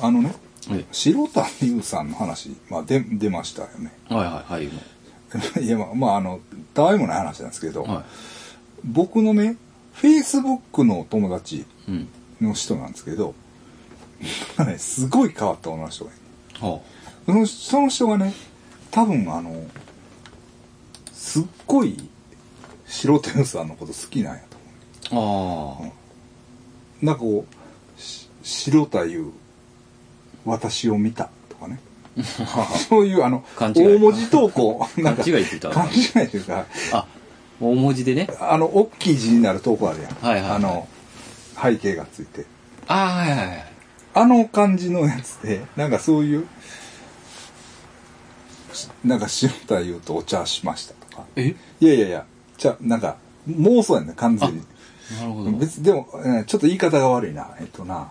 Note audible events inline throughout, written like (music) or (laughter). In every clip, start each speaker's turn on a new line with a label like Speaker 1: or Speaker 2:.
Speaker 1: あのね
Speaker 2: え
Speaker 1: 白田優さんの話、まあ、で出ましたよね (laughs)
Speaker 2: えはいはいはいも
Speaker 1: いやまあ、まあ、あのたわいもない話なんですけど、
Speaker 2: うは
Speaker 1: 僕のねフェイスブックの友達
Speaker 2: いうん
Speaker 1: の人なんですけどねすごい変わった女の人がいる
Speaker 2: は
Speaker 1: そのその人がね多分あのすっごい白手のさんのこと好きなんやと思
Speaker 2: ああ
Speaker 1: うなんかこうし白田優私を見たと
Speaker 2: (laughs)
Speaker 1: かねそういうあの
Speaker 2: 勘違い
Speaker 1: 大文字投稿なんか
Speaker 2: (laughs) 勘違いって言ったら
Speaker 1: 勘違いというか
Speaker 2: ああ大文字でね
Speaker 1: あの大きい字になる投稿あるやん、
Speaker 2: はいはいはい
Speaker 1: あの背景がついて
Speaker 2: ああはいはいはい
Speaker 1: あの感じのやつで、なんかそういう、しなんか白田優とお茶しましたとか。
Speaker 2: え
Speaker 1: いやいやいや、じゃなんか、妄想やね、完全
Speaker 2: なるほ
Speaker 1: に。
Speaker 2: ど
Speaker 1: 別、でも、うんちょっと言い方が悪いな。えっとな、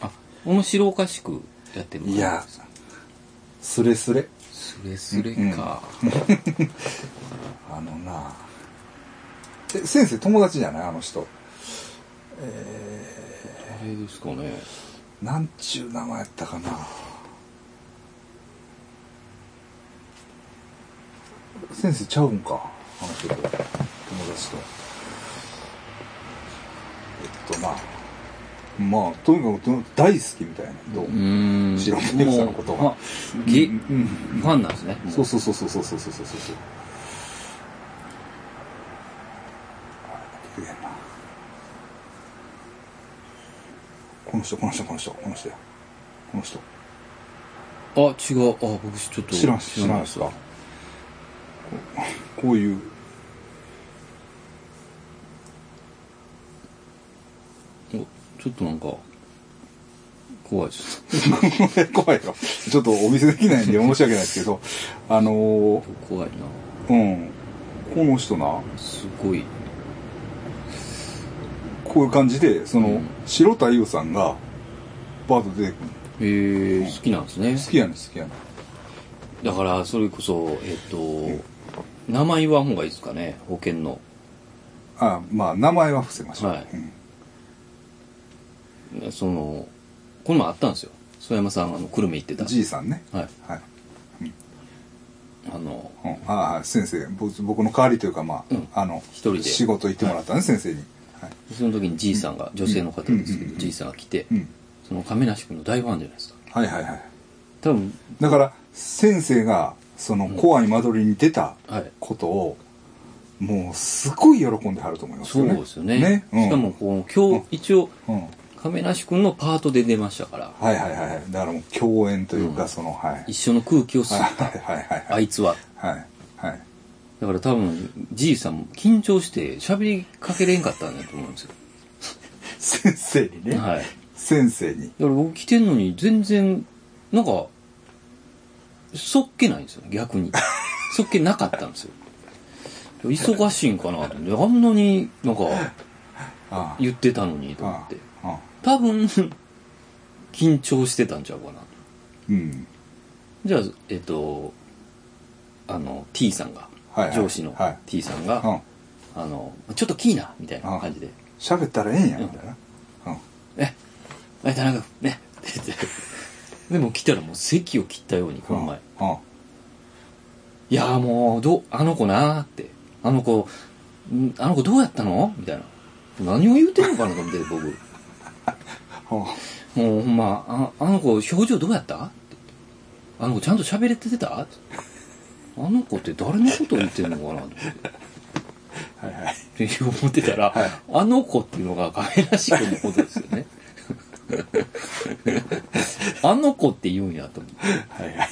Speaker 2: あ面白おかしくやってるの
Speaker 1: いや、スレスレ。
Speaker 2: スレスレか、
Speaker 1: あのな、え、先生友達じゃないあの人。
Speaker 2: あれですかね
Speaker 1: なんちゅう名前やったかな。先生ちゃうんか。あの人と。友達と。えっとな。まあ、とにかくと大好きみたいな。どう
Speaker 2: う
Speaker 1: も
Speaker 2: ーん
Speaker 1: 白目さんのことが
Speaker 2: もうあげ
Speaker 1: うん
Speaker 2: ファンなんですね
Speaker 1: そうそうそうそうそうそうそうそうそう。あ出てけへんなこの人、この人、この人、この人や。この人。
Speaker 2: あ違うあ僕ちょっと
Speaker 1: 知らん知らんですかこう (laughs) こういう
Speaker 2: おちょっとなんか怖いです
Speaker 1: 怖いよちょっとお見せできないんで申し訳ないですけどあのー
Speaker 2: 怖いな
Speaker 1: うんこの人な
Speaker 2: すごい
Speaker 1: こういう感じでその、
Speaker 2: うん
Speaker 1: 白田優さんがバーッと出てくる
Speaker 2: えー、好きなんですね
Speaker 1: 好きやねん好きやねん
Speaker 2: だからそれこそえっ、と名前言わん方がいいですかね保険の
Speaker 1: あまあ名前は伏せましょう、
Speaker 2: はい
Speaker 1: うん
Speaker 2: そのこの前あったんですよ曽山さんあの久留米行ってた
Speaker 1: じいさんね
Speaker 2: はい
Speaker 1: はい、
Speaker 2: あの
Speaker 1: うん、ああ先生僕僕の代わりというかまあ、
Speaker 2: うん
Speaker 1: あの
Speaker 2: 一人で
Speaker 1: 仕事行ってもらったね、先生に、はい、
Speaker 2: その時にじいさんが女性の方です
Speaker 1: う
Speaker 2: け
Speaker 1: んうんうんう
Speaker 2: ど
Speaker 1: ん
Speaker 2: じいさんが来て
Speaker 1: うん
Speaker 2: その亀梨君の大ファンじゃないですか
Speaker 1: はいはいはい
Speaker 2: 多分
Speaker 1: だから先生がその怖い間取りに出た
Speaker 2: はい
Speaker 1: ことを、もうすごい喜んではると思います
Speaker 2: そ
Speaker 1: よ
Speaker 2: う
Speaker 1: ね。
Speaker 2: ですよね
Speaker 1: うん、
Speaker 2: しかも、こう今日一応
Speaker 1: うん、
Speaker 2: 亀梨君のパートで出ましたから
Speaker 1: はいはいはいはいだからもう共演というか、
Speaker 2: うん
Speaker 1: そのはい
Speaker 2: 一緒の空気を吸
Speaker 1: はい
Speaker 2: っ
Speaker 1: はいはい
Speaker 2: た
Speaker 1: は
Speaker 2: あ
Speaker 1: い
Speaker 2: いつは
Speaker 1: はいはい
Speaker 2: だから多分じいさんも緊張して喋りかけれんかったんだと思うんですよ
Speaker 1: 先生にね、
Speaker 2: はい
Speaker 1: 先生に
Speaker 2: だから僕来てんのに全然なんかそっけないんですよ
Speaker 1: (laughs)
Speaker 2: 逆にそっけなかったんですよ忙しいんかなと思ってあんなになんか
Speaker 1: ああ
Speaker 2: 言ってたのにと思
Speaker 1: あ
Speaker 2: って
Speaker 1: あああ
Speaker 2: 多分緊張してたんちゃうかな
Speaker 1: うん
Speaker 2: じゃあえっとあの T さんが、
Speaker 1: はいはい
Speaker 2: 上司の
Speaker 1: はい
Speaker 2: T さんが、
Speaker 1: うん
Speaker 2: あのちょっとキーなみたいな感じで
Speaker 1: 喋ったらええんやみたいな、うん
Speaker 2: え、え、田中君、ね、って言って。でも来たらもう席を切ったように、この前。
Speaker 1: うんうん
Speaker 2: いやーもう、どう、あの子なーって。あの子、んあの子どうやったのみたいな。何を言うてんのかなと思って、僕。
Speaker 1: うん
Speaker 2: もうほんま、ああの子表情どうやったって言ってあの子ちゃんと喋れてたってあの子って誰のことを言ってんのかなと思って。
Speaker 1: はいはい
Speaker 2: って思ってたら、
Speaker 1: はい
Speaker 2: あの子っていうのが亀梨君のことですよ
Speaker 1: (laughs)
Speaker 2: ね。あの子って言うんやと思って。
Speaker 1: はいはい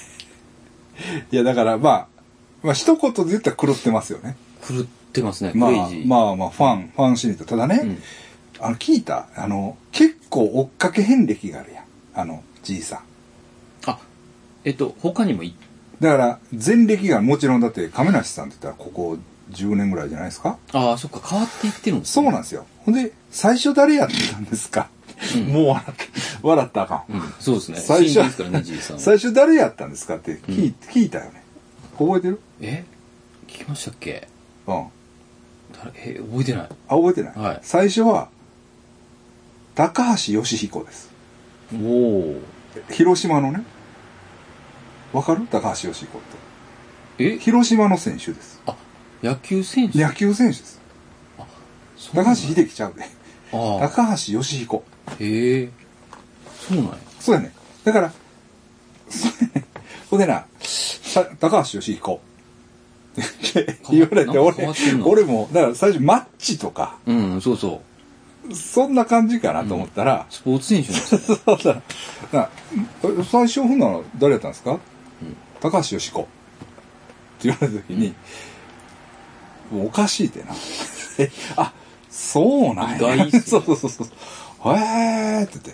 Speaker 1: いやだからまあまあ一言で言ったら狂ってますよね
Speaker 2: 狂ってますね、
Speaker 1: ま
Speaker 2: クレイ
Speaker 1: あ
Speaker 2: ジ、ー。
Speaker 1: まあまあ、ファン、ファン心理と、ただね、
Speaker 2: うん
Speaker 1: あの、聞いた、あの、結構追っかけ遍歴があるやん。あの、じいさん。
Speaker 2: あ、えっと、他にもい、
Speaker 1: だから、前歴がもちろんだって、亀梨さんって言ったら、ここ10年ぐらいじゃないですか
Speaker 2: ああ、そっか、変わっていってるんです
Speaker 1: そう
Speaker 2: ね。
Speaker 1: なんですよ。ほんで、最初誰やったんですか、もう笑った、笑ったらあかん。
Speaker 2: うん、そうですね。
Speaker 1: 最初
Speaker 2: 新人ですからね、じいさんは。
Speaker 1: 最初誰やったんですかって聞い,、聞いたよね。覚えてる
Speaker 2: え聞きましたっけ
Speaker 1: うん。あ、
Speaker 2: 誰え、覚えてない。
Speaker 1: 覚えてない。
Speaker 2: はい
Speaker 1: 最初は、高橋義彦です。
Speaker 2: おお。
Speaker 1: 広島のね、わかる高橋義彦って。
Speaker 2: え
Speaker 1: 広島の選手です。
Speaker 2: あ、野球選手
Speaker 1: 野球選手です。
Speaker 2: そう
Speaker 1: 高
Speaker 2: なん
Speaker 1: 橋
Speaker 2: や
Speaker 1: 秀樹ちゃうで。
Speaker 2: あ
Speaker 1: 高橋義彦。
Speaker 2: あ、へえ。そうなんや。
Speaker 1: そうやね。だから、そうやねほんでな、さ高橋義彦。って言われて、
Speaker 2: なんか
Speaker 1: 俺
Speaker 2: 変わってん、の
Speaker 1: 俺も、だから最初マッチとか、
Speaker 2: うん、そうそう。
Speaker 1: そんな感じかなと思ったら、
Speaker 2: スポーツ選手なんですよ
Speaker 1: そうだなえ最初ほんなら誰やったんですか、高橋義子って言われた時に、もうおかしいってな (laughs) えあそうなん
Speaker 2: 意外
Speaker 1: や
Speaker 2: っすね
Speaker 1: (laughs) そうそうそうそうへえって言って、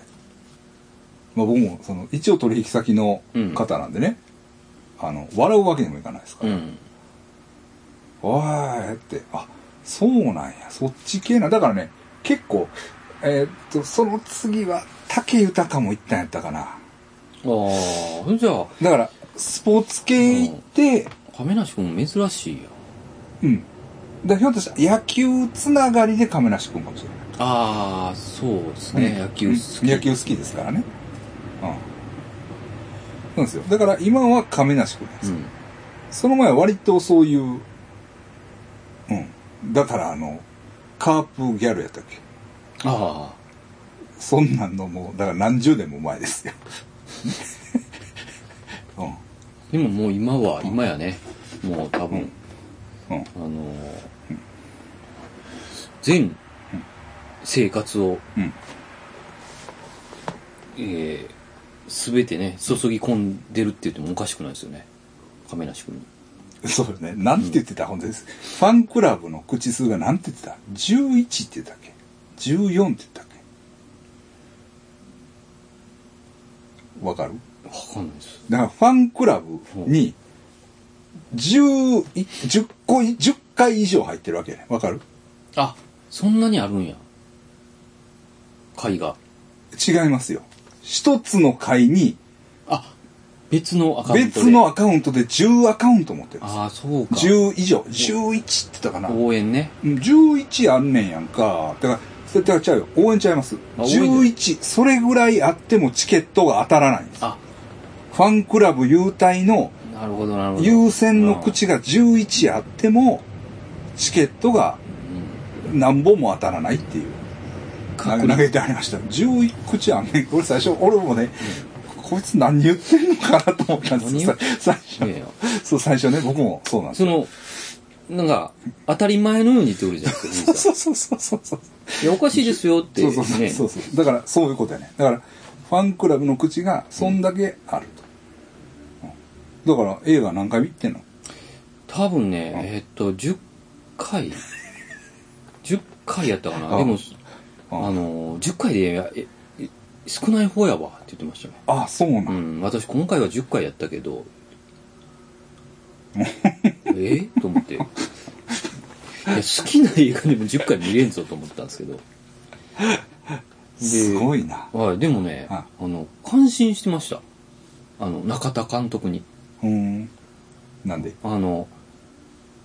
Speaker 1: まあ、僕もその一応取引先の方なんでね、あの笑うわけにもいかないですか
Speaker 2: う
Speaker 1: ら、
Speaker 2: ん。
Speaker 1: おーいって、あ、そうなんや、そっち系な。だからね、結構、えーっと、その次は、竹豊も行ったんやったかな。
Speaker 2: ああ、じゃあ、
Speaker 1: だから、スポーツ系行って、
Speaker 2: 亀梨君も珍しいやん。
Speaker 1: うん。だからひょっとしたら野球つながりで亀梨君かもしれない。
Speaker 2: ああ、そうですね。野球好き。
Speaker 1: うん野球好きですからね。うん。そうですよ。だから今は亀梨君なんですよ
Speaker 2: うん。
Speaker 1: その前は割とそういう、うん。だからあの、カープギャルやったっけ
Speaker 2: あ
Speaker 1: そんなんのもう、だから何十年も前ですよ。 (laughs) う
Speaker 2: あ。でももう今は、今やね。もう多分、
Speaker 1: ん。うん。
Speaker 2: あのー全生活を、
Speaker 1: うん。
Speaker 2: えすべてね、注ぎ込んでるって言ってもおかしくないですよね。亀梨君に。
Speaker 1: そうですね。なんて言ってた、本当です。ファンクラブの口数がなんて言ってた ?11 って言ったっけ ?14 って言ったっけわかる
Speaker 2: わかんないです。
Speaker 1: だからファンクラブに10、10個、10回以上入ってるわけね。わかる
Speaker 2: あ、そんなにあるんや。会が。
Speaker 1: 違いますよ。一つの回に
Speaker 2: あ、別のアカウントで。
Speaker 1: 別のアカウントで10アカウント持ってるんですよ
Speaker 2: ああ、そうか。
Speaker 1: 10以上11って言ったかな
Speaker 2: 応援ね。
Speaker 1: うん11あんねんやんかだからそれだからちゃうよ応援ちゃいます
Speaker 2: あ応援
Speaker 1: 11それぐらいあってもチケットが当たらないんです
Speaker 2: あ、
Speaker 1: ファンクラブ優待の
Speaker 2: なるほど、なるほど。
Speaker 1: 優先の口が11あってもチケットが
Speaker 2: うん。
Speaker 1: 何本も当たらないっていう投げ
Speaker 2: 確
Speaker 1: 投
Speaker 2: 率
Speaker 1: げてありました11口あんねんこれ最初俺もねこいつ何言ってんのかなと思ったんですよ
Speaker 2: 何
Speaker 1: さ最
Speaker 2: いやい
Speaker 1: 初
Speaker 2: や
Speaker 1: そう最初ね僕もそうなんです
Speaker 2: その、なんか、当たり前のように言ってくるじゃ
Speaker 1: (laughs)
Speaker 2: ないですか、
Speaker 1: そうそうそうそうそう
Speaker 2: いや、おかしいですよって、
Speaker 1: そ
Speaker 2: ね。
Speaker 1: うそうそうそうそうだからそういうことやねだからファンクラブの口がそんだけあると、うんだから映画何回見てんの
Speaker 2: 多分ね、えーっと、10回 ?10 回やったかな。
Speaker 1: あ
Speaker 2: でも、あ
Speaker 1: あ
Speaker 2: のー、10回でやえ、え少ない方やわって言ってましたね。
Speaker 1: あそうな、
Speaker 2: うんん、私今回は10回やったけ
Speaker 1: (laughs)
Speaker 2: ど、えと思って。いや好きな映画でも10回見れんぞと思ったんですけど。
Speaker 1: すごいな
Speaker 2: はい、でもね、
Speaker 1: あ
Speaker 2: あの、感心してました。あの、中田監督に。
Speaker 1: うんなんで
Speaker 2: あの、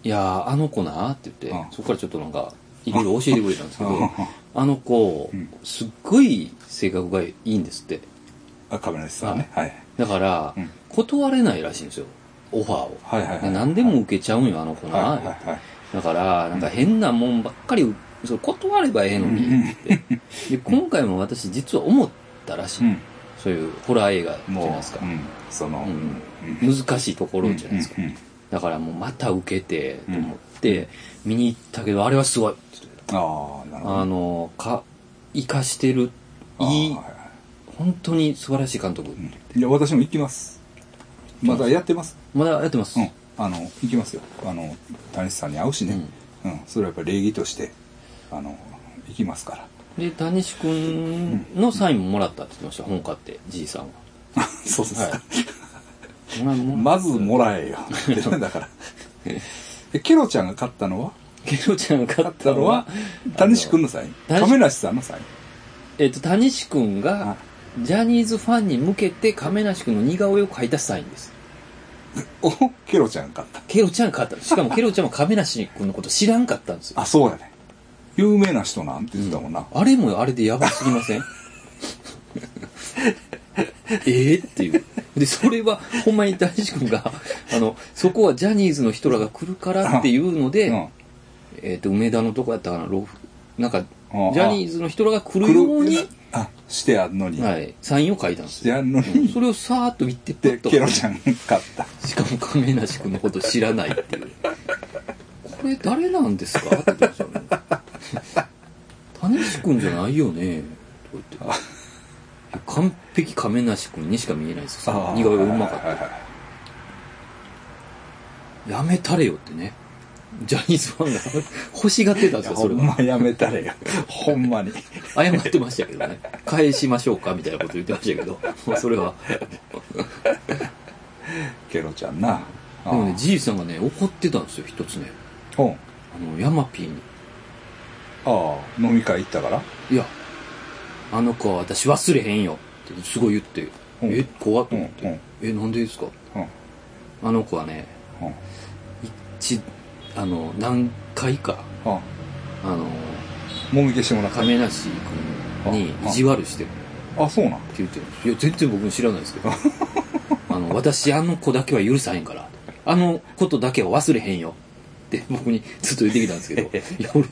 Speaker 2: いやー、あの子なって言って
Speaker 1: う、ん
Speaker 2: そこからちょっとなんか、いろいろ教えてくれたんですけ
Speaker 1: うん
Speaker 2: ど、あの子
Speaker 1: ん、
Speaker 2: すっごい性格がいいんですって。
Speaker 1: (laughs) あ亀梨さんね、はい、
Speaker 2: だから
Speaker 1: うん、
Speaker 2: 断れないらしいんですよ、オファーを。
Speaker 1: はいはいはい
Speaker 2: で何でも受けちゃうんよ、あの子
Speaker 1: はい
Speaker 2: な。
Speaker 1: はいはい
Speaker 2: だから、なんか変なもんばっかり、それ断ればええのにって。で、今回も私実は思ったらしい。そういうホラー映画じ
Speaker 1: う
Speaker 2: ゃ
Speaker 1: ん
Speaker 2: ない
Speaker 1: も
Speaker 2: ですか
Speaker 1: う、う。ん、その、
Speaker 2: うん難しいところじゃないですか。
Speaker 1: うんうん
Speaker 2: だからもうまた受けて、と思って、見に行ったけど、あれはすご
Speaker 1: あ
Speaker 2: い。
Speaker 1: あなるほど
Speaker 2: あの、か、生かしてる、
Speaker 1: あー
Speaker 2: いい
Speaker 1: は、は
Speaker 2: 本当に素晴らしい監督。
Speaker 1: いいや私も行きますまだやってます
Speaker 2: まだやってます。
Speaker 1: うんあの行きますよあの谷さんに会うしね、うんそれはやっぱり礼儀としてあの行きますから
Speaker 2: で、谷志くんのサインももらったって言ってました、本買って、じいさんは。 (laughs)
Speaker 1: そうですか、
Speaker 2: お前も
Speaker 1: まずもら
Speaker 2: (laughs)
Speaker 1: えよってねだからえケロちゃんが勝ったのは
Speaker 2: ケロちゃんが買っ
Speaker 1: 勝ったた
Speaker 2: の
Speaker 1: のは
Speaker 2: は、
Speaker 1: 谷志くんのサイン
Speaker 2: 谷志
Speaker 1: 亀梨さんのサイン
Speaker 2: えっと、谷志くんが、ジャニーズファンに向けて亀梨くんの似顔絵を描いたサインです。
Speaker 1: おケロちゃんが勝っ
Speaker 2: ケロちゃんが買ったんです。しかもケロちゃんも亀梨くんのこと知らんかったんですよ
Speaker 1: た。あそうやね有名な人なんて言ってたもんな、
Speaker 2: あれもあれでやばすぎません (laughs) ええっていう。で、それは、ほんまに大志君が、 (laughs) あの、そこはジャニーズの人らが来るからっていうので、
Speaker 1: うん
Speaker 2: えっ、と、梅田のとこやったかな、ロフ、なんか、ジ
Speaker 1: あ
Speaker 2: ャニーズの人らが来るように、
Speaker 1: あしてあんのに、
Speaker 2: はい、サインを書いたんです
Speaker 1: して
Speaker 2: よ。
Speaker 1: あんの
Speaker 2: うん
Speaker 1: に
Speaker 2: それをさーっと見て、パ
Speaker 1: で
Speaker 2: ッと。
Speaker 1: ケロちゃん買った
Speaker 2: しかも亀梨君のこと知らないっていう。これ誰なんですかって言ったんですよね。種子君じゃないよね。とか言って完璧亀梨君にしか見えないですよ。その似顔絵がうまかっ
Speaker 1: はいはいはい
Speaker 2: た。やめたれよってね。ジャニーズファンが欲しがってたんですよ、
Speaker 1: ほ
Speaker 2: それ
Speaker 1: ん
Speaker 2: は。
Speaker 1: まやめた
Speaker 2: (laughs)
Speaker 1: れよほんまに
Speaker 2: 謝ってましたけどね。返しましょうかみたいなこと言ってましたけど。もうそれは。
Speaker 1: ケロちゃんな
Speaker 2: で
Speaker 1: あ
Speaker 2: もね、じいさんがね、怒ってたんですよ、一つね。
Speaker 1: うん
Speaker 2: あの、ヤマピーに。
Speaker 1: ああ飲み会行ったから
Speaker 2: いや、あの子は私忘れへんよってすごい言って、
Speaker 1: うん
Speaker 2: え、怖っと思っ
Speaker 1: うんう
Speaker 2: て
Speaker 1: ん、
Speaker 2: え、なんでですか
Speaker 1: うん
Speaker 2: あの子はね、
Speaker 1: うん
Speaker 2: 一、あの、何回か、
Speaker 1: うん
Speaker 2: あの、
Speaker 1: もみ消してもらった
Speaker 2: 亀梨君に意地悪してるって
Speaker 1: あそうなん
Speaker 2: 言ってるんですいや、全然僕も知らないで
Speaker 1: (laughs)
Speaker 2: すけど、あの、私あの子だけは許さへんから、あのことだけは忘れへんよ。って僕にずっと言ってきたんです
Speaker 1: (laughs)
Speaker 2: けど、いや、俺、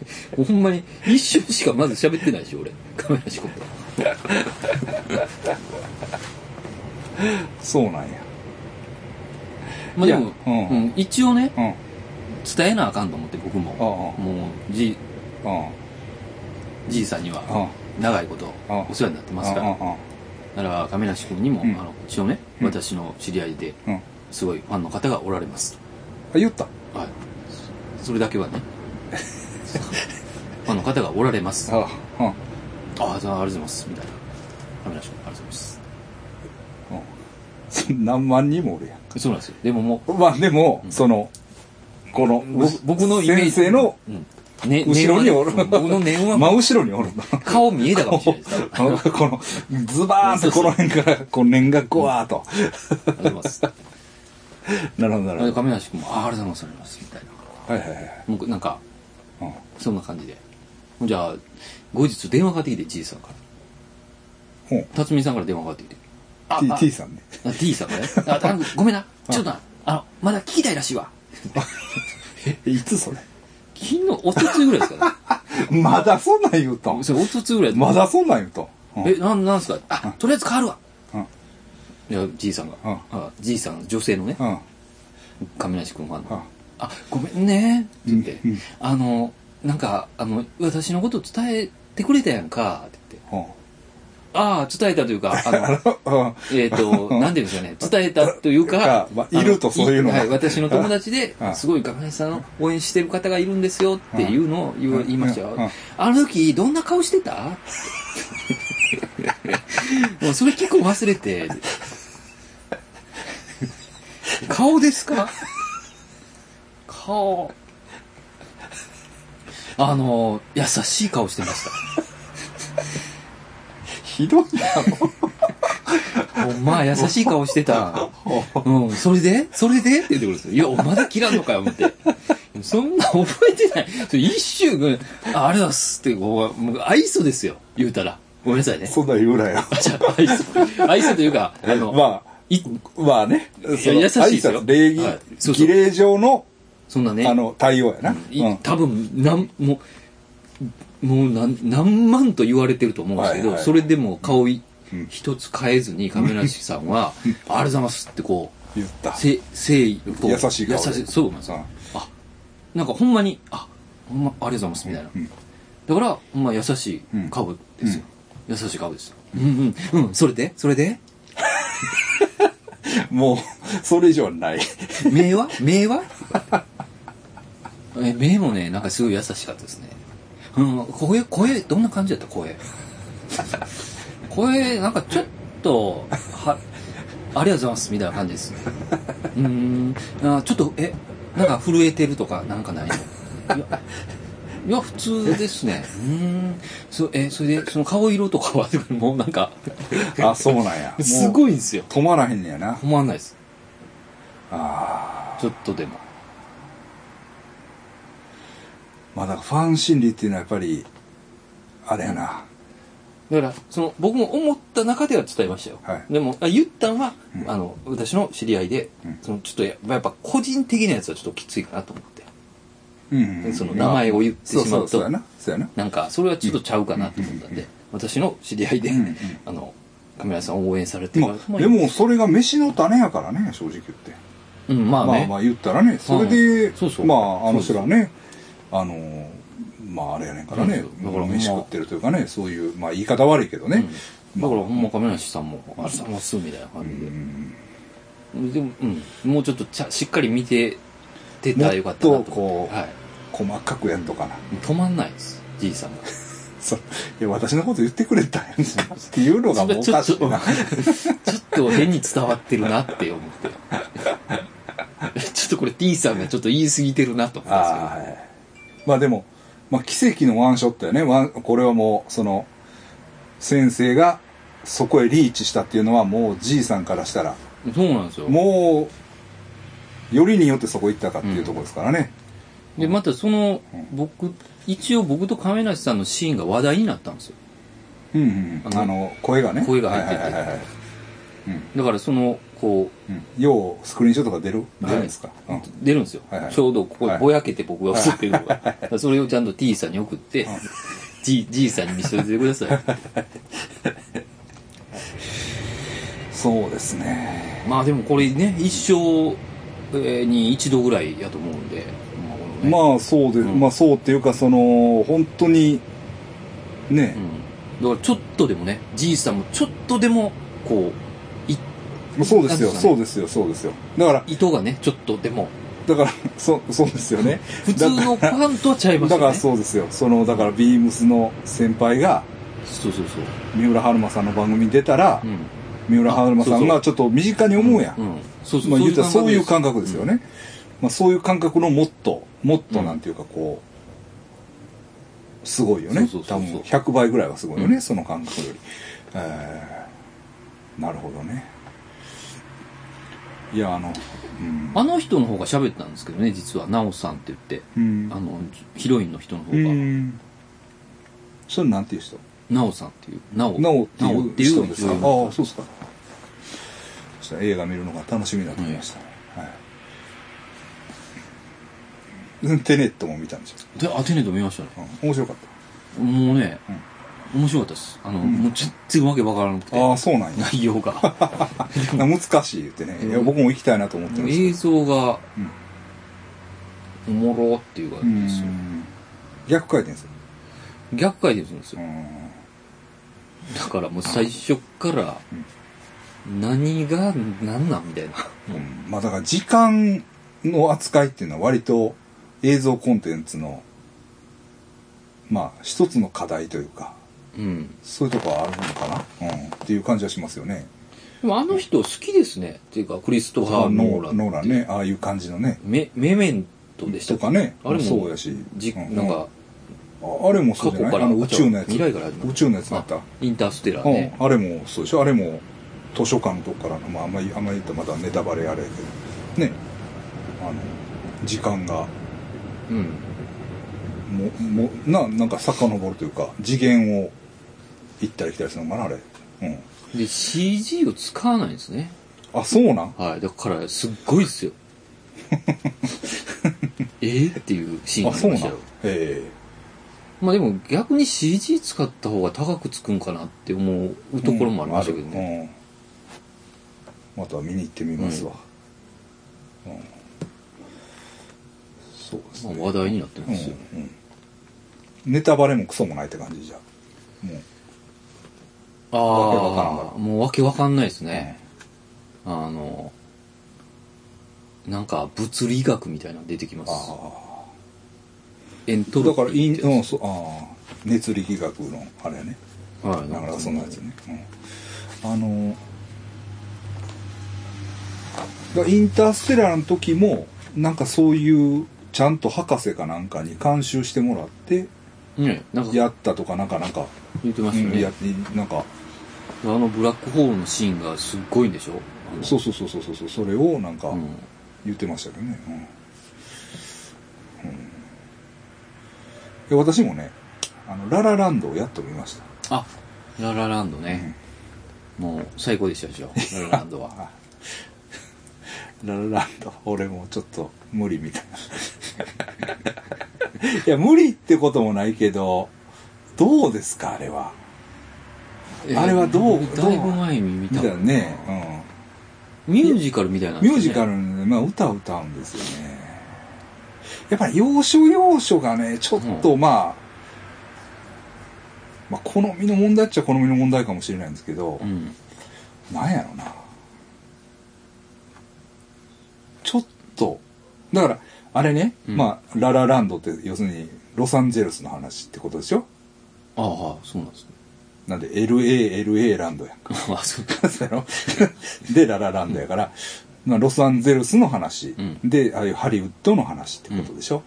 Speaker 2: ほんまに一瞬しかまず喋ってないし、俺、亀梨君と。
Speaker 1: そうなんや
Speaker 2: まあでも、
Speaker 1: いやう
Speaker 2: うんん一応ね、
Speaker 1: うん
Speaker 2: 伝えなあかんと思って僕も
Speaker 1: ああ
Speaker 2: もうじい
Speaker 1: うん
Speaker 2: じいさんに
Speaker 1: う
Speaker 2: は
Speaker 1: ん
Speaker 2: 長いこと
Speaker 1: ああ
Speaker 2: お世話になってますか
Speaker 1: うん
Speaker 2: らだから亀梨君にも、
Speaker 1: うん
Speaker 2: あの一応ね
Speaker 1: うん
Speaker 2: 私の知り合いで
Speaker 1: うんうんあ
Speaker 2: すごいファンの方がおられます、
Speaker 1: 言った
Speaker 2: はいそれだけは
Speaker 1: (laughs)
Speaker 2: ねファンの方がおられますあ
Speaker 1: あうん
Speaker 2: あじゃあありがとうございますみたいな亀梨君ありがとうございます
Speaker 1: そ (laughs) 何万人もおるやん
Speaker 2: そうなんですよでももう
Speaker 1: まあでも、そのこの
Speaker 2: 僕僕のイメージ
Speaker 1: 先生の、
Speaker 2: うんね、
Speaker 1: 後ろにおる
Speaker 2: 念はね僕の念
Speaker 1: (laughs)
Speaker 2: は
Speaker 1: 真後ろにおるの
Speaker 2: 顔見えたかもしれないです
Speaker 1: このこのズバーンとこの辺からこう年がこわーと、
Speaker 2: ありがとうございます
Speaker 1: なるほどな
Speaker 2: あれ
Speaker 1: るほ
Speaker 2: 亀梨君も、ああ、ありがとうございます、ありがとうござ
Speaker 1: どはい
Speaker 2: います、みたいな。
Speaker 1: はいはい、
Speaker 2: もうなんか、
Speaker 1: うん、
Speaker 2: そんな感じで。じゃあ、後日電話かかってきて、じいさんから。
Speaker 1: ほう
Speaker 2: 辰巳さんから電話かかってきて。あ
Speaker 1: T,
Speaker 2: あ
Speaker 1: T さんね
Speaker 2: あ T さんからね。あ、あごめんな。ちょっとな、あの、まだ聞きたいらしいわ。
Speaker 1: いつそれ
Speaker 2: 昨日、おとついぐらいですか
Speaker 1: (laughs) まだそんなん言うと
Speaker 2: ね。それ、おとついぐらい
Speaker 1: まだそんなん言うと、うん
Speaker 2: え、なん、なんすかあ、とりあえず変わるわ。
Speaker 1: うん
Speaker 2: いや、じいさんが。
Speaker 1: うん
Speaker 2: あじいさん、女性のね
Speaker 1: う、ん
Speaker 2: 亀梨君ファン
Speaker 1: うん
Speaker 2: の。あ、ごめんね。って言って。
Speaker 1: うんうん
Speaker 2: あの、なんか、あの、私のこと伝えてくれたやんか、って言って。
Speaker 1: うん
Speaker 2: ああ、伝えたというか、あ
Speaker 1: (laughs)
Speaker 2: の、
Speaker 1: うん、
Speaker 2: えっ、と、なんていうんですかね、伝えたというか
Speaker 1: (laughs) まあいると
Speaker 2: あ
Speaker 1: そういうのが
Speaker 2: はい、私の友達
Speaker 1: (laughs)
Speaker 2: で
Speaker 1: う、ん
Speaker 2: すごい亀梨さんを応援してる方がいるんですよっていうのを言
Speaker 1: う
Speaker 2: うん言いました
Speaker 1: うん
Speaker 2: よ。あの時、どんな顔してた
Speaker 1: (laughs)
Speaker 2: もうそれ結構忘れて。顔ですか顔。あの、優しい顔してました。
Speaker 1: ひどい
Speaker 2: ほんま、優しい顔してた。うん、それでそれでって言ってくるんですよ。いや、おまだ切らんのかよ、思って。そんな覚えてない。それ一周ぐらい、ああれだっすって、こう、もう愛想ですよ、言うたら。ごめんなさいね
Speaker 1: な。そんなん言うなよ
Speaker 2: じゃあ、愛想。愛想というか、あの、
Speaker 1: (laughs) まあ
Speaker 2: い
Speaker 1: まあねその
Speaker 2: いや優しいです
Speaker 1: 挨
Speaker 2: よ
Speaker 1: 拶礼儀、
Speaker 2: はいそうそ
Speaker 1: 儀
Speaker 2: う
Speaker 1: 礼上の
Speaker 2: そんなね、
Speaker 1: あの対応やな、
Speaker 2: い
Speaker 1: うん
Speaker 2: 多分、なん、もう、もう何何万と言われてると思うんですけど、
Speaker 1: はいはい
Speaker 2: それでも顔い一つ変えずに亀梨さんは、あれざますってこう、
Speaker 1: 言った
Speaker 2: せ誠意こう
Speaker 1: 優しい顔で
Speaker 2: 優しいそうなんですよ、あなんかほんまにあほんまありがとうございますみたいな、
Speaker 1: うん
Speaker 2: だからほんま優しい顔ですよ、優しい顔ですようんうんうんそれでそれで
Speaker 1: もうそれ以上は
Speaker 2: (laughs)
Speaker 1: ない
Speaker 2: 名は名はえ名もねなんかすごい優しかったですねうん声声どんな感じだった声声なんかちょっとはありがとうございますみたいな感じですうーんあちょっとえなんか震えてるとかなんかないのいやいや普通ですねうーんそえそれでその顔色とかはもうなんか
Speaker 1: あそうなんや
Speaker 2: す
Speaker 1: い
Speaker 2: ごいんですよ
Speaker 1: 止まらへんねやな
Speaker 2: 止まんないです
Speaker 1: ああ
Speaker 2: ちょっとでも
Speaker 1: まあだからファン心理っていうのはやっぱりあれやな、
Speaker 2: だから、その、僕も思った中では伝えましたよ。
Speaker 1: はい
Speaker 2: でも、あ言ったのは、
Speaker 1: うん
Speaker 2: あの、私の知り合いで、
Speaker 1: うん
Speaker 2: その、ちょっとや、やっぱ個人的なやつはちょっときついかなと思って。
Speaker 1: うんうん
Speaker 2: その名前を言ってしまうと
Speaker 1: そうそうそうやなそうやな
Speaker 2: なんか、それはちょっとちゃうかなと思ったんで、私の知り合いで、
Speaker 1: うんうん
Speaker 2: あの、カメラさんを応援されて
Speaker 1: ま
Speaker 2: る
Speaker 1: あでもそれが飯の種やからね正直言って
Speaker 2: うん、まあ
Speaker 1: まあ
Speaker 2: ね。
Speaker 1: まあ言ったらねそれで
Speaker 2: そうそう
Speaker 1: まああの人
Speaker 2: そう
Speaker 1: らねあのーまああれやねんからね
Speaker 2: そうそう
Speaker 1: だ
Speaker 2: だ
Speaker 1: か
Speaker 2: からら
Speaker 1: 飯食ってるというかねそういうまあ言い方悪いけどね
Speaker 2: うんだから、ほんま、亀梨さんも、あれさんもすみたいな
Speaker 1: う
Speaker 2: 感じで。
Speaker 1: ん
Speaker 2: でも、うん、もうちょっとちゃしっかり見て、てたらよかった
Speaker 1: も
Speaker 2: な
Speaker 1: っ
Speaker 2: と
Speaker 1: と
Speaker 2: 思
Speaker 1: こ
Speaker 2: って。
Speaker 1: う
Speaker 2: はい。
Speaker 1: 細かくやっとかな
Speaker 2: 止まんないです、じいさんが。
Speaker 1: そういや私のこと言ってくれたやんっていうのが
Speaker 2: そ
Speaker 1: もう
Speaker 2: れ
Speaker 1: お
Speaker 2: ちょ
Speaker 1: か
Speaker 2: っと、
Speaker 1: し
Speaker 2: ち
Speaker 1: い
Speaker 2: ょっ
Speaker 1: な
Speaker 2: と変に伝わってるなって思って。 (laughs) ちょっとこれ T さんがちょっと言い過ぎてるなと (laughs) 思った
Speaker 1: あ
Speaker 2: ん
Speaker 1: ー
Speaker 2: で
Speaker 1: はいまあでも、まあ、奇跡のワンショットやねワンこれはもうその先生がそこへリーチしたっていうのはもうじいさんからしたら
Speaker 2: すけど。そうなんですよ。
Speaker 1: もうよりによってそこ行ったかっていうところですからね、
Speaker 2: で、またその、僕、一応僕と亀梨さんのシーンが話題になったんですよ。
Speaker 1: うんうんうん、
Speaker 2: あの
Speaker 1: あの声がね
Speaker 2: 声が入ってて
Speaker 1: はいはいはいはい
Speaker 2: だからその、こ
Speaker 1: うんようスクリーンショットが出る出るんですか、
Speaker 2: う、
Speaker 1: うん
Speaker 2: 出るんですよ、
Speaker 1: はいはい
Speaker 2: ちょうどここにぼやけて僕が映ってるのが。だからそれをちゃんと T さんに送って、じじいさんに見せておいてください。
Speaker 1: そうですね
Speaker 2: まあでもこれね、一生えーに一度ぐらいやと思うんで。あ、
Speaker 1: まあそうで、
Speaker 2: うん
Speaker 1: まあそうっていうかその本当にね
Speaker 2: う、ん。だからちょっとでもね、じいさんもちょっとでも、こう、い
Speaker 1: まあそうですよ
Speaker 2: なん
Speaker 1: そう
Speaker 2: かね
Speaker 1: ですよそうですよだから
Speaker 2: 糸がね、ちょっとでも、
Speaker 1: だから (laughs) そそうですよ (laughs) ね
Speaker 2: 普通のファンとはちゃいます
Speaker 1: だ
Speaker 2: よね。
Speaker 1: からそうですよそのだからビームスの先輩が
Speaker 2: そうそうそう。
Speaker 1: 三浦春馬さんの番組に出たら、
Speaker 2: うん。
Speaker 1: 三浦春馬さんがちょっと身近に思うやん、
Speaker 2: うん。そうそう
Speaker 1: まあ、言うたらそういう感覚ですすよね、まあ、そういう感覚のもっともっとなんていうかこうすごいよね
Speaker 2: そうそうそうそ
Speaker 1: 多分
Speaker 2: う
Speaker 1: 100倍ぐらいはすごいよね、
Speaker 2: うん
Speaker 1: その感覚より、えーなるほどねいやあのうん
Speaker 2: あの人の方が喋ったんですけどね、実は、ナオさんって言って、
Speaker 1: うん
Speaker 2: あの、ヒロインの人の方
Speaker 1: う
Speaker 2: が、
Speaker 1: んそれなんていう人
Speaker 2: ナオさんっていう、ナオ。
Speaker 1: なおって
Speaker 2: ナオ
Speaker 1: いう人ですかああ
Speaker 2: 女優の人
Speaker 1: そうですかそしたら映画見るのが楽しみだと思いました、はいうんテネットも見たんですよ、
Speaker 2: で、アテネと見ましたね。
Speaker 1: うん面白かっ
Speaker 2: もうね、面白かったです。あの、もう全然わけわからなく
Speaker 1: たああ
Speaker 2: て、
Speaker 1: そうなんや
Speaker 2: 内容
Speaker 1: (laughs)
Speaker 2: が。
Speaker 1: な難しい言ってね、いや僕も行きたいなと思ってるんですけ
Speaker 2: 映像が
Speaker 1: うん、
Speaker 2: おもろっていう
Speaker 1: どう
Speaker 2: 感じですよ。
Speaker 1: ん逆回転ですよ
Speaker 2: 逆回転するんです
Speaker 1: う
Speaker 2: よ。
Speaker 1: ん
Speaker 2: だからもう最初から、何が何なんみたいな。
Speaker 1: うんまあだから時間の扱いっていうのは割と映像コンテンツのまあ一つの課題というか
Speaker 2: うん。
Speaker 1: そういうとこはあるのかな、うん、っていう感じはしますよね
Speaker 2: でもあの人好きですね。っていうか、クリストファー・ノーラン。
Speaker 1: ノーランねああいう感じのね
Speaker 2: メ、メメントでし
Speaker 1: と
Speaker 2: たっけ
Speaker 1: かね
Speaker 2: あれも、
Speaker 1: そうやし
Speaker 2: じ、
Speaker 1: うん
Speaker 2: なんか、
Speaker 1: ああれもそうじゃない
Speaker 2: 過去から
Speaker 1: あの宇宙のやつ
Speaker 2: 未来から始まる
Speaker 1: 宇宙のやつだった
Speaker 2: インターステラー
Speaker 1: うん、
Speaker 2: ね。
Speaker 1: あれもそうでしょあれも図書館のとこからの、まあ、あんまりあんまり言ったらまだネタバレあれやけどねあの時間が
Speaker 2: うん。
Speaker 1: ももななんか遡るというか次元を行ったり来たりするのかなあれうん
Speaker 2: で、CG を使わないんですね。
Speaker 1: あそうなん
Speaker 2: はい。だから、すっごい
Speaker 1: (laughs)
Speaker 2: っすよ。ええっていうシーン
Speaker 1: あ
Speaker 2: があ
Speaker 1: そ
Speaker 2: り
Speaker 1: う
Speaker 2: ま
Speaker 1: なんへ
Speaker 2: したよ。
Speaker 1: え
Speaker 2: まあでも逆に CG 使った方が高くつくんかなって思うところもありましたけどね。
Speaker 1: ね、うんまた見に行ってみますわ、うんそうですね、
Speaker 2: まあ話題になってますよ。
Speaker 1: うんうんネタバレもクソもないって感じじゃもうわけわからんか
Speaker 2: あ
Speaker 1: ら
Speaker 2: あ、もうわけわかんないですね。あの、なんか物理学みたいなの出てきます。
Speaker 1: あ
Speaker 2: エント
Speaker 1: あ
Speaker 2: ロ
Speaker 1: だ
Speaker 2: ピー
Speaker 1: からイン
Speaker 2: って
Speaker 1: う
Speaker 2: や
Speaker 1: んそうああ熱力学のあれやね
Speaker 2: つはい、
Speaker 1: だからそん
Speaker 2: の
Speaker 1: なやつね、うん、あのだからインターステラーの時もなんかそういうちゃんと博士かなんかに監修してもらって
Speaker 2: ね、なんか
Speaker 1: やったとかなんかなんか、
Speaker 2: 言ってま
Speaker 1: う
Speaker 2: したよ
Speaker 1: ん、
Speaker 2: ね。
Speaker 1: やってなんか
Speaker 2: あのブラックホールのシーンがすっごいんでしょあの
Speaker 1: そうそうそうそうそうそうそれをなんか
Speaker 2: うん
Speaker 1: 言ってましたけどね、うんうんで私もねあのララランドをやっと見ました
Speaker 2: あ、ララランドね。もう最高でしたでしょ。ララランドは。
Speaker 1: ララランド、俺もちょっと無理みたいな。 (laughs) いや、無理ってこともないけど、どうですか、あれは。(laughs)
Speaker 2: え
Speaker 1: あれはどう
Speaker 2: 僕
Speaker 1: どう
Speaker 2: だいぶ前に見
Speaker 1: みた
Speaker 2: た
Speaker 1: い。なね。うん。
Speaker 2: ミュージカルみたいな、
Speaker 1: ミュージカルなんで、まあ、歌を歌うんですよね。やっぱり要所要所がね、ちょっとまあ、まあ、好みの問題っちゃ好みの問題かもしれないんですけど、
Speaker 2: うん。
Speaker 1: なんやろな。ちょっと、だから、あれね、
Speaker 2: うん
Speaker 1: まあ、ララランドって、要するに、ロサンゼルスの話ってことでしょ
Speaker 2: ああ、そうなんですね。 (laughs)
Speaker 1: なんで、LA、LA ランドやんか。
Speaker 2: あそうか。
Speaker 1: そうやろで、ララランドやから、まあロサンゼルスの話、
Speaker 2: うん
Speaker 1: で、ああいうハリウッドの話ってことでしょ、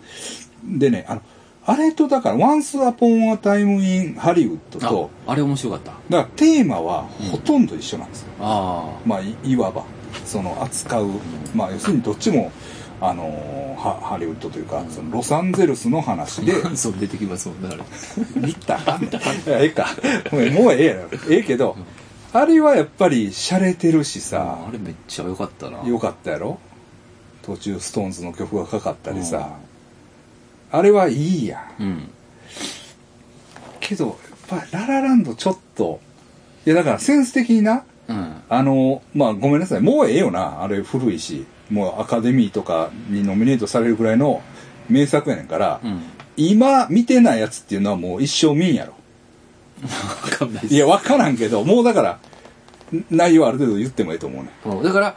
Speaker 1: でね、あの、あれとだから、Once Upon a Time in Hollywood と、
Speaker 2: あ、あれ面白かった。あ
Speaker 1: だからテーマはほとんど一緒なんですよ。
Speaker 2: あ。
Speaker 1: まあ、いいわば、その扱う、まあ、要するにどっちも、あのーハハリウッドというか、そのロサンゼルスの話で、
Speaker 2: (laughs) そう出てきますもんね、あれ。
Speaker 1: (laughs) 見たか (laughs) ええか。もうええやろ。ええけど、あれはやっぱり洒落てるしさ、
Speaker 2: あれめっちゃ良かったな。
Speaker 1: よかったやろ途中ストーンズの曲がかかったりさ、あれはいいやん
Speaker 2: うん。
Speaker 1: けどやっぱララランドちょっといやだからセンス的にな
Speaker 2: うん。
Speaker 1: あのまあごめんなさいもうええよなあれ古いしもうアカデミーとかにノミネートされるぐらいの名作やねんから、
Speaker 2: うん。
Speaker 1: 今見てないやつっていうのはもう一生見んやろ
Speaker 2: わかんないです
Speaker 1: いやわからんけどもうだからん内容ある程度言ってもええと思うねん
Speaker 2: うんだから、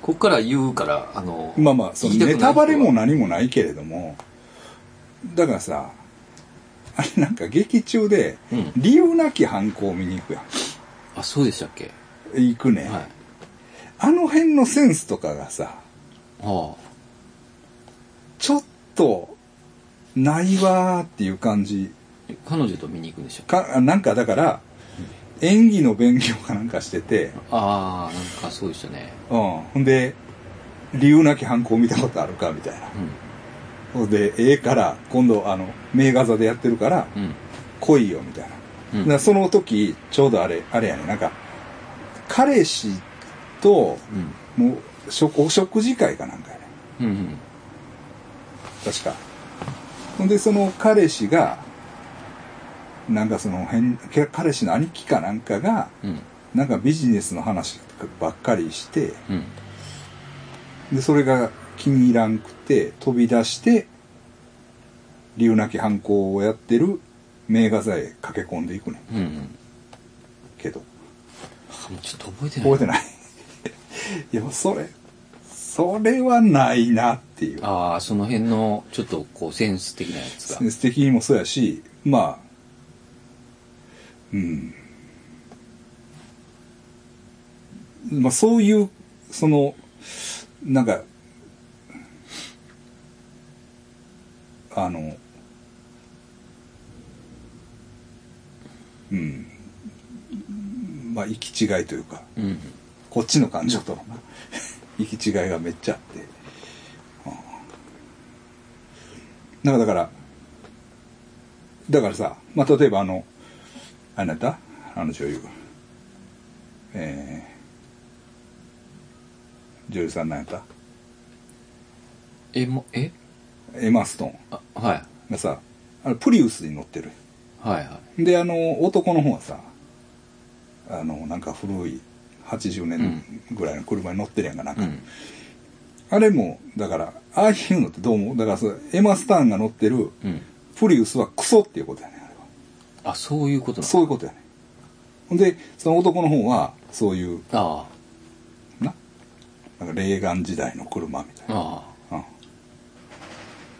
Speaker 2: こっから言うから、あの、
Speaker 1: まあまあ、その
Speaker 2: 聞きたくな
Speaker 1: ネ
Speaker 2: い
Speaker 1: タバレも何もないけれども、だからさ、あれなんか劇中で
Speaker 2: うん、
Speaker 1: 理由なき犯行を見に行くやん。
Speaker 2: あ、そうでしたっけ
Speaker 1: 行くね、
Speaker 2: はい。は
Speaker 1: あの辺のセンスとかがさ、
Speaker 2: あ。
Speaker 1: ちょっと、ないわーっていう感じ。
Speaker 2: 彼女と見に行くんでしたっけ
Speaker 1: か、なんかだから、演技の勉強かなんかしてて、
Speaker 2: ああ、なんかそうでしたね。
Speaker 1: うん。ほんで、理由なき犯行見たことあるかみたいな。
Speaker 2: う
Speaker 1: ほんで、ええから、今度あの、名画座でやってるから、
Speaker 2: ん。うん。
Speaker 1: 来いよみたいな。
Speaker 2: うん
Speaker 1: だからその時、ちょうどあれ、あれやね、なんか、彼氏と、
Speaker 2: うん。
Speaker 1: もう、食お食事会かなんかやね。
Speaker 2: うんうん。
Speaker 1: 確か。ほんで、その彼氏が、なんかその変、け彼氏の兄貴かなんかが、
Speaker 2: うん。
Speaker 1: なんかビジネスの話ばっかりして、
Speaker 2: うん。
Speaker 1: で、それが気に入らんくて、飛び出して、理由なき犯行をやってる名画座へ駆け込んでいくねん
Speaker 2: うんうん。
Speaker 1: けど。
Speaker 2: あもうちょっと覚えてない。
Speaker 1: 覚えてない (laughs) いやそれそれはないなっていう
Speaker 2: ああ、その辺の、ちょっとこう、センス的なやつが。
Speaker 1: 素敵にもそうやしまあうんまあそういうそのなんかあのうんまあ行き違いというか
Speaker 2: うんうん。
Speaker 1: こっちの感情と (laughs) のな行き違いがめっちゃあって。うんなんかだから、だからさ、まあ、例えばあの、あなたあの女優。えー、女優さんなんやった
Speaker 2: え、も、え
Speaker 1: エマストーン
Speaker 2: あ、はい。
Speaker 1: がさ、あのプリウスに乗ってる。
Speaker 2: はいは
Speaker 1: で、あの、男の方はさ、あの、なんか古い80年ぐらいの車に乗ってるやんか、なん
Speaker 2: い。
Speaker 1: か。
Speaker 2: うん。
Speaker 1: あれも、だから、ああいうのってどう思うだからその、エマ・スターンが乗ってる
Speaker 2: うん。
Speaker 1: プリウスはクソっていうことやねあれは
Speaker 2: あ、そういうことなの
Speaker 1: そういうことやねほんで、その男の方は、そういう、
Speaker 2: あ
Speaker 1: な、なんかレーガン時代の車みたい
Speaker 2: あ。
Speaker 1: な。
Speaker 2: ああ。
Speaker 1: うんっ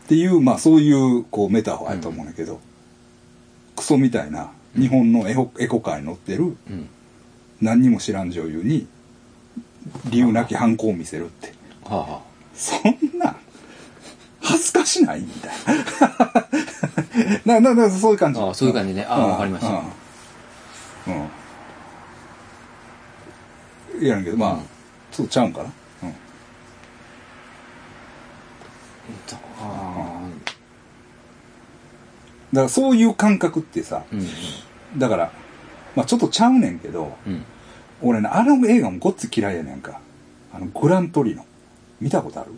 Speaker 1: ていう、まあそういう、こう、メタファーやと思うんだけど、クソみたいな、日本のエコエコカーに乗ってる、
Speaker 2: うん。
Speaker 1: 何にも知らん女優に、理由なき犯行を見せるって。
Speaker 2: はあはあ。
Speaker 1: そんな、恥ずかしないみたいな。 (laughs) な、な、な、そういう感じ。
Speaker 2: あそういう感じねあわかりました
Speaker 1: うん。うん。いやねんけど、まあ、
Speaker 2: うん
Speaker 1: ちょっとちゃうんかな。うん。
Speaker 2: あ
Speaker 1: だからそういう感覚ってさ、
Speaker 2: あ。うん。
Speaker 1: だから、まあちょっとちゃうねんけど、
Speaker 2: うん。
Speaker 1: 俺ね、あの映画もごっつ嫌いやねんか。あの、グラントリノ。見たことある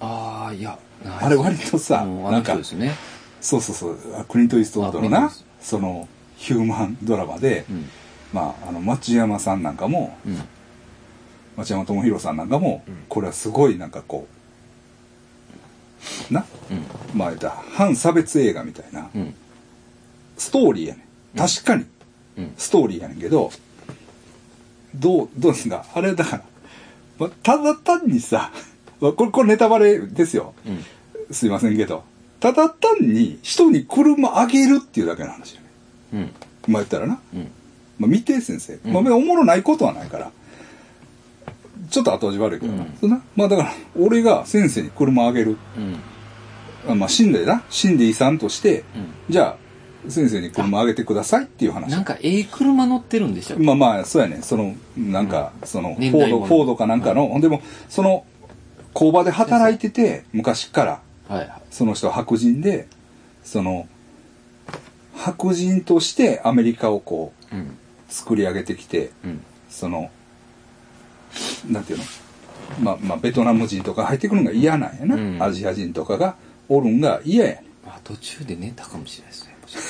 Speaker 2: ああ、いや、ない
Speaker 1: あれ割とさ、
Speaker 2: うん
Speaker 1: な
Speaker 2: あの
Speaker 1: んか
Speaker 2: 人で、すね。
Speaker 1: そうそうそう、あクリント・イーストウッドの
Speaker 2: あクリン
Speaker 1: な
Speaker 2: トイース、
Speaker 1: その、ヒューマンドラマで、
Speaker 2: うん。
Speaker 1: まあ、あの、町山さんなんかも、
Speaker 2: うん。
Speaker 1: 町山智博さんなんかも、
Speaker 2: うん
Speaker 1: これはすごいなんかこう、な、
Speaker 2: うん。
Speaker 1: まあ言ったら反差別映画みたいな、
Speaker 2: うん。
Speaker 1: ストーリーやねん。確かに、
Speaker 2: うん。
Speaker 1: ストーリーやねんけど、どう、どうですかあれだから、まあ、ただ単にさ、まあこれ、これネタバレですよ。
Speaker 2: うん。
Speaker 1: すいませんけど、ただ単に人に車あげるっていうだけの話やね
Speaker 2: うん。
Speaker 1: まあ言ったらな。
Speaker 2: うん。
Speaker 1: まあ、見て先生、
Speaker 2: うん
Speaker 1: まあ、おもろないことはないからちょっと後味悪いけどな,、
Speaker 2: うん
Speaker 1: そんなまあだから俺が先生に車あげる
Speaker 2: うん。
Speaker 1: あまあ死んでな死んで遺産として、
Speaker 2: う。
Speaker 1: じゃあ先生に車あげてくださいっていうん話
Speaker 2: なんか、ええ車乗ってるんでしたっけ
Speaker 1: まあまあそうやねそのなんか、そのフォ
Speaker 2: 年
Speaker 1: ー
Speaker 2: 代
Speaker 1: ド
Speaker 2: も
Speaker 1: フォードかなんかの、ほんでもその工場で働いてて昔から
Speaker 2: はいはい。
Speaker 1: その人は白人でその白人としてアメリカをこう
Speaker 2: うん。
Speaker 1: 作り上げてきて
Speaker 2: うん。
Speaker 1: そのなんていうのまあまあベトナム人とか入ってくるのが嫌なんやな、
Speaker 2: うん
Speaker 1: アジア人とかがおるんが嫌やね
Speaker 2: まあ、途中で寝たかもしれないですね。もしか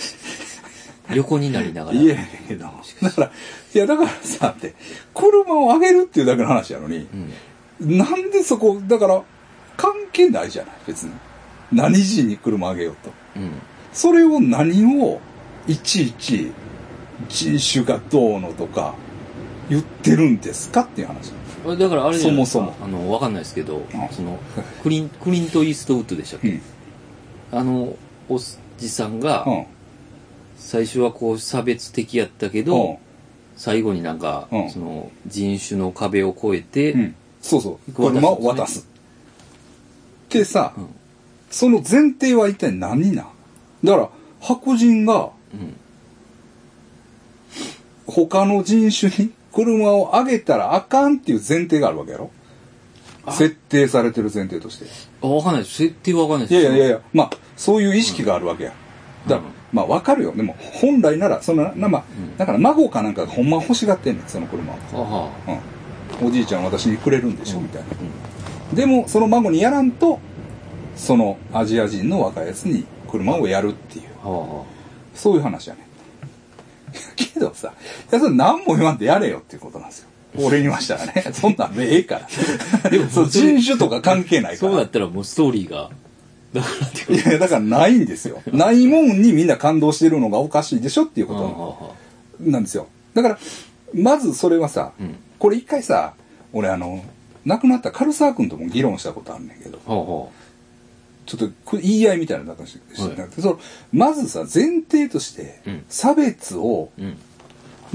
Speaker 2: した
Speaker 1: (laughs)
Speaker 2: ら横になりながら。
Speaker 1: ん嫌やねんけど
Speaker 2: もしか
Speaker 1: だ
Speaker 2: した
Speaker 1: からいやだからさって車をあげるっていうだけの話やのに
Speaker 2: ら。う、ん。
Speaker 1: なんでそこだから関係ないじゃない別に何時に車あげようと
Speaker 2: うん。
Speaker 1: それを何をいちいち人種がどうのとか言ってるんですかっていう話
Speaker 2: あだからあれじゃないです
Speaker 1: そ
Speaker 2: か
Speaker 1: もそ
Speaker 2: あの、わかんないですけど、その、クリン、クリント・イーストウッドでしたっ
Speaker 1: う
Speaker 2: け、
Speaker 1: ん
Speaker 2: あの、おじさんが、
Speaker 1: うん
Speaker 2: 最初はこう差別的やったけ
Speaker 1: うん
Speaker 2: ど、最後になんか、
Speaker 1: うん
Speaker 2: その、人種の壁を越えて、
Speaker 1: うん、そうそう
Speaker 2: 渡す
Speaker 1: 車を渡すでさ、
Speaker 2: うん
Speaker 1: その前提は一体何なんだから白人が
Speaker 2: うん。
Speaker 1: 他の人種に車をあげたらあかんっていう前提があるわけやろ
Speaker 2: あ
Speaker 1: 設定されてる前提として
Speaker 2: あ、わかんないです。設定はわかんない
Speaker 1: い
Speaker 2: で
Speaker 1: や
Speaker 2: す。
Speaker 1: いやいやいやまあそういう意識があるわけや、だから
Speaker 2: うん
Speaker 1: まあわかるよでも本来ならそんなな、まあ
Speaker 2: うん
Speaker 1: だから孫かなんかがほんま欲しがってんねんその車を、
Speaker 2: あはあ
Speaker 1: うん、おじいちゃん私にくれるんでしょ、みたいな
Speaker 2: うん。
Speaker 1: でもその孫にやらんとそのアジア人の若いやつに車をやるっていう
Speaker 2: はあは
Speaker 1: そういう話やね (laughs) けどさいやそれ何も言わんでやれよっていうことなんですよ俺に言いましたらねそんなんでええからでもそう人種とか関係な
Speaker 2: あ。
Speaker 1: いか
Speaker 2: そうだ
Speaker 1: ら
Speaker 2: ったらもうストーリーが、だからってこと
Speaker 1: いやだからないんですよないもんにみんな感動してるのがおかしいでしょっていう
Speaker 2: はあは
Speaker 1: こ
Speaker 2: あはあ
Speaker 1: となんですよだからまずそれはさ、
Speaker 2: うん
Speaker 1: これ一回さ俺あの亡くなったカルサー君とも議論したことあるんだけど
Speaker 2: はあは
Speaker 1: ちょっとこれ言い合いみたいな中して、
Speaker 2: はい
Speaker 1: なくてそのまずさ前提として、
Speaker 2: うん
Speaker 1: 差別を
Speaker 2: あ。う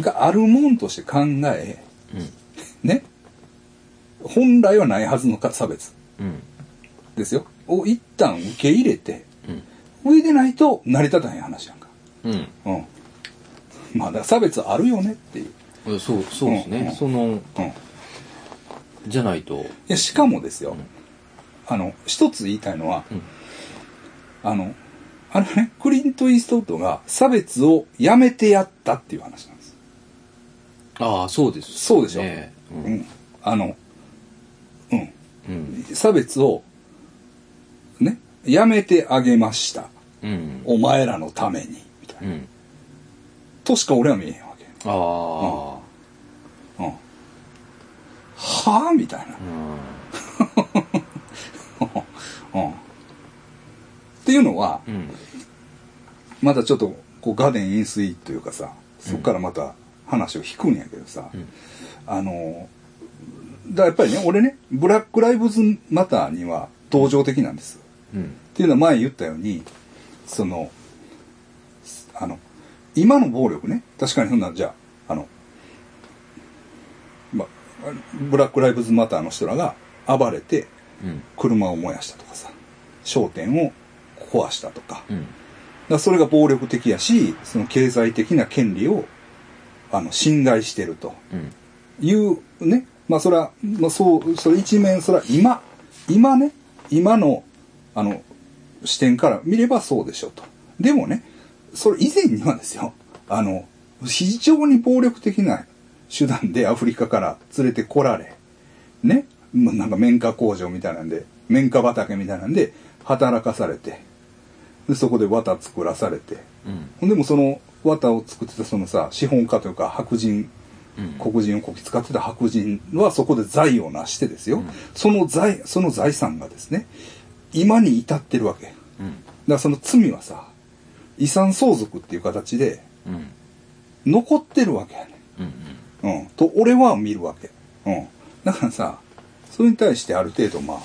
Speaker 2: ん。
Speaker 1: があるもんとして考え
Speaker 2: うん。
Speaker 1: ね本来はないはずのか差別
Speaker 2: うん。
Speaker 1: ですよを一旦受け入れて
Speaker 2: うん。
Speaker 1: 上でないと成り立たへん話やんか
Speaker 2: うん。
Speaker 1: うんまあだから差別あるよねっていう、
Speaker 2: えそう、そうですね。
Speaker 1: うんうん
Speaker 2: その、
Speaker 1: うん、い
Speaker 2: じゃないと。
Speaker 1: やしかもですよ、
Speaker 2: ん
Speaker 1: あの一つ言いたいのは、
Speaker 2: うん
Speaker 1: あのあれはねクリント・イーストウッドが差別をやめてやったっていう話なんです
Speaker 2: ああ、そうです。
Speaker 1: そうでしょ
Speaker 2: ね
Speaker 1: う
Speaker 2: うん
Speaker 1: ん、あの、うん、
Speaker 2: うん。
Speaker 1: 差別を、ね、やめてあげました。
Speaker 2: うん。
Speaker 1: お前らのために。みたいうな。
Speaker 2: ん。
Speaker 1: としか俺は見えへんわけ。
Speaker 2: あ
Speaker 1: う
Speaker 2: あ。
Speaker 1: ん。はぁみたいな。
Speaker 2: うん。
Speaker 1: (laughs) うん。っていうのは、
Speaker 2: うん。
Speaker 1: まだちょっと、こう、ガデン飲水というかさ、そっからまた話を引くんやけどさ、
Speaker 2: うん
Speaker 1: あの、だからやっぱりね、俺ね、ブラック・ライブズ・マターには同情的なんです。
Speaker 2: うん。
Speaker 1: っていうのは前言ったようにそのあの今の暴力ね確かにそんなんじゃああの、ま、ブラック・ライブズ・マターの人らが暴れて
Speaker 2: うん。
Speaker 1: 車を燃やしたとかさ商店を壊したとかだか
Speaker 2: うん。
Speaker 1: らそれが暴力的やしその経済的な権利をあの侵害してると
Speaker 2: うん。
Speaker 1: いうねまあそれは、まあ、そうそれ一面それは今今ね今のあの視点から見ればそうでしょうとでもねそれ以前にはですよあの非常に暴力的な手段でアフリカから連れてこられ、ね、もうなんか綿花工場みたいなんで、綿花畑みたいなんで働かされて、でそこで綿作らされて、
Speaker 2: うん
Speaker 1: ほんでもその綿を作ってたそのさ、資本家というか白人、
Speaker 2: うん
Speaker 1: 黒人をこき使ってた白人はそこで財を成してですよ、
Speaker 2: うん
Speaker 1: その財、その財産がですね、今に至ってるわけ。
Speaker 2: うん
Speaker 1: だからその罪はさ遺産相続っていう形で
Speaker 2: うん
Speaker 1: 残ってるわけやね
Speaker 2: うん
Speaker 1: ん、うん、と俺は見るわけ、うん、だからさそれに対してある程度まあ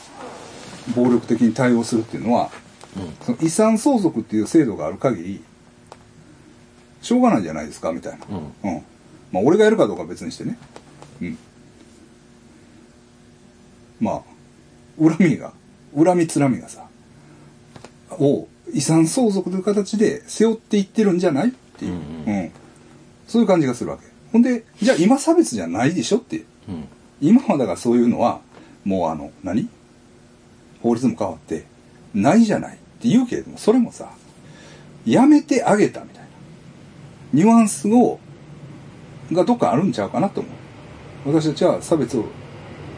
Speaker 1: 暴力的に対応するっていうのは
Speaker 2: うん
Speaker 1: その遺産相続っていう制度がある限りしょうがないじゃないですかみたいな、
Speaker 2: うん
Speaker 1: うんまあ俺がやるかどうかは別にしてねうんまあ恨みが恨みつらみがさを遺産相続という形で背負っていってるんじゃないっていう、
Speaker 2: うん
Speaker 1: うんそういう感じがするわけほんでじゃあ今差別じゃないでしょっていう
Speaker 2: うん
Speaker 1: 今はだからそういうのはもうあの何法律も変わってないじゃないって言うけれどもそれもさやめてあげたみたいなニュアンスをがどっかあるんちゃうかなと思う私たちは差別を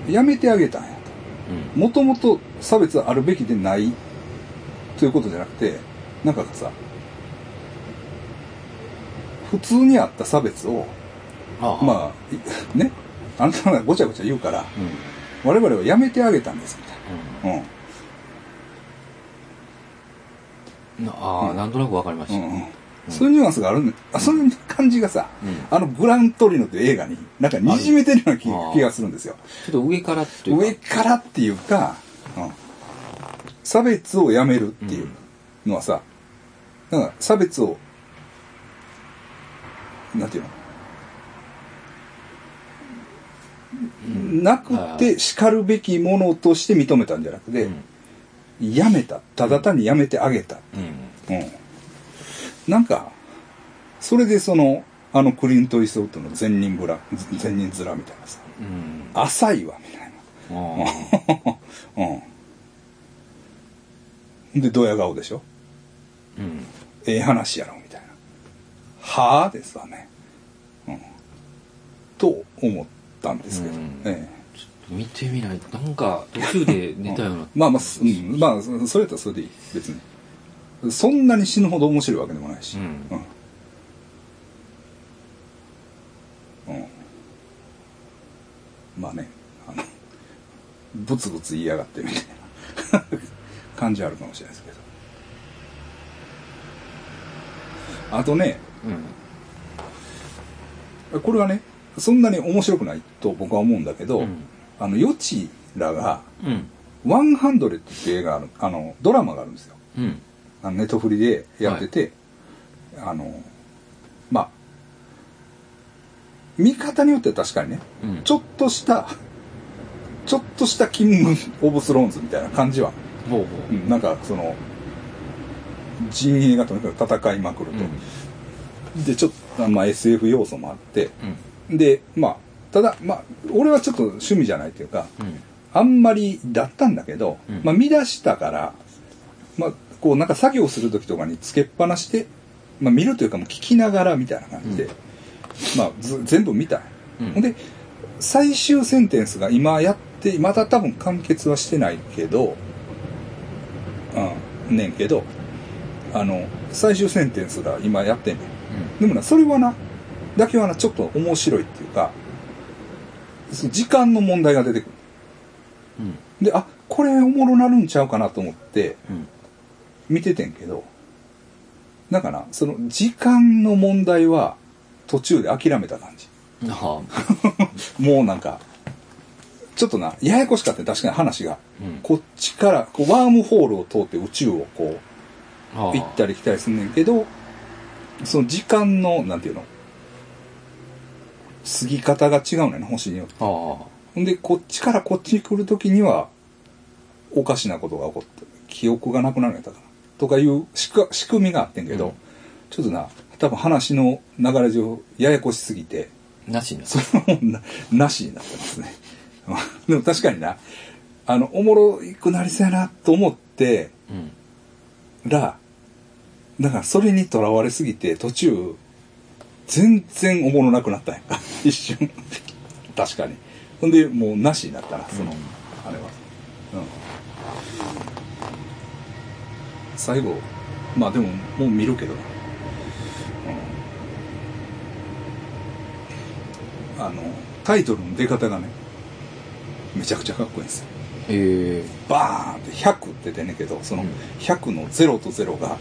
Speaker 1: やめてあげたんやともともと差別はあるべきでないということじゃなくてなんかさ普通にあった差別を
Speaker 2: ああ
Speaker 1: まあ、いね、あなたがごちゃごちゃ言うから、
Speaker 2: うんうん
Speaker 1: 我々はやめてあげたんです、みたいな。
Speaker 2: なああなんとなくわかりま
Speaker 1: う
Speaker 2: し
Speaker 1: ん。
Speaker 2: た
Speaker 1: うん、うん。そういうニュアンスがあるんあ、そういう感じがさ、
Speaker 2: うん
Speaker 1: あのグラントリノという映画に、なんか滲めてるような気
Speaker 2: ある
Speaker 1: 気がするんですよ。
Speaker 2: ちょっと上からっていうか
Speaker 1: 上からっていうか、うん、差別をやめるっていうのはさ、なんか差別を、なんていうの、なくて叱るべきものとして認めたんじゃなくて、
Speaker 2: うん
Speaker 1: やめた。ただ単にやめてあげた。
Speaker 2: うん
Speaker 1: うん。なんか、それでその、あのクリント・イーストウッドの善人ぶら、善人面みたいなさ、
Speaker 2: うん
Speaker 1: 浅いわ、みたいな。
Speaker 2: ああ
Speaker 1: (laughs) うん。で、ドヤ顔でしょ
Speaker 2: うん
Speaker 1: ええ話やろ、みたいな。はあですわね。うん。と思ったんですけど。
Speaker 2: うん
Speaker 1: え
Speaker 2: ちょっと見てみないとなんか途中で
Speaker 1: え
Speaker 2: 寝たような
Speaker 1: まあまあ、すうん、まあ、そそれやったらそれでいい。別に。そんなに死ぬほど面白いわけでもないし。
Speaker 2: うん
Speaker 1: うん。うんまあね、あの、ブツブツ言いやがってみたいな感じあるかもしれないですけど。あとね、
Speaker 2: うん
Speaker 1: これはね、そんなに面白くないと僕は思うんだけど、
Speaker 2: うん
Speaker 1: あの、ヨチらが、
Speaker 2: うん
Speaker 1: ワンハンドレッドっていう映画がある、あの、ドラマがあるんですよ。
Speaker 2: うん
Speaker 1: あのネットフリでやってて、あの、まあ、見方によっては確かにね、
Speaker 2: うん
Speaker 1: ちょっとした、ちょっとしたキング・オブ・スローンズみたいな感じは、
Speaker 2: ほうほ
Speaker 1: う
Speaker 2: うん
Speaker 1: なんかその、陣営がとにかく戦いまくる
Speaker 2: うん
Speaker 1: と。で、ちょっと、まあ、SF 要素もあって、
Speaker 2: うん
Speaker 1: で、まあ、ただ、まあ、俺はちょっと趣味じゃないというか、
Speaker 2: うん
Speaker 1: あんまりだったんだけど、
Speaker 2: うん
Speaker 1: まあ見出したから、まあこうなんか作業する時とかにつけっぱなしで、まあ見るというかもう聞きながらみたいな感じで、
Speaker 2: うん
Speaker 1: まあず全部見たい。
Speaker 2: うん
Speaker 1: ほんで、最終センテンスが今やって、まだ多分完結はしてないけど、うん、ねんけど、あの、最終センテンスが今やってんねん。でもな、それはな、だけはな、ちょっと面白いっていうか、その時間の問題が出てくる。
Speaker 2: うん
Speaker 1: で、あ、これおもろなるんちゃうかなと思って
Speaker 2: うん
Speaker 1: 見ててんけど、だから、その時間の問題は途中で諦めた感じ。
Speaker 2: ああ
Speaker 1: もうなんか、ちょっとな、ややこしかったよ確かに話が。
Speaker 2: うん
Speaker 1: こっちから、こうワームホールを通って宇宙をこ
Speaker 2: ああ
Speaker 1: う、行ったり来たりすんねんけど、その時間の、なんていうの、過ぎ方が違うねんな、星によって。
Speaker 2: ああ
Speaker 1: ほんで、こっちからこっちに来るときには、おかしなことが起こって、記憶がなくなるんやったかな。とかいう仕組仕組みがあってんけど、
Speaker 2: うん
Speaker 1: ちょっとな、多分話の流れ上、ややこしすぎて、 (laughs)
Speaker 2: なしな
Speaker 1: それはもうな、なしになってますね。 (laughs) でも確かにな、あの、おもろくなりそうやなと思って
Speaker 2: うん
Speaker 1: ら、だからそれにとらわれすぎて、途中、全然おもろなくなったんやんか (laughs) 一瞬確かにほんでもうなしになったなその、あれは、うん、最後まあでももう見るけどな、うん、あのタイトルの出方がねめちゃくちゃかっこいいんですよ
Speaker 2: え
Speaker 1: バーンって100って出てんねんけどその
Speaker 2: うん
Speaker 1: 100の0と0が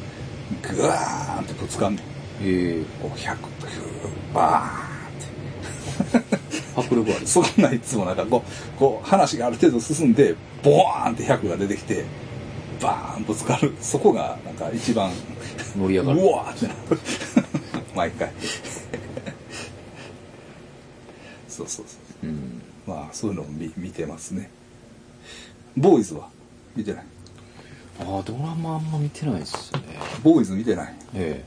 Speaker 1: グワーンってぶつかんねん
Speaker 2: ええ
Speaker 1: こう100と100バーン
Speaker 2: え迫力あ
Speaker 1: って
Speaker 2: る。
Speaker 1: そんないつもなんかこうこう話がある程度進んでボワーンって100が出てきてバーンぶつかるそこがなんか一番
Speaker 2: 盛り
Speaker 1: う
Speaker 2: 上がる。
Speaker 1: わーってなる (laughs) 毎回 (laughs) そうそうそう
Speaker 2: うん。
Speaker 1: まあそういうのを見見てますねボーイズは見てない
Speaker 2: ああ、ドラマあんま見てないですね。
Speaker 1: ボーイズ見てない
Speaker 2: え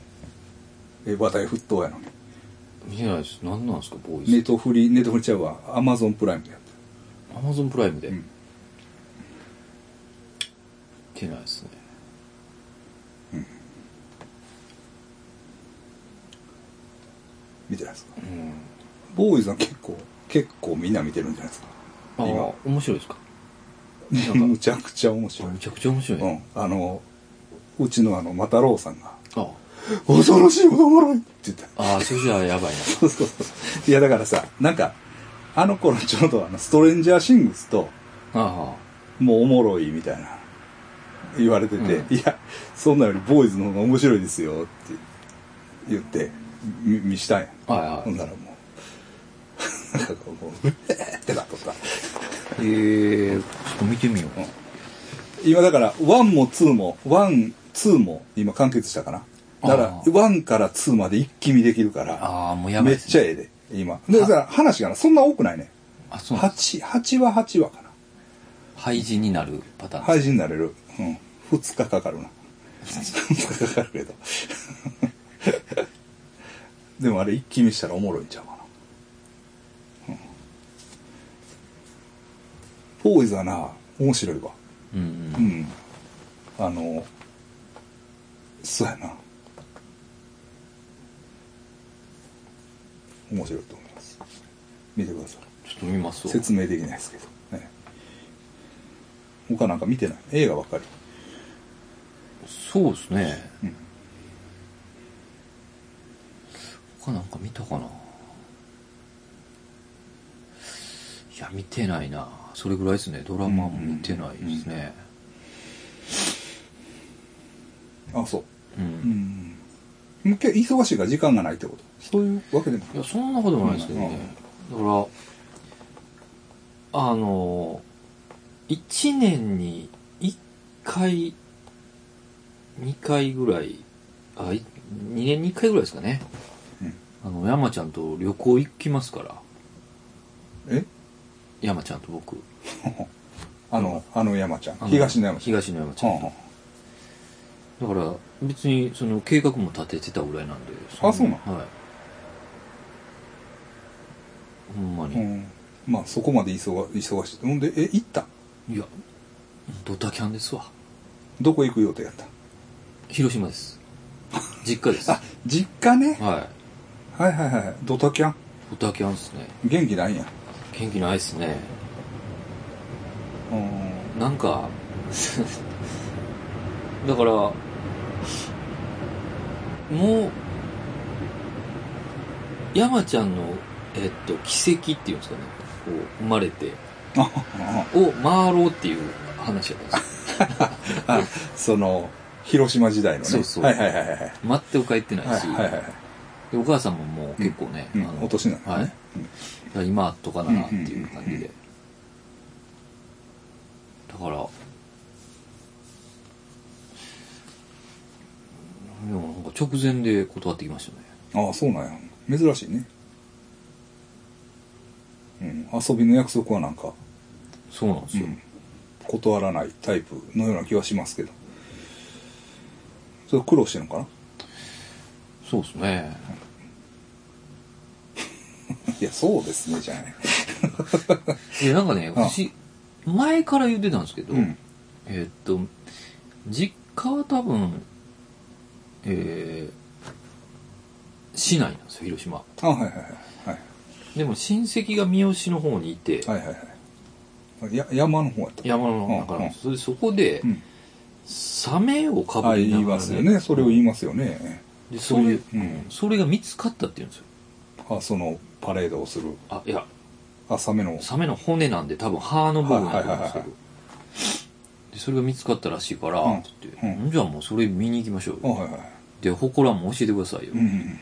Speaker 1: え話題沸騰やのに
Speaker 2: え見てないです。何なんですか、ボーイ
Speaker 1: ネ
Speaker 2: ズ。
Speaker 1: ットフリネットフリちゃうわアマゾンプライムでやって
Speaker 2: アマゾンプライムで。
Speaker 1: うん
Speaker 2: 見てないですね。
Speaker 1: 見てないですか
Speaker 2: うん。
Speaker 1: ボーイズは結構結構みんな見てるんじゃないですか
Speaker 2: ああ
Speaker 1: 今、
Speaker 2: 面白いですか。
Speaker 1: むちゃくちゃ面白い
Speaker 2: むちゃくちゃ面白い。
Speaker 1: うんあのうちのあのマタロウさんが
Speaker 2: あ
Speaker 1: 「恐ろしいほどおもろい!」って言った
Speaker 2: ああ、それじゃあやばいな。
Speaker 1: そうそうそういやだからさなんかあの頃ちょうどあのストレンジャーシングスと
Speaker 2: あ
Speaker 1: もうおもろいみたいな言われてて、
Speaker 2: う
Speaker 1: いやそんなよりボーイズの方が面白いですよって言ってみ見したんや
Speaker 2: あ、はいはい
Speaker 1: ほん。ならもう、なんかこう、もう、うえーってなっとった。
Speaker 2: ええちょっと見てみよう。
Speaker 1: 今だから、1も2も、1、2も今完結したかな。だから
Speaker 2: あ、ー
Speaker 1: 1から2まで一気見できるから、
Speaker 2: ああ、もうや
Speaker 1: め
Speaker 2: ばいで
Speaker 1: っ
Speaker 2: す
Speaker 1: ちゃ
Speaker 2: ね。
Speaker 1: ええで、今。で、だから話がな、そんな多くないね。
Speaker 2: あ、そうなんです。
Speaker 1: 8、8は8話か
Speaker 2: 廃人になるパタ
Speaker 1: な。
Speaker 2: ーン
Speaker 1: 廃
Speaker 2: です。
Speaker 1: 人になれる。うん。2日かかるな。2日かかるけど。 (laughs) でもあれ一気見したらおもろいんちゃうかな。うん。ボーイズはな、面白いわ。
Speaker 2: うんう。
Speaker 1: うんん。あの、そうやな。面白いと思います。見てください。
Speaker 2: ちょっと見ますわ。
Speaker 1: 説明できないですけど。ね、他なんか見てない。映画ばっかり。
Speaker 2: そうですね。
Speaker 1: うん
Speaker 2: 他なんか見たかな。いや、見てないな。それぐらいですね。ドラマも見てないですね。
Speaker 1: あ、そう。
Speaker 2: うん。
Speaker 1: うん。今日忙しいから時間がないってこと。そういうわけでもない
Speaker 2: いや、そんなこともないですけどね。だから、あの、一年に一回、二回ぐらい、あ、い二年に一回ぐらいですかね。
Speaker 1: うん
Speaker 2: あの、山ちゃんと旅行行きますから。
Speaker 1: え
Speaker 2: 山ちゃんと僕。
Speaker 1: あの、あの山ちゃん
Speaker 2: あ。の
Speaker 1: 東の山ちゃん。
Speaker 2: 東の山ちゃんと。だから、別に、その、計画も立ててたぐらいなんで。
Speaker 1: あ
Speaker 2: ん
Speaker 1: そう
Speaker 2: はい。ほんま
Speaker 1: うん。う
Speaker 2: に。
Speaker 1: ん。まあ、そこまで忙忙しい。ほんで、え、行った
Speaker 2: いや、ドタキャンですわ。
Speaker 1: どこ行く予定やった
Speaker 2: 広島です。実家です。は
Speaker 1: あ、実家ね。
Speaker 2: い。
Speaker 1: はいはいはいはい。ドタキャン。
Speaker 2: ドタキャンですね。
Speaker 1: 元気ないんや。
Speaker 2: 元気ないですね。
Speaker 1: うん。
Speaker 2: なんか、 (laughs) だから、もう、山ちゃんの、えっと、奇跡っていうんですかね。こう、生まれて、
Speaker 1: あ
Speaker 2: を回ろうっていう話やった
Speaker 1: (laughs)
Speaker 2: んですよ。
Speaker 1: (laughs) あその、広島時代のね。
Speaker 2: そうそう
Speaker 1: はいはいはいはい。
Speaker 2: 全く帰ってな
Speaker 1: はいい
Speaker 2: し、
Speaker 1: はいはい。
Speaker 2: でお母さんももう結構ね、
Speaker 1: うんうんお年なのね
Speaker 2: はい。だから今会っとかなっていう感じで。だから、でもなんか直前で断ってきましたね。
Speaker 1: ああ、そうなんや。珍しいね。うん。遊びの約束はなんか、
Speaker 2: そうなんですよ。
Speaker 1: うん断らないタイプのような気はしますけど。それ苦労してるのかな
Speaker 2: そうですね。
Speaker 1: いや、そうですね、じゃない。
Speaker 2: で、なんかね、
Speaker 1: あ
Speaker 2: 私、前から言ってたんですけど、
Speaker 1: うん。
Speaker 2: えーっと、実家は多分、えー市内なんですよ、広島。
Speaker 1: あ、はいはいはい。
Speaker 2: でも親戚が三好の方にいて、
Speaker 1: はいはいはいはい。や山の方やった。
Speaker 2: 山の中なんです。それでそこで
Speaker 1: う、ん。
Speaker 2: サメをかぶ
Speaker 1: あ、
Speaker 2: りな
Speaker 1: 言い
Speaker 2: がら、
Speaker 1: ますよね。それを言いますよね。
Speaker 2: でそ
Speaker 1: そうい
Speaker 2: れ
Speaker 1: ううん
Speaker 2: それが見つかったって言うんですよ。
Speaker 1: あ、その、パレードをする。
Speaker 2: あ、いや、
Speaker 1: あ、サメの。
Speaker 2: サメの骨なんで多分歯の部分だと思う
Speaker 1: はいはい
Speaker 2: んですけ
Speaker 1: はいは
Speaker 2: ど。で、それが見つかったらしいから、
Speaker 1: うん
Speaker 2: つって、
Speaker 1: うん
Speaker 2: じゃあもうそれ見に行きましょう
Speaker 1: あ、
Speaker 2: よ。
Speaker 1: はいはい。
Speaker 2: で、祠も教えてくださいよ。
Speaker 1: うんうん。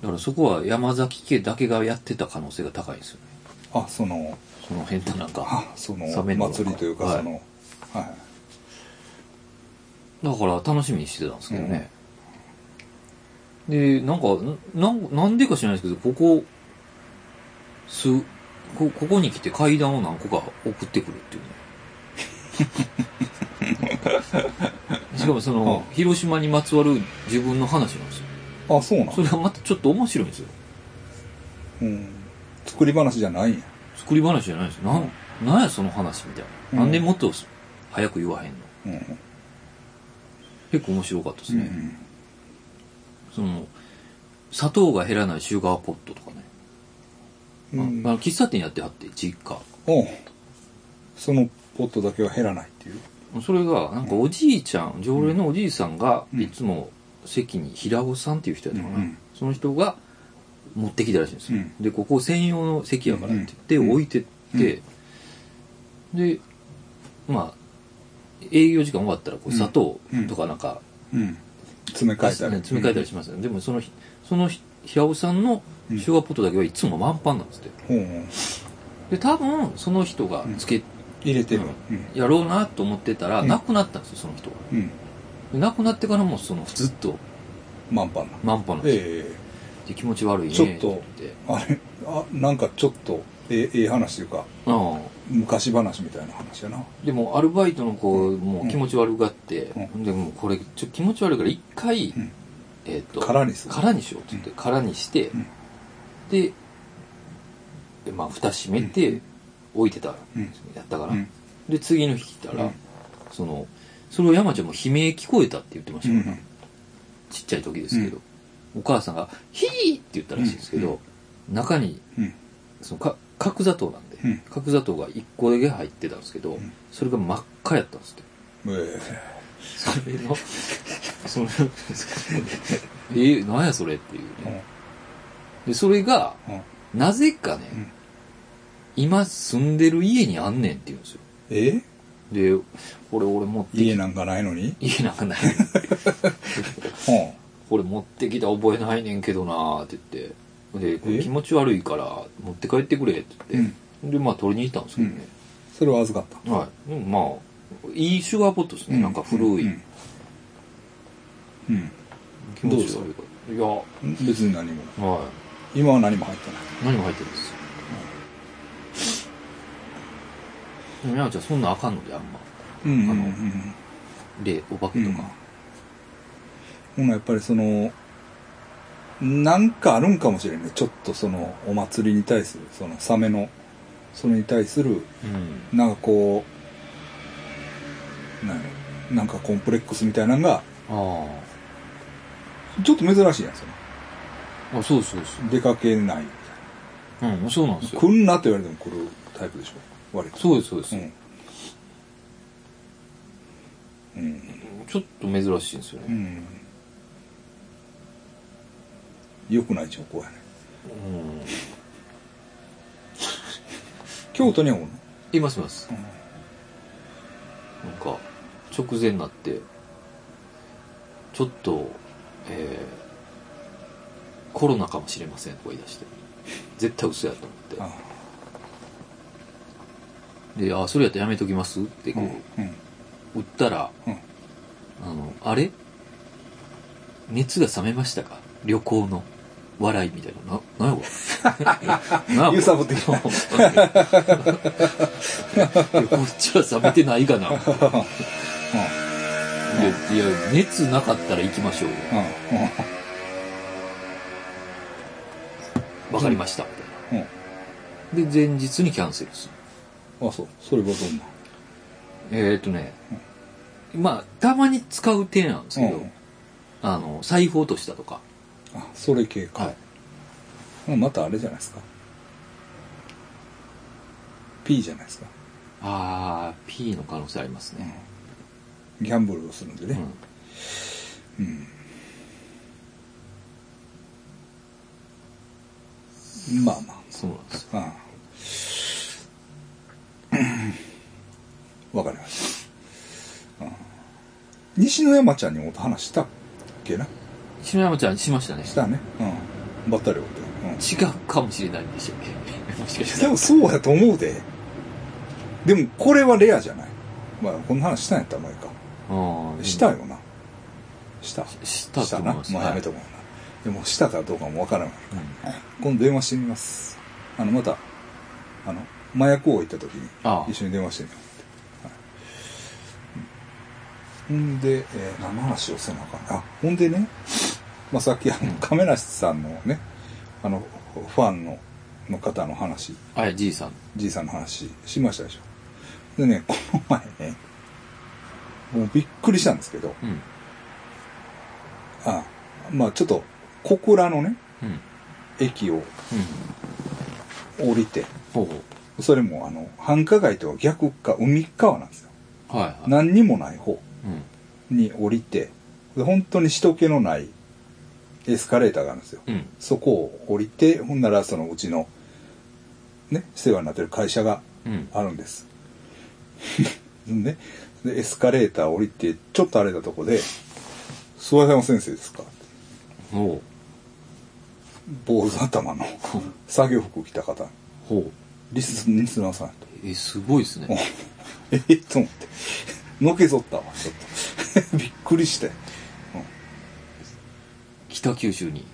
Speaker 2: だからそこは山崎家だけがやってた可能性が高いんですよね。
Speaker 1: あ、その、
Speaker 2: その変ななんか。
Speaker 1: あ、その
Speaker 2: サメ、の
Speaker 1: 祭りという
Speaker 2: は
Speaker 1: か、
Speaker 2: い
Speaker 1: その、は
Speaker 2: だから楽しみにしてたんですけどね。で、なんか、ななんなんでか知らないですけど、ここ、す、こ、ここに来て階段を何個か送ってくるっていうね。しかもその、広島にまつわる自分の話なんですよ。
Speaker 1: い。あ、そうなん
Speaker 2: それがまたちょっと面白いんですよ。
Speaker 1: うん。作り話じゃないんや。
Speaker 2: 作り話じゃないんですよ。なん、なんやその話みたいな。なんでもっと早く言わへん
Speaker 1: う
Speaker 2: の
Speaker 1: ん。
Speaker 2: 結構面白かったです
Speaker 1: う
Speaker 2: ね。
Speaker 1: ん。
Speaker 2: その、砂糖が減らないシュガーポットとかね。
Speaker 1: うん
Speaker 2: ああの喫茶店やってはって、実家。
Speaker 1: おうそのポットだけは減らないっていう。
Speaker 2: それが、なんかおじいちゃん、常連のおじいさんが、
Speaker 1: うん
Speaker 2: いつも席に平尾さんっていう人やったかな。
Speaker 1: うんうん
Speaker 2: その人が持ってきたらしいんですよ。
Speaker 1: うん
Speaker 2: で、ここ専用の席やからって
Speaker 1: う
Speaker 2: 言っ
Speaker 1: ん
Speaker 2: て、
Speaker 1: うん
Speaker 2: 置いてって、で、まあ、営業時間終わったら、こう砂糖とかなんか、
Speaker 1: うん。詰め替えたり。
Speaker 2: 詰め替えたりしますよね。でもその日、その日平尾さんのシュガーポットだけはいつも満帆なんですって。
Speaker 1: ほうほう
Speaker 2: で多分その人がつけ、
Speaker 1: 入れてる。
Speaker 2: やろうなと思ってたら、
Speaker 1: うん
Speaker 2: 亡くなったんですよその人が
Speaker 1: うん。うん。
Speaker 2: で亡くなってからもそのずっと
Speaker 1: 満帆な。
Speaker 2: 満帆なんですよ、
Speaker 1: ええ
Speaker 2: で気持ち悪いね
Speaker 1: ちょっと
Speaker 2: 思て
Speaker 1: あれ、あ、なんかちょっと、ええええ話というか、
Speaker 2: あ
Speaker 1: 昔話みたいな話やな。
Speaker 2: あでもアルバイトの子
Speaker 1: うん
Speaker 2: もう気持ち悪がって、
Speaker 1: う
Speaker 2: でもうこれちょ気持ち悪いから一回、
Speaker 1: ん
Speaker 2: えっ、と
Speaker 1: 空にする。
Speaker 2: 空にしようって言って、空にして、
Speaker 1: うん
Speaker 2: ででまあ蓋閉めて置いてたんですよ、やったから、
Speaker 1: うん。
Speaker 2: で次の日来た
Speaker 1: う
Speaker 2: ら、
Speaker 1: ん
Speaker 2: そのそれを山ちゃんも悲鳴聞こえたって言ってまし
Speaker 1: う
Speaker 2: た
Speaker 1: ん
Speaker 2: よ、ちっちゃい時ですけど、お母さんが「ヒー!」って言ったらしいんですけど、中に
Speaker 1: うん。
Speaker 2: そのか角砂糖なんで、
Speaker 1: うん
Speaker 2: 角砂糖が1個だけ入ってたんですけど、
Speaker 1: ん
Speaker 2: それが真っ赤やったんですって
Speaker 1: え
Speaker 2: それの (laughs)
Speaker 1: (laughs)
Speaker 2: そのえー、何やそれっていう
Speaker 1: え
Speaker 2: ねでそれが
Speaker 1: うんうん
Speaker 2: なぜかね、
Speaker 1: うん
Speaker 2: 今住んでる家にあんねんって言うんですよ
Speaker 1: ええ
Speaker 2: で俺俺持ってき
Speaker 1: 家なんかないのに
Speaker 2: 家なんかない
Speaker 1: ほ
Speaker 2: これ持ってきた覚えないねんけどなーって言ってでこれ
Speaker 1: え
Speaker 2: 気持ち悪いから持って帰ってくれ
Speaker 1: う。
Speaker 2: って
Speaker 1: う
Speaker 2: 言っ
Speaker 1: ん
Speaker 2: て、。でまあ取りに行ったんですけどね、
Speaker 1: それを預かった。
Speaker 2: はいでもまあいいシュガーポットですね、なんか古い、
Speaker 1: うん。うん
Speaker 2: 気持ち悪いからいやは
Speaker 1: うん別に何も。
Speaker 2: い
Speaker 1: 今は何も入ってない。
Speaker 2: 何も入ってるんですよ、でも奈々ちゃんそんなあかんのであんま
Speaker 1: うん
Speaker 2: あの
Speaker 1: うん
Speaker 2: でお化けとか、
Speaker 1: ほな、やっぱりその、なんかあるんかもしれんね。ちょっとその、お祭りに対する、その、サメの、それに対する、
Speaker 2: うん
Speaker 1: なんかこう、なんやろなんかコンプレックスみたいなのが、
Speaker 2: あ
Speaker 1: ちょっと珍しいやん、その。
Speaker 2: ああそうそうそ
Speaker 1: 出かけない。
Speaker 2: ううんそうなんですよ
Speaker 1: 来んなって言われても来るタイプでしょ。割と。
Speaker 2: そうですそうです、
Speaker 1: うん。うん。
Speaker 2: ちょっと珍しいんですよ
Speaker 1: う
Speaker 2: ね、
Speaker 1: ん。良くない兆候やね。
Speaker 2: うん、
Speaker 1: 京都にはおんの
Speaker 2: いますいますなんか直前になってちょっと、えーコロナかもしれませんとか言い出して絶対嘘やと思
Speaker 1: あ
Speaker 2: ってで「あそれやったらやめときます」って
Speaker 1: あ。う
Speaker 2: こ
Speaker 1: ん。
Speaker 2: う、売ったら
Speaker 1: うん。
Speaker 2: 「あのあれ熱が冷めましたか旅行の笑い」みたいな「ななんや
Speaker 1: (laughs)
Speaker 2: これなんやこれ
Speaker 1: 揺さぶってきた
Speaker 2: こっちは冷めてないかな」でいや、熱なかったら行きましょうよ。
Speaker 1: うん。うん。
Speaker 2: わかりました。み
Speaker 1: うん。
Speaker 2: たいな。で、前日にキャンセルする。
Speaker 1: うん。あ、そう。それはどんな
Speaker 2: えーっとね、まあ、たまに使う手なんですけど、
Speaker 1: うん
Speaker 2: あの、裁縫としたとか、
Speaker 1: あそれ系か、
Speaker 3: はい
Speaker 1: もうまたあれじゃないですか P じゃないですか、
Speaker 3: ああ P の可能性ありますね、
Speaker 1: ギャンブルをするんで
Speaker 3: う
Speaker 1: ね、
Speaker 3: ん、
Speaker 1: まあまあ
Speaker 3: そうなんですよ
Speaker 1: ああうんわかりました、うん西野山ちゃんにも話したっけな
Speaker 3: 篠山ちゃんしましたね
Speaker 1: したねうんばったりおって、うん
Speaker 3: 違うかもしれないんでしたっ
Speaker 1: (laughs)
Speaker 3: けもしかした
Speaker 1: で
Speaker 3: ら
Speaker 1: もそうやと思うで。でもこれはレアじゃない。まあこんな話したんやったら前か。
Speaker 3: あー
Speaker 1: したよな。した。
Speaker 3: したと思い
Speaker 1: な。
Speaker 3: ま
Speaker 1: ますあやめとこうな。でもしたかどうかもわからない。今度電話してみます。あのまた、あの、麻薬王行った時に
Speaker 3: ああ
Speaker 1: 一緒に電話してみようって。はいうんで、えー何の話をせなあかんなあ、ほんでね、まあ、さっきあの、亀梨さんのね、あの、ファンのの方の話、
Speaker 3: あれじいさん
Speaker 1: じいさんの話しましたでしょ。でね、この前ね、もうびっくりしたんですけど、
Speaker 3: うん
Speaker 1: あまあちょっと、小倉のね、
Speaker 3: うんうん
Speaker 1: 駅を降りて、
Speaker 3: ほうほ
Speaker 1: それもあの、繁華街とは逆か、海っ側なんですよ。
Speaker 3: うはいはい
Speaker 1: 何にもない方
Speaker 3: うん
Speaker 1: に降りて、で本当に人気のないエスカレーターがあるんですよ。
Speaker 3: うん
Speaker 1: そこを降りて、ほんならそのうちの、ね、世話になってる会社が
Speaker 3: うん
Speaker 1: あるんです。 (laughs) ね、でエスカレーター降りて、ちょっとあれたとこで、諏訪山先生ですか
Speaker 3: ほう
Speaker 1: 坊主頭の作業服着た方、
Speaker 3: ほう
Speaker 1: リスリスナーさんやと。 (laughs)
Speaker 3: えすごいですね
Speaker 1: ええと思って。のけぞったわ、ちょっと。びっ (laughs) くりして。うん
Speaker 3: 北九州に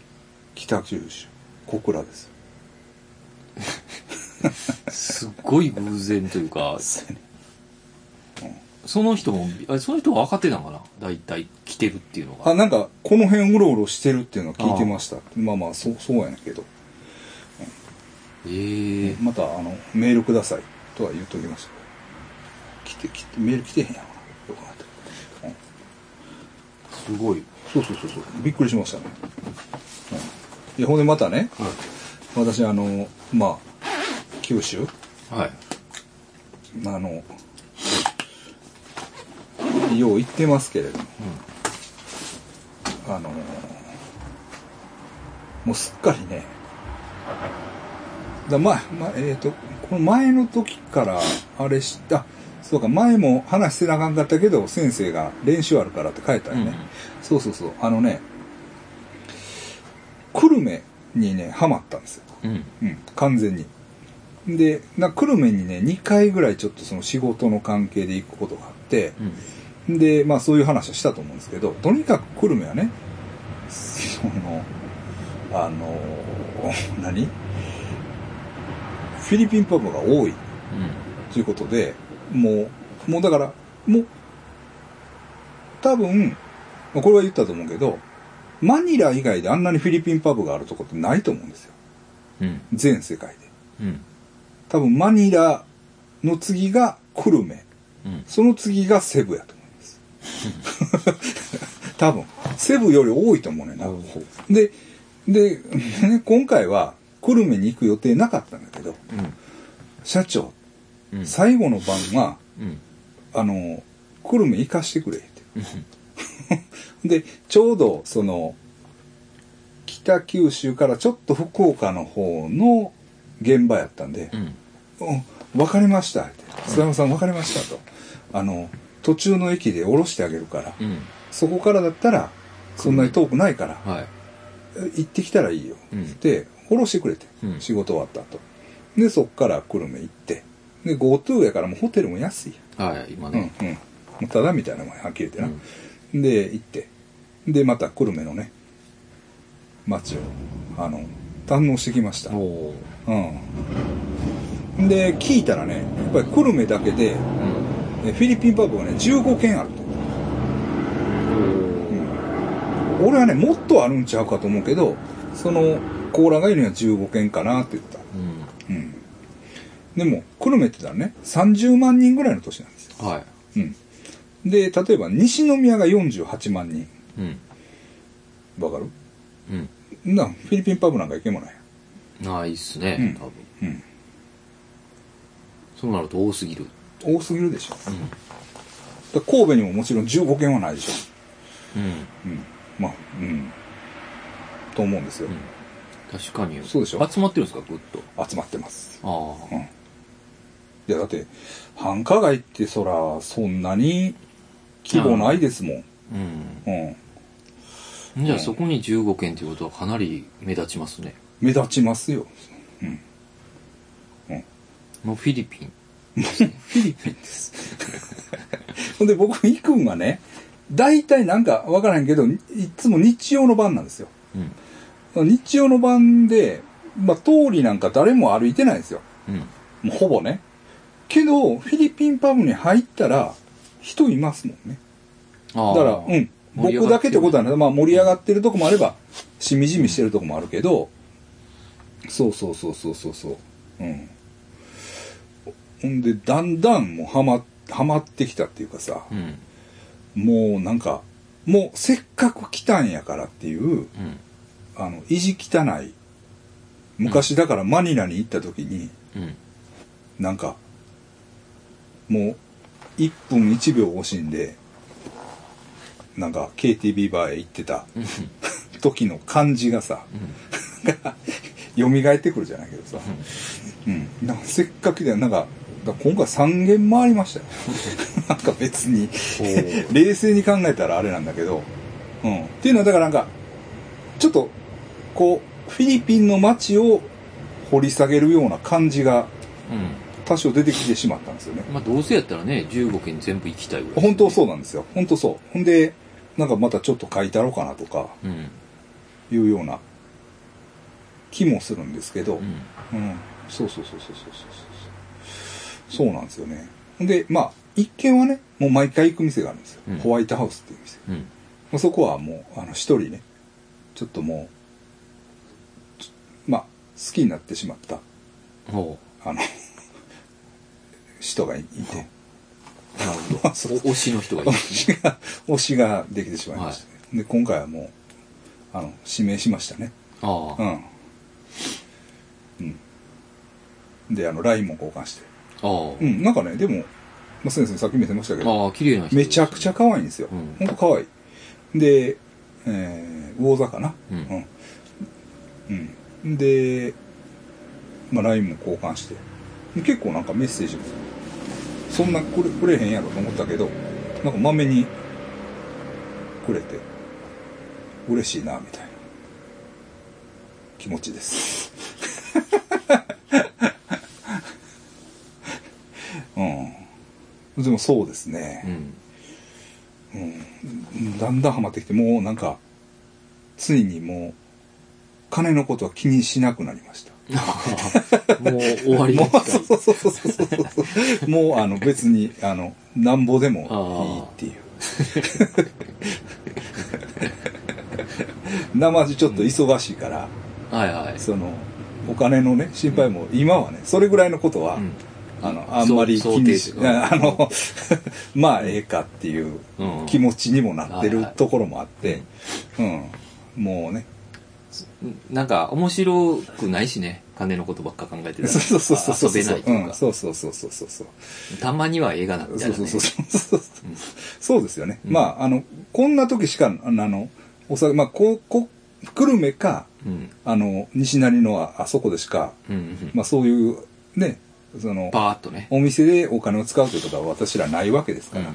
Speaker 1: 北九州、小倉ですよ。
Speaker 3: すっごい偶然という
Speaker 1: (laughs)
Speaker 3: か
Speaker 1: そうやね
Speaker 3: その人もあれその人は分かってたのかな大体来てるっていうの
Speaker 1: あ、
Speaker 3: が
Speaker 1: なんか、この辺うろうろしてるっていうのは聞いてました。まあまあ、そう、そうやねんけど。
Speaker 3: ええー、
Speaker 1: また、あの、メールください。とは言っときましたけど。来て、来て、メール来てへんやろな。よくなって。うん
Speaker 3: すごい
Speaker 1: そうそうそうそう。びっくりしましたね。うん、いや、ほんでまたね、私、あの、まあ、九州、
Speaker 3: はい
Speaker 1: あの、よう言ってますけれども、あの、もうすっかりね、だまあ、まあ、えっ、と、この前の時から、あれした、そうか、前も話してなあかんかったけど、先生が練習あるからって書いたよね。
Speaker 3: うん
Speaker 1: そうそうそう、あのね、久留米にね、ハマったんですよ。
Speaker 3: うん
Speaker 1: うん、完全に。で、な、久留米にね、2回ぐらいちょっとその仕事の関係で行くことがあって、
Speaker 3: うん
Speaker 1: で、まあそういう話はしたと思うんですけど、とにかく久留米はね、その、あの、何フィリピンパブが多いということで、もう、もうだから、もう、多分、まあこれは言ったと思うけど、マニラ以外であんなにフィリピンパブがあるとこってないと思うんですよ。
Speaker 3: うんうん
Speaker 1: 全世界で。
Speaker 3: うん
Speaker 1: 多分マニラの次が久留米
Speaker 3: うん
Speaker 1: その次がセブやと思います (laughs) 多分セブより多いと思うねんな
Speaker 3: なるほ
Speaker 1: でで、ね今回は久留米に行く予定なかったんだけど社長
Speaker 3: うんうん
Speaker 1: 最後の晩は
Speaker 3: うん
Speaker 1: あの久留米行かしてくれってでちょうどその北九州からちょっと福岡の方の現場やったんで、
Speaker 3: うん
Speaker 1: うん、わかりましたって。菅山さんわかりましたと。あの、途中の駅で降ろしてあげるから、
Speaker 3: うん
Speaker 1: そこからだったら、そんなに遠くないから、
Speaker 3: はい
Speaker 1: 行ってきたらいいよ。
Speaker 3: うん
Speaker 1: で、降ろしてくれて、
Speaker 3: うん
Speaker 1: 仕事終わった後。で、そっから久留米行って、で、GoTo やからもうホテルも安いよ。
Speaker 3: はい今
Speaker 1: うん、うん
Speaker 3: ね。
Speaker 1: もうただみたいなもんやはっきり言ってな。
Speaker 3: うん
Speaker 1: で、行って、で、また久留米のね、街を、あの、堪能してきました。
Speaker 3: おー
Speaker 1: うん。で、聞いたらね、やっぱり久留米だけで、
Speaker 3: うん
Speaker 1: えフィリピンパブがね、15軒あると。俺はね、もっとあるんちゃうかと思うけど、その、コーラがいるには15軒かなって言った。
Speaker 3: うん
Speaker 1: うん。でも、久留米って言ったらね、30万人ぐらいの都市なんですよ。
Speaker 3: はい
Speaker 1: うん。で、例えば、西宮が48万人。
Speaker 3: うん
Speaker 1: わかる
Speaker 3: うん
Speaker 1: んなんフィリピンパブなんか行けもない。
Speaker 2: ないっすね、
Speaker 1: うん
Speaker 2: 多分
Speaker 1: うん。
Speaker 2: そうなると多すぎる
Speaker 1: 多すぎるでしょ。だから神戸にももちろん15件はないでしょ。
Speaker 2: うん、
Speaker 1: うん。まあ、うん。と思うんですよ。
Speaker 2: 確かに
Speaker 1: そうでしょ
Speaker 2: 集まってるんですかグッと
Speaker 1: 集まってます。
Speaker 2: ああ、
Speaker 1: いや、だって、繁華街ってそら、そんなに規模ないですもん。
Speaker 2: うん
Speaker 1: うん。
Speaker 2: じゃあそこに15件ということはかなり目立ちますね。
Speaker 1: 目立ちますよ。 (laughs) うん。
Speaker 2: もうフィリピン。
Speaker 1: フィリピンです。ほんで僕、イくんがね、大体なんかわからへんけど、いつも日曜の晩なんですよ。
Speaker 2: うん。
Speaker 1: 日曜の晩で、まあ通りなんか誰も歩いてないんですよ。
Speaker 2: うん。
Speaker 1: もうほぼね。けど、フィリピンパブに入ったら、人いますもんね。
Speaker 2: あ
Speaker 1: だから、うん。僕だけってことはね、まあ盛り上がってるとこもあれば、しみじみしてるとこもあるけど、そうそうそうそうそうそう。うん。ほんで、だんだんもうはま、はまってきたっていうかさ、
Speaker 2: うん。
Speaker 1: もうなんか、もうせっかく来たんやからっていう、
Speaker 2: うん。
Speaker 1: あの、意地汚い。昔だからマニラに行った時に、
Speaker 2: うん。
Speaker 1: なんか、もう、1分1秒惜しんで、なんか KTV バーへ行ってた
Speaker 2: うん。
Speaker 1: 時の感じがさ、 (laughs) 蘇ってくるじゃないけどさ、うん。なんかせっかくで、なんか、だから今回3軒回りましたよ。 (laughs) なんか別に、
Speaker 2: お
Speaker 1: 冷静に考えたらあれなんだけど、うん。っていうのはだからなんか、ちょっと、こう、フィリピンの街を掘り下げるような感じが
Speaker 2: う
Speaker 1: 多少出てきてしまったんですよね。
Speaker 2: ん。まあどうせやったらね、15件全部行きたいぐらい。
Speaker 1: 本当そうなんですよ。本当そう。ほんで、なんかまたちょっと書いてあろうかなとか
Speaker 2: う。うん。
Speaker 1: いうような気もするんですけど、う。
Speaker 2: うんん。
Speaker 1: そうそうそうそうそうそうそう。そうなんですよね。ほんで、まあ、一見はね、もう毎回行く店があるんですよ。
Speaker 2: うん
Speaker 1: ホワイトハウスっていう店。
Speaker 2: うん。
Speaker 1: まあ、そこはもう、あの、一人ね、ちょっともう、ちまあ、好きになってしまった、
Speaker 2: ほ
Speaker 1: あの、 (laughs) 人がいて、
Speaker 2: う。なる
Speaker 1: (laughs)
Speaker 2: ほど。推しの人がいる。
Speaker 1: 推しが、推しができてしまいましたね、で、今回はもう、あの、指名しましたね。
Speaker 2: あ
Speaker 1: う
Speaker 2: あ。
Speaker 1: ん。うん。で、あの、LINE も交換して。
Speaker 2: あ
Speaker 1: う
Speaker 2: あ。
Speaker 1: ん、なんかね、でも、まあ、先生にさっき見せましたけど、
Speaker 2: ああ、綺麗な人。
Speaker 1: めちゃくちゃ。可愛いんですよ。
Speaker 2: うん
Speaker 1: ほんと可愛い。で、えー、魚座かな。
Speaker 2: うん。
Speaker 1: うん。うん。で、まあ、LINE も交換して。で結構なんかメッセージも、そんなくれくれへんやろと思ったけど、なんかまめにくれて、嬉しいな、みたいな気持ちです。 (laughs) うん。でもそうです
Speaker 2: う
Speaker 1: ね。
Speaker 2: ん。 (laughs)
Speaker 1: うんだんだんハマってきて、もうなんか、ついにもう、金のことは気にしなくなりました。
Speaker 2: もう終わり
Speaker 1: (laughs) も
Speaker 2: で
Speaker 1: う、そうそうそうそうそうそう。もう、あの、別に、あの、なんぼでもいいって (laughs) いう。なまじちょっと忙しいから、
Speaker 2: はいはい。
Speaker 1: その、お金のね、心配も、今はね、それぐらいのことは、
Speaker 2: うん。
Speaker 1: あの、あんまり気にし、
Speaker 2: そう想定とか
Speaker 1: あの、 (laughs) まあ、ええかっていう
Speaker 2: うん
Speaker 1: 気持ちにもなって
Speaker 2: はい
Speaker 1: る
Speaker 2: はい
Speaker 1: ところもあって、うん。もうね、
Speaker 2: なんか面白くないしね。金のことばっか考えてたら。
Speaker 1: そうそうそうそうそう。
Speaker 2: 遊べないという
Speaker 1: うん
Speaker 2: か。
Speaker 1: そうそうそうそうそうそう。
Speaker 2: たまには映画なんだ
Speaker 1: そ
Speaker 2: よ
Speaker 1: う
Speaker 2: ね。
Speaker 1: そうそうそう。
Speaker 2: うん
Speaker 1: そうですよね。
Speaker 2: うん
Speaker 1: まあ、あの、こんな時しか、あのあの、お酒、まあ、こう、こう、久留米か、
Speaker 2: うん。
Speaker 1: あの、西成のああそこでしか、
Speaker 2: うんうん。
Speaker 1: まあ、そういう、ね、その、
Speaker 2: パーッとね。
Speaker 1: お店でお金を使うということは私らないわけです
Speaker 2: う
Speaker 1: から、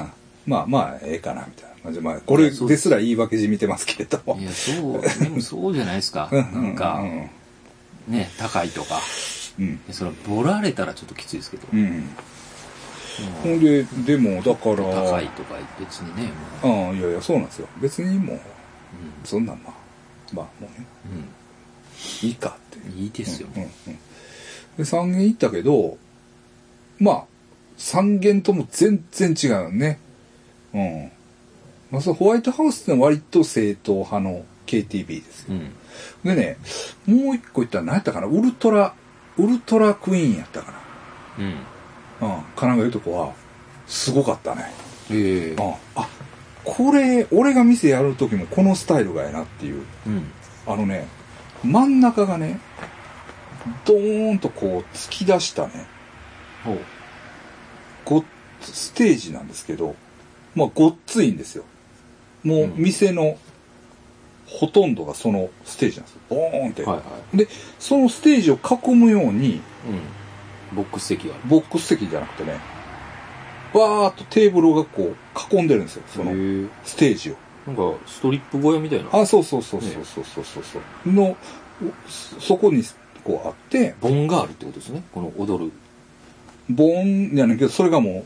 Speaker 1: うん
Speaker 2: ん
Speaker 1: まあまあ、ええかな、みたいな感じで。まあ、これですら言い訳じみてますけれども
Speaker 2: い。や、そう、でもそうじゃないですか。
Speaker 1: う
Speaker 2: なんか
Speaker 1: う、ん
Speaker 2: ね、高いとか。
Speaker 1: うん。
Speaker 2: それ、ボラれたらちょっときついですけど。
Speaker 1: うん。ほ
Speaker 2: うん
Speaker 1: んで、でも、だから、
Speaker 2: 高いとか、別にね、も
Speaker 1: ああ、いやいや、そうなんですよ。別にもう、そんなんまあ、まあ、もうね、
Speaker 2: ううん
Speaker 1: いいかっていう
Speaker 2: うん。いいですよ
Speaker 1: う。んうんうんで3軒行ったけどまあ3軒とも全然違うよねうんまあそのホワイトハウスってのは割と正統派の KTB です
Speaker 2: うん。
Speaker 1: でねもう一個行ったら何やったかなウルトラウルトラクイーンやったか
Speaker 2: うん。
Speaker 1: なうん神奈川いうとこはすごかったねう
Speaker 2: ええ
Speaker 1: んあこれ俺が店やる時もこのスタイルがやなっていう
Speaker 2: うん。
Speaker 1: あのね、真ん中がね、ドーンとこう突き出したね、
Speaker 3: ほう。
Speaker 1: ごっステージなんですけど、まあごっついんですよ。もう店のほとんどがそのステージなんですよ。ボーンって。
Speaker 3: はいは
Speaker 1: で、そのステージを囲むように、
Speaker 3: い。うん。ボックス席がある。
Speaker 1: ボックス席じゃなくてね、わーっとテーブルがこう囲んでるんですよ、そ
Speaker 3: へ
Speaker 1: の
Speaker 3: ー
Speaker 1: ステージを。
Speaker 3: なんか、ストリップ小屋みたいな。
Speaker 1: あ、そうそうそうそうそうそうそうそう。の、そそこにこうあって、
Speaker 3: 盆があるってことですね。この踊る。
Speaker 1: ボーンじゃないけど、それがもう、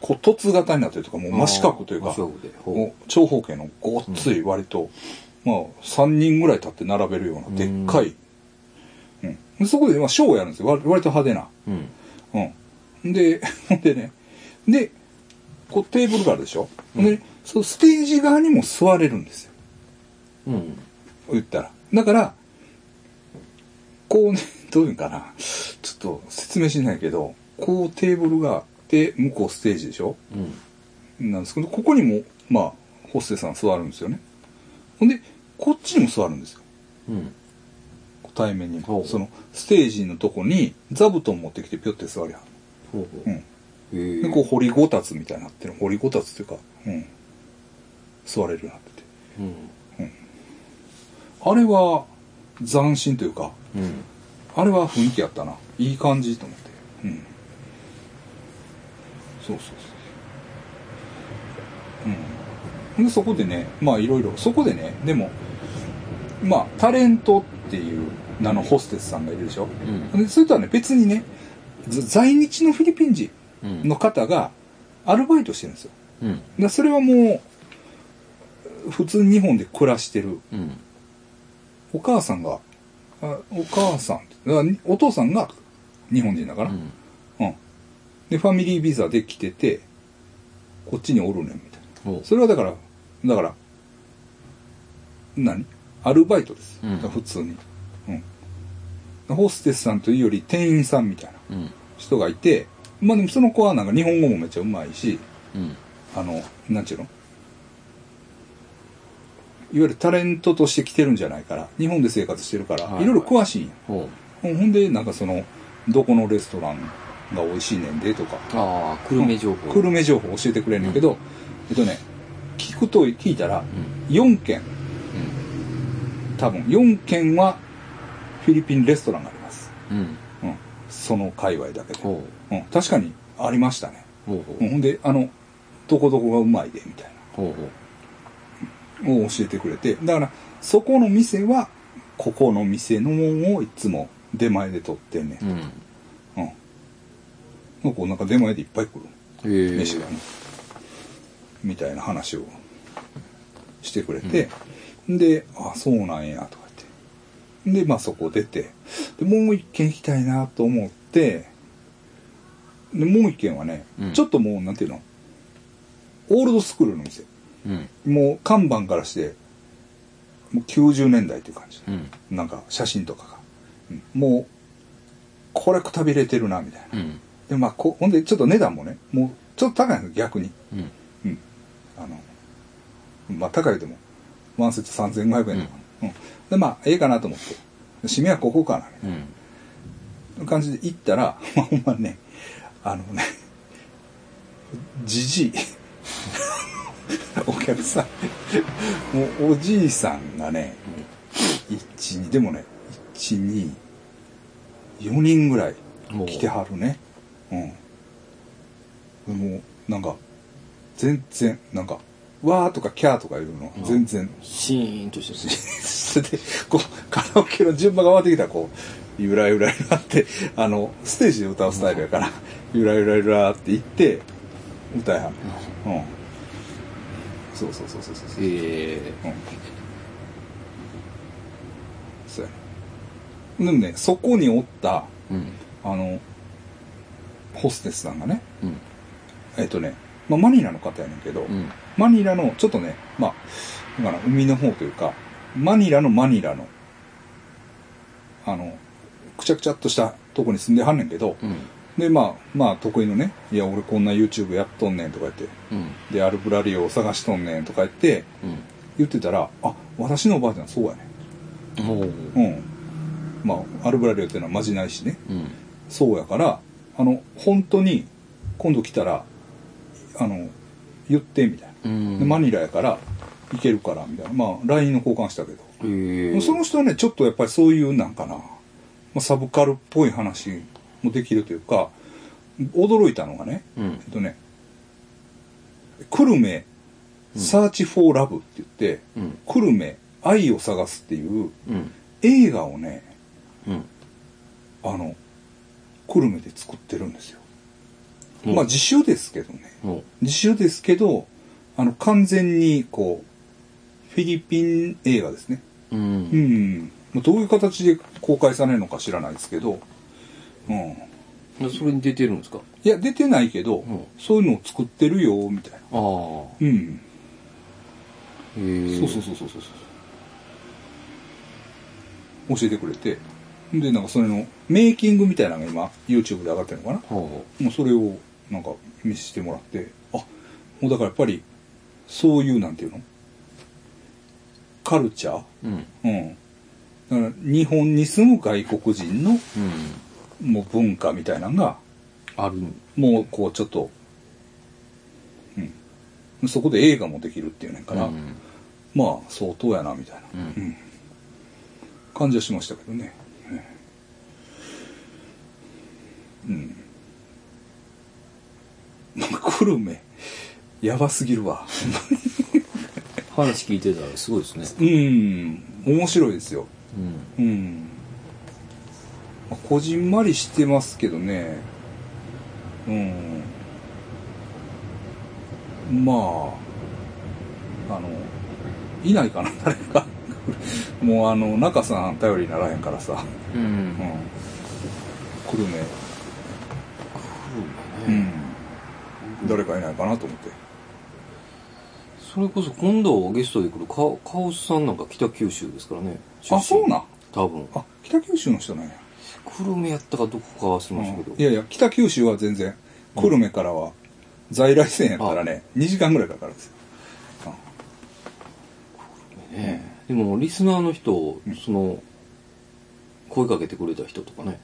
Speaker 1: こう、凸型になってるとか、もう真四角という
Speaker 3: あ
Speaker 1: か
Speaker 3: ー真、四角で。ほう
Speaker 1: もう長方形のごっつい割と、まあ、3人ぐらい立って並べるような、でっかい。うん。そこで、まあ、ショーをやるんですよ。割割と派手な。。
Speaker 3: うん。
Speaker 1: うん。で、 (laughs) ほんでね、で、こうテーブルがあるでしょ。で、そのステージ側にも座れるんですよ。
Speaker 3: うん。
Speaker 1: 言ったら。だから、こうね、 (laughs) どういうんかな。ちょっと説明しないけど、こうテーブルがあって、向こうステージでしょ
Speaker 3: うん。
Speaker 1: なんですけど、ここにも、まあ、ホステスさん座るんですよね。ほんで、こっちにも座るんですよ。
Speaker 3: うん。
Speaker 1: 対面に
Speaker 3: ほ
Speaker 1: も。
Speaker 3: う
Speaker 1: その、ステージのとこに、座布団持ってきてピョって座りは
Speaker 3: ほうほ
Speaker 1: る。うん。
Speaker 3: う。へ
Speaker 1: で、こう、掘りごたつみたいになってる。掘りごたつというか、うん。座れるようになってて。
Speaker 3: う。うん。
Speaker 1: あれは、斬新というか、
Speaker 3: うん。
Speaker 1: あれは雰囲気やったな。いい感じと思って。うん。そうそうそう。うん。で、そこでね、まあいろいろ、そこでね、でも、まあ、タレントっていう名のホステスさんがいるでしょ。
Speaker 3: うん。
Speaker 1: で、それとはね、別にね、ず在日のフィリピン人
Speaker 3: うん。
Speaker 1: の方がアルバイトしてるんですよ。
Speaker 3: うん。
Speaker 1: で、それはもう、普通に日本で暮らしてる
Speaker 3: うん。
Speaker 1: お母さんが、あお母さんって、だからにお父さんが日本人だから、
Speaker 3: うん。
Speaker 1: うん。で、ファミリービザで来てて、こっちにおるねん、みたい
Speaker 3: ほう
Speaker 1: な。。それはだから、だから、何アルバイトです。
Speaker 3: うん
Speaker 1: だから普通に。うん。ホステスさんというより店員さんみたいな
Speaker 3: うん。
Speaker 1: 人がいて、まあでもその子はなんか日本語もめっちゃうまいし、
Speaker 3: うん。
Speaker 1: あの、なんちゅうのいわゆるタレントとして来てるんじゃないから、日本で生活してるから、
Speaker 3: はい
Speaker 1: いろいろ詳しいんや。
Speaker 3: ほう。
Speaker 1: ほんで、なんかその、どこのレストランが美味しいねんでとか、
Speaker 3: ああ、久留米情報。
Speaker 1: 久留米情報教えてくれるんだけど、えっとね、聞くと、聞いたら、
Speaker 3: うん。
Speaker 1: 4軒、多分4軒はフィリピンレストランがあります。
Speaker 3: うん。うん。
Speaker 1: うん。その界隈だけで。
Speaker 3: ほ
Speaker 1: うん。確かにありましたね。
Speaker 3: う。ほうほ
Speaker 1: うん
Speaker 3: う。
Speaker 1: ほんで、あの、どこどこがうまいで、みたいな。
Speaker 3: ほうほう。
Speaker 1: を教えてくれてだからそこの店はここの店のもんをいつも出前で取ってんね
Speaker 3: うん。
Speaker 1: ん、うんなんかこうなんか出前でいっぱい来る
Speaker 3: へえ。
Speaker 1: 飯がね、みたいな話をしてくれて、で「あそうなんや」とか言ってでまあそこ出てでもう一軒行きたいなと思ってでもう一軒はね、
Speaker 3: うん
Speaker 1: ちょっともうなんていうのオールドスクールの店
Speaker 3: うん。
Speaker 1: もう看板からして、もう90年代っていう感じ。
Speaker 3: うん。
Speaker 1: なんか写真とかが。うんもう、これくたびれてるな、みたいな。
Speaker 3: うん。
Speaker 1: で、まあこ、ほんで、ちょっと値段もね、もう、ちょっと高いの、逆に。
Speaker 3: うん。
Speaker 1: うん。あの、まあ、高いでも、ワンセット3500円とか。うん。で、まあ、ええかなと思って。締めはここかな、みたいな。
Speaker 3: うん。
Speaker 1: 感じで行ったら、 (laughs) まあ、ほんまね、あのね、じじい、 (laughs) お客さん、もうおじいさんがね、一二でもね、一二4人ぐらい来てはるね。うん。でも、なんか、全然、なんか、わーとかキャーとか言うの、全然
Speaker 3: シーンとしてるね。
Speaker 1: そ (laughs) れで、こう、カラオケの順番が回ってきたら、こう、ゆらゆらゆらって、あの、ステージで歌うスタイルやから、ゆらゆらゆらって言って、歌いはる。うん。そうそうそうそうそう。
Speaker 3: え
Speaker 1: うん。そうやね。でもね、そこにおった、
Speaker 3: え。うん。
Speaker 1: あの、ホステスさんがね、
Speaker 3: うん。
Speaker 1: えっとね、まあ、マニラの方やねんけど、
Speaker 3: うん。
Speaker 1: マニラの、ちょっとね、まあ、だから海の方というか、マニラのマニラの、あの、くちゃくちゃっとしたとこに住んではんねんけど、
Speaker 3: うん。
Speaker 1: で、まあ、まあ、得意のね、いや、俺こんな YouTube やっとんねんとか言って、
Speaker 3: うん。
Speaker 1: で、アルブラリオを探しとんねんとか言って、
Speaker 3: うん。
Speaker 1: 言ってたら、あ、私のおばあちゃんそうやね
Speaker 4: おう
Speaker 1: うん。まあ、アルブラリオっていうのはまじないしね。
Speaker 4: うん。
Speaker 1: そうやから、あの、本当に、今度来たら、あの、言って、みたいな。
Speaker 4: うん。
Speaker 1: でマニラやから、行けるから、みたいな。まあ、LINE の交換したけど。
Speaker 2: えー
Speaker 1: その人はね、ちょっとやっぱりそういうなんかな、まあ、サブカルっぽい話もできるというか、驚いたのがね、
Speaker 4: うん
Speaker 1: えっとね、クルメ、サーチフォーラブって言って、
Speaker 4: うん。
Speaker 1: クルメ、愛を探すっていう
Speaker 4: うん。
Speaker 1: 映画をね、
Speaker 4: うん。
Speaker 1: あの、久留米で作ってるんですよ。
Speaker 4: うん
Speaker 1: まあ自主ですけどね。
Speaker 4: おう
Speaker 1: 自主ですけど、あの、完全にこう、フィリピン映画ですね。
Speaker 4: う。
Speaker 1: うんん。まあどういう形で公開されるのか知らないですけど、うん。
Speaker 4: それに出てるんですか
Speaker 1: いや、出てないけど、
Speaker 4: ん
Speaker 1: そういうのを作ってるよ、みたいな。
Speaker 4: ああ。
Speaker 1: うん。
Speaker 4: へえ。
Speaker 1: そうそうそうそうそうそう。教えてくれて。で、なんかそれのメイキングみたいなのが今、YouTube で上がってるのかな。
Speaker 4: う。は
Speaker 1: もうそれをなんか見せてもらってあもうだからやっぱりそういうなんていうのカルチャー
Speaker 4: あ。うん。
Speaker 1: うんだから日本に住む外国人の
Speaker 4: うん。
Speaker 1: もう文化みたいなのが
Speaker 4: ある。
Speaker 1: もうこうちょっと、うん、そこで映画もできるっていうねんから、
Speaker 4: うん。
Speaker 1: まあ相当やなみたいな、
Speaker 4: うん
Speaker 1: うん感じはしましたけどねうんなんか久留米やばすぎるわ
Speaker 4: 話聞いてたらすごいですね。
Speaker 1: うん面白いですよ
Speaker 4: うん。
Speaker 1: うんまあこじんまりしてますけどねうんまああのいないかな誰かもうあの中さん頼りにならへんからさ
Speaker 4: う
Speaker 1: うん
Speaker 4: ん。
Speaker 1: 久留米うん誰かいないかなと思って
Speaker 2: それこそ今度ゲストで来るカオカオスさんなんか北九州ですからね
Speaker 1: あそうなん
Speaker 2: 多分
Speaker 1: あ北九州の人なんや、
Speaker 2: 久留米やったかどこか忘れましたけど、
Speaker 1: いやいや北九州は全然久留米からは在来線やったらね2時間ぐらいかかるんですよ
Speaker 2: ねでもリスナーの人その声かけてくれた人とかね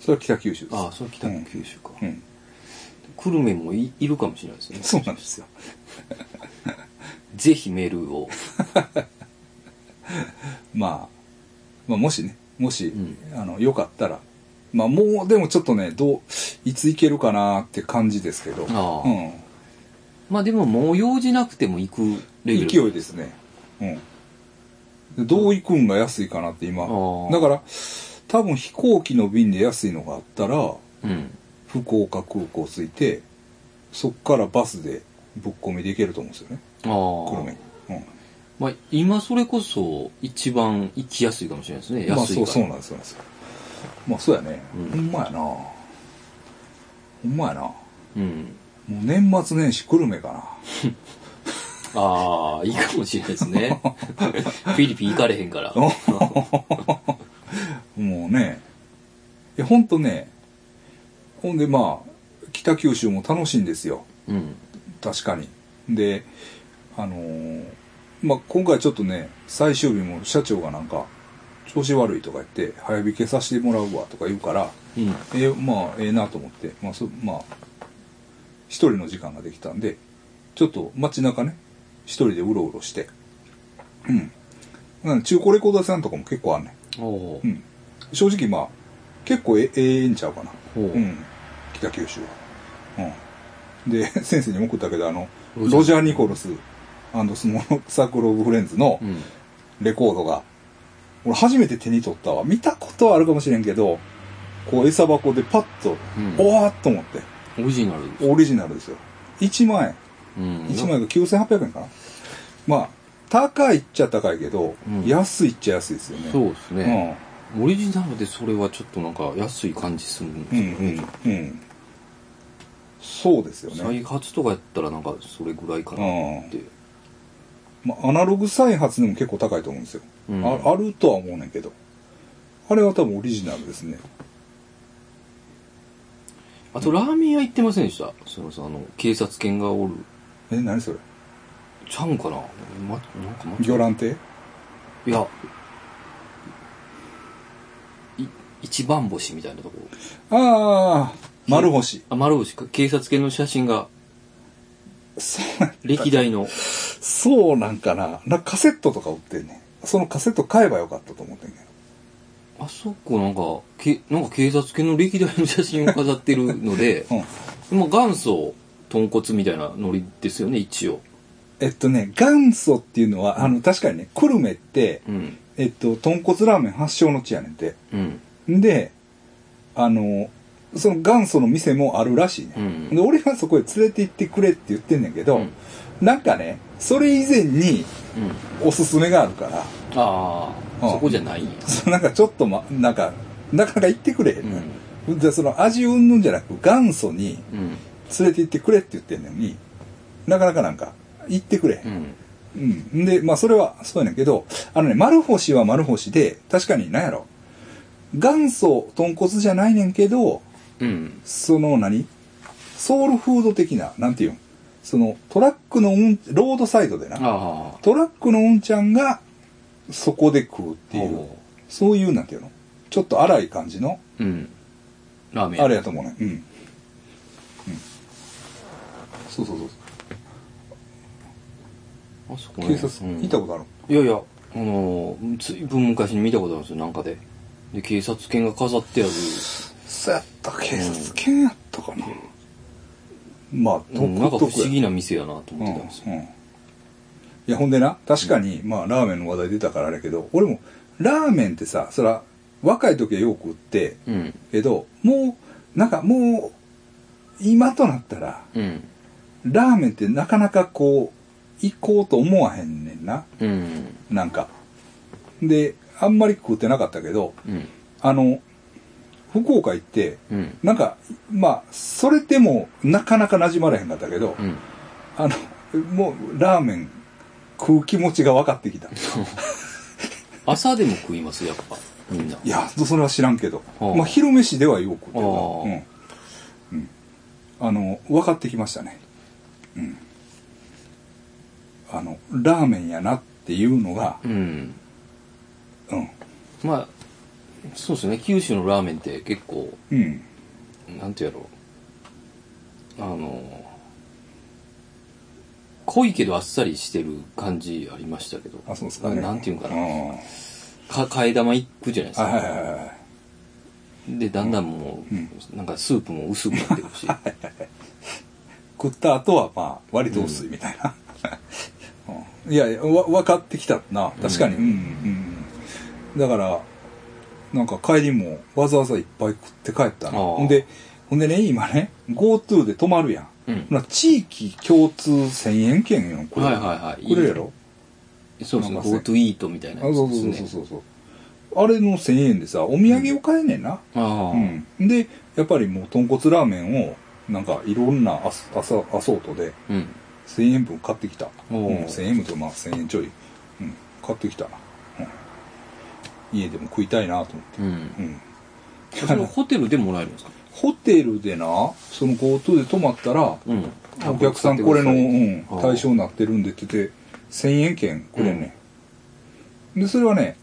Speaker 1: それは北九州です
Speaker 2: ああそれ北九州か、
Speaker 1: うん、
Speaker 2: 久留米もいいるかもしれないですね
Speaker 1: そうなんですよ
Speaker 2: ぜひメールを
Speaker 1: まあ、まあもしねもし、
Speaker 2: ん
Speaker 1: あのよかったらまあもうでもちょっとねどういつ行けるかなって感じですけど
Speaker 2: ああ
Speaker 1: うん
Speaker 2: まあでももう用事なくても行くレベル
Speaker 1: 勢いですね。うん。どう行くんが安いかなって今
Speaker 2: あ。ー
Speaker 1: だから、多分飛行機の便で安いのがあったら、
Speaker 2: うん
Speaker 1: 福岡空港着いて、そっからバスでぶっ込みで行けると思うんですよね。
Speaker 2: あ
Speaker 1: 久留
Speaker 2: あ
Speaker 1: 米に。
Speaker 2: まあ今それこそ一番行きやすいかもしれないですね
Speaker 1: うん。まあ
Speaker 2: 安いか
Speaker 1: そう、
Speaker 2: ら
Speaker 1: そうなんですよ。まあそうやね。
Speaker 2: うん
Speaker 1: ほんまやな。ほんまやな。も
Speaker 2: うん
Speaker 1: う年末年始久留米かな。
Speaker 2: ああ、いいかもしれないで
Speaker 1: (laughs)
Speaker 2: すね。フィリピン行かれへんから。
Speaker 1: おもうね、いや、ほんとね、ほんでまあ、北九州も楽しいんですよ。
Speaker 2: うん。
Speaker 1: 確かに。で、あのーまあ、今回ちょっとね、最終日も社長がなんか、調子悪いとか言って、早引けさせてもらうわとか言うから、
Speaker 2: うん。
Speaker 1: えーまあ、ええなと思って、まあ、そまあ、一人の時間ができたんで、ちょっと街中ね、一人でうろうろして、うん。なんで中古レコード屋さんとかも結構あんねん。
Speaker 2: おお
Speaker 1: う。ん、正直まあ結構えええんちゃうかな、
Speaker 2: ほう
Speaker 1: うん、北九州は、うん、で (laughs) 先生にも送ったけどあの
Speaker 2: ロジャー
Speaker 1: ロジャー・ニコルススモークサークル・オブ・フレンズの
Speaker 2: うん。
Speaker 1: レコードが、俺初めて手に取ったわ見たことはあるかもしれんけどこう餌箱でパッと、
Speaker 2: うん
Speaker 1: おわーっと思って
Speaker 2: オリジナルです。
Speaker 1: オリジナルですよ1万円
Speaker 2: うん。
Speaker 1: 1万円が9800円かなまあ高いっちゃ高いけど、
Speaker 2: うん
Speaker 1: 安いっちゃ安いですよね
Speaker 2: そうです
Speaker 1: う
Speaker 2: ね。
Speaker 1: ん
Speaker 2: オリジナルでそれはちょっとなんか安い感じするん
Speaker 1: う
Speaker 2: ですよね
Speaker 1: ん。うんうんそうですよね、
Speaker 2: 再発とかやったらなんかそれぐらいかなって。
Speaker 1: まあ、アナログ再発でも結構高いと思うんですよ、
Speaker 2: うん
Speaker 1: ああるとは思うねんけどあれは多分オリジナルですね
Speaker 2: あとラーメン屋行ってませんでしたそのさ、あの、警察犬がおる。
Speaker 1: え何それ
Speaker 2: ちゃうんかなま、なんかま、
Speaker 1: 魚卵亭
Speaker 2: いや、一番星みたいなとこ
Speaker 1: ああ、丸星。
Speaker 2: あ丸星か警察犬の写真が
Speaker 1: そうなん
Speaker 2: 歴代の
Speaker 1: そうなんかな。なんかカセットとか売ってんねんそのカセット買えばよかったと思ってんけど。
Speaker 2: あそこなんかけなんか警察犬の歴代の写真を飾ってるの
Speaker 1: (laughs)
Speaker 2: で
Speaker 1: うん。
Speaker 2: まあ元祖豚骨みたいなノリですよね一応
Speaker 1: えっとね、元祖っていうのは、あの、確かにね、久留米って、
Speaker 2: うん
Speaker 1: えっと、豚骨ラーメン発祥の地やねんて。
Speaker 2: うん
Speaker 1: んで、あの、その元祖の店もあるらしいね。
Speaker 2: うん
Speaker 1: で、俺はそこへ連れて行ってくれって言ってんねんけど、
Speaker 2: うん
Speaker 1: なんかね、それ以前に
Speaker 2: うん
Speaker 1: おすすめがあるから、
Speaker 2: ああ
Speaker 1: うん
Speaker 2: そこじゃないんや
Speaker 1: そのなんかちょっとま、なんか、なかなか行ってくれへん
Speaker 2: う
Speaker 1: ねん
Speaker 2: ん
Speaker 1: じゃあその味うんぬんじゃなく元祖に
Speaker 2: うん
Speaker 1: 連れて行ってくれって言ってんのになかなかなんか行ってくれ
Speaker 2: う、ん
Speaker 1: うんでまあそれはそうやねんけどあのね丸星は丸星で確かに何やろ元祖豚骨じゃないねんけど
Speaker 2: うん
Speaker 1: その何ソウルフード的ななんていうんそのトラックのうんロードサイドでな
Speaker 2: ああ
Speaker 1: トラックのうんちゃんがそこで食うっていう
Speaker 2: ほ
Speaker 1: そういうなんていうのちょっと荒い感じの
Speaker 2: ううんラーメン
Speaker 1: あれやと思うね。うん。うん。そうそうそう
Speaker 2: あそ
Speaker 1: そ
Speaker 2: こ
Speaker 1: う。
Speaker 2: ね
Speaker 1: 警察、
Speaker 2: うん
Speaker 1: 見たことある
Speaker 2: いやいや、あのー、ずいぶん昔に見たことあるんですよ、なんかで。で、警察犬が飾ってある、
Speaker 1: そうやった、警察犬やったかな。まあ、
Speaker 2: うんなんか不思
Speaker 1: や
Speaker 2: 議な店やなと
Speaker 1: うん
Speaker 2: 思ってたんですよ。
Speaker 1: うん。いや、ほんでな、確かに、まあ、ラーメンの話題出たからあれやけど、俺も、ラーメンってさ、そら、若い時はよく売って、
Speaker 2: うん。
Speaker 1: けど、もう、なんかもう、今となったら、
Speaker 2: うん。
Speaker 1: ラーメンってなかなかこう、行こうと思わへんねんな。
Speaker 2: うん。
Speaker 1: なんか。で、あんまり食ってなかったけど、
Speaker 2: うん。
Speaker 1: あの、福岡行って、
Speaker 2: うん。
Speaker 1: なんか、まあ、それでもなかなか馴染まれへんかったけど、
Speaker 2: うん。
Speaker 1: あの、もう、ラーメン食う気持ちが分かってきた。
Speaker 2: 朝でも食います、やっぱ。みんな。
Speaker 1: いや、それは知らんけど、
Speaker 2: ああ
Speaker 1: まあ、昼飯ではよく食ってた。
Speaker 2: ああ
Speaker 1: うん。うん。あの、分かってきましたね。うん。あの、ラーメンやなっていうのが、
Speaker 2: うん。
Speaker 1: うん。
Speaker 2: まあ、そうですね、九州のラーメンって結構、
Speaker 1: うん。
Speaker 2: なんてやろう。あのー、濃いけどあっさりしてる感じありましたけど。
Speaker 1: あ、そうですかね。
Speaker 2: なんていうんかな。
Speaker 1: ん
Speaker 2: か替え玉いくじゃないですか。
Speaker 1: はいはいはいはい。
Speaker 2: でだんだんもう、
Speaker 1: うん
Speaker 2: なんかスープも薄くなって
Speaker 1: (laughs)
Speaker 2: くるし
Speaker 1: 食った後はまあ割と薄いみたいな、うんいやいやわ分かってきたな確かに、う
Speaker 2: うんん
Speaker 1: うんだからなんか帰りもわざわざいっぱい食って帰ったな
Speaker 2: ああ
Speaker 1: ほんでほんでね今ね GoTo で泊まるやん
Speaker 2: うん
Speaker 1: ほな地域共通1000円券やんこれ、
Speaker 2: はいはいはい
Speaker 1: これやろ
Speaker 2: そうですね
Speaker 1: なんか
Speaker 2: Go to eat みたい
Speaker 1: あ
Speaker 2: な
Speaker 1: そ
Speaker 2: や
Speaker 1: う
Speaker 2: つ
Speaker 1: そう
Speaker 2: です
Speaker 1: そう
Speaker 2: ね
Speaker 1: そうそうあれの1000円でさお土産を買えねんな、
Speaker 2: ああ、
Speaker 1: うんでやっぱりもう豚骨ラーメンをなんかいろんなアスアソアソートで
Speaker 2: うん
Speaker 1: 1000円分買ってきた、う
Speaker 2: お
Speaker 1: ん
Speaker 2: ー、
Speaker 1: 1000円分とまあ1000円ちょい、うん、買ってきたな、うん、家でも食いたいなと思って、
Speaker 2: うん
Speaker 1: うん、
Speaker 2: それはホテルでもらえるんですか
Speaker 1: ホテルでなその GoTo で泊まったら
Speaker 2: うん
Speaker 1: お客さんこれの、うん
Speaker 2: ああ
Speaker 1: 対象になってるんでって言って1000円券くれんね、ん、でそれはね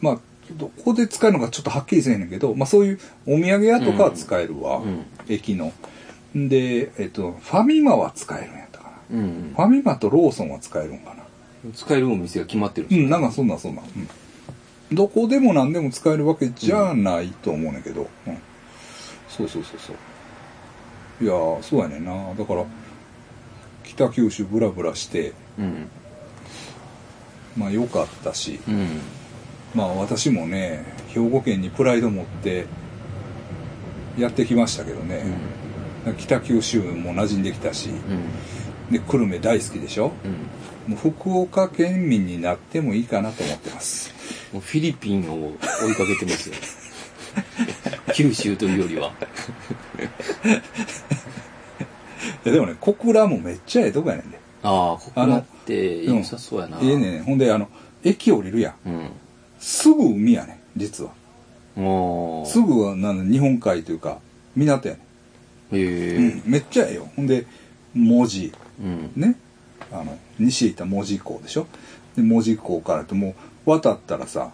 Speaker 1: まあどこで使えるのかちょっとはっきりせえへんねんけど、まあ、そういうお土産屋とかは使えるわ、
Speaker 2: うん
Speaker 1: 駅ので、えっと、ファミマは使えるんやったかな
Speaker 2: うんうん
Speaker 1: ファミマとローソンは使えるんかな
Speaker 2: 使えるお店が決まってるん
Speaker 1: う
Speaker 2: です
Speaker 1: ん、なんかそんなんそんなん。うん、どこでも何でも使えるわけじゃないと思うねんけど。うんそうそうそうそう。いやー、そうやねんな。だから、北九州ブラブラして、
Speaker 2: うん
Speaker 1: まあ良かったし、
Speaker 2: うん
Speaker 1: まあ私もね、兵庫県にプライド持って、やってきましたけどね。北九州も馴染んできたし、
Speaker 2: うん
Speaker 1: で、久留米大好きでしょ
Speaker 2: うん
Speaker 1: もう福岡県民になってもいいかなと思ってます。
Speaker 2: もうフィリピンを追いかけ
Speaker 1: (laughs)
Speaker 2: てますよ九州というよりはい
Speaker 1: やでもね、小倉もめっちゃええとこやねんで。
Speaker 2: ああここだって良さそうやな、
Speaker 1: ええねん。ほんで、あの、駅降りるやん。
Speaker 2: うん
Speaker 1: すぐ海やねん、実は。
Speaker 2: もう
Speaker 1: すぐはなん日本海というか、港やね
Speaker 2: へ
Speaker 1: ん。
Speaker 2: え
Speaker 1: うん、めっちゃええよ。ほんで、文字、
Speaker 2: うん
Speaker 1: ね。あの、西へ行ったら門司港でしょ。で、門司港からともう、渡ったらさ、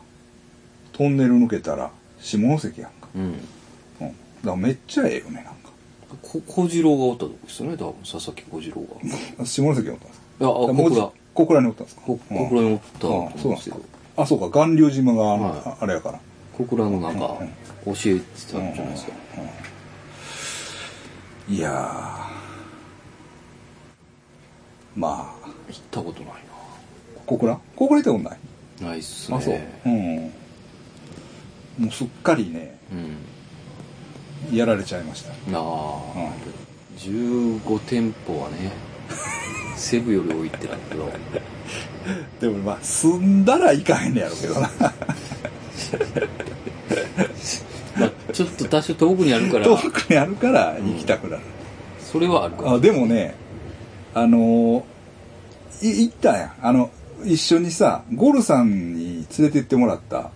Speaker 1: トンネル抜けたら、下関やんか。
Speaker 5: うん。
Speaker 1: うん。だからめっちゃええよね、なんか。
Speaker 2: こ小次郎がおったとこですよね多分佐々木小次郎がい
Speaker 1: あ下関におったんですか
Speaker 2: やあ
Speaker 1: あ
Speaker 2: 小倉
Speaker 1: 小倉におったんですか
Speaker 2: 小
Speaker 1: うん
Speaker 2: 小倉におったと
Speaker 1: あ
Speaker 2: 思
Speaker 1: あ
Speaker 2: う
Speaker 1: そう
Speaker 2: んで
Speaker 1: なんですす
Speaker 2: け
Speaker 1: か
Speaker 2: ど
Speaker 1: あそうか巌流島があの、
Speaker 2: はい
Speaker 1: あれやから
Speaker 2: 小倉のなんか
Speaker 1: うんうん
Speaker 2: 教えてたんじゃないですか
Speaker 1: いやーまあ
Speaker 2: 行ったことない
Speaker 1: 小倉小倉行ったことない、
Speaker 2: なないっすね
Speaker 1: あそううんもうすっかりね
Speaker 2: うん
Speaker 1: やられちゃいました
Speaker 2: なあ、15店舗はね (laughs) セブより多いってなるけど
Speaker 1: でもまあ住んだら行かへんねやろうけどな
Speaker 2: まあちょっと多少遠くにあるから
Speaker 1: 遠くにあるから行きたくなる、
Speaker 2: それはあるか
Speaker 1: あでもねあのーい行ったんやあの一緒にさゴルさんに連れて行ってもらった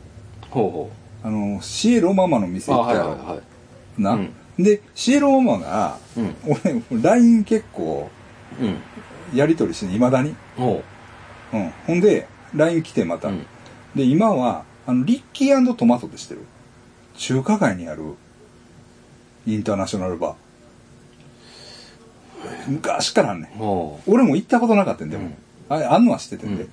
Speaker 2: ほうほ
Speaker 1: あのシエロママの
Speaker 2: う
Speaker 1: 店
Speaker 2: あ
Speaker 1: 行った
Speaker 2: はい
Speaker 1: よ
Speaker 2: はいは
Speaker 1: な、
Speaker 2: うん
Speaker 1: でシエロママが
Speaker 2: いうん
Speaker 1: 俺 LINE 結構
Speaker 2: うん
Speaker 1: やり取りしていまだに、
Speaker 2: ほ
Speaker 1: うん、ほんで LINE 来てま
Speaker 2: う
Speaker 1: た、
Speaker 2: うん
Speaker 1: で今はあのリッキートマトでしてる中華街にあるインターナショナルバー昔からあんねん
Speaker 2: ほ
Speaker 1: 俺も行ったことなかったんでも、
Speaker 2: うん
Speaker 1: あれあんのは知っててんで、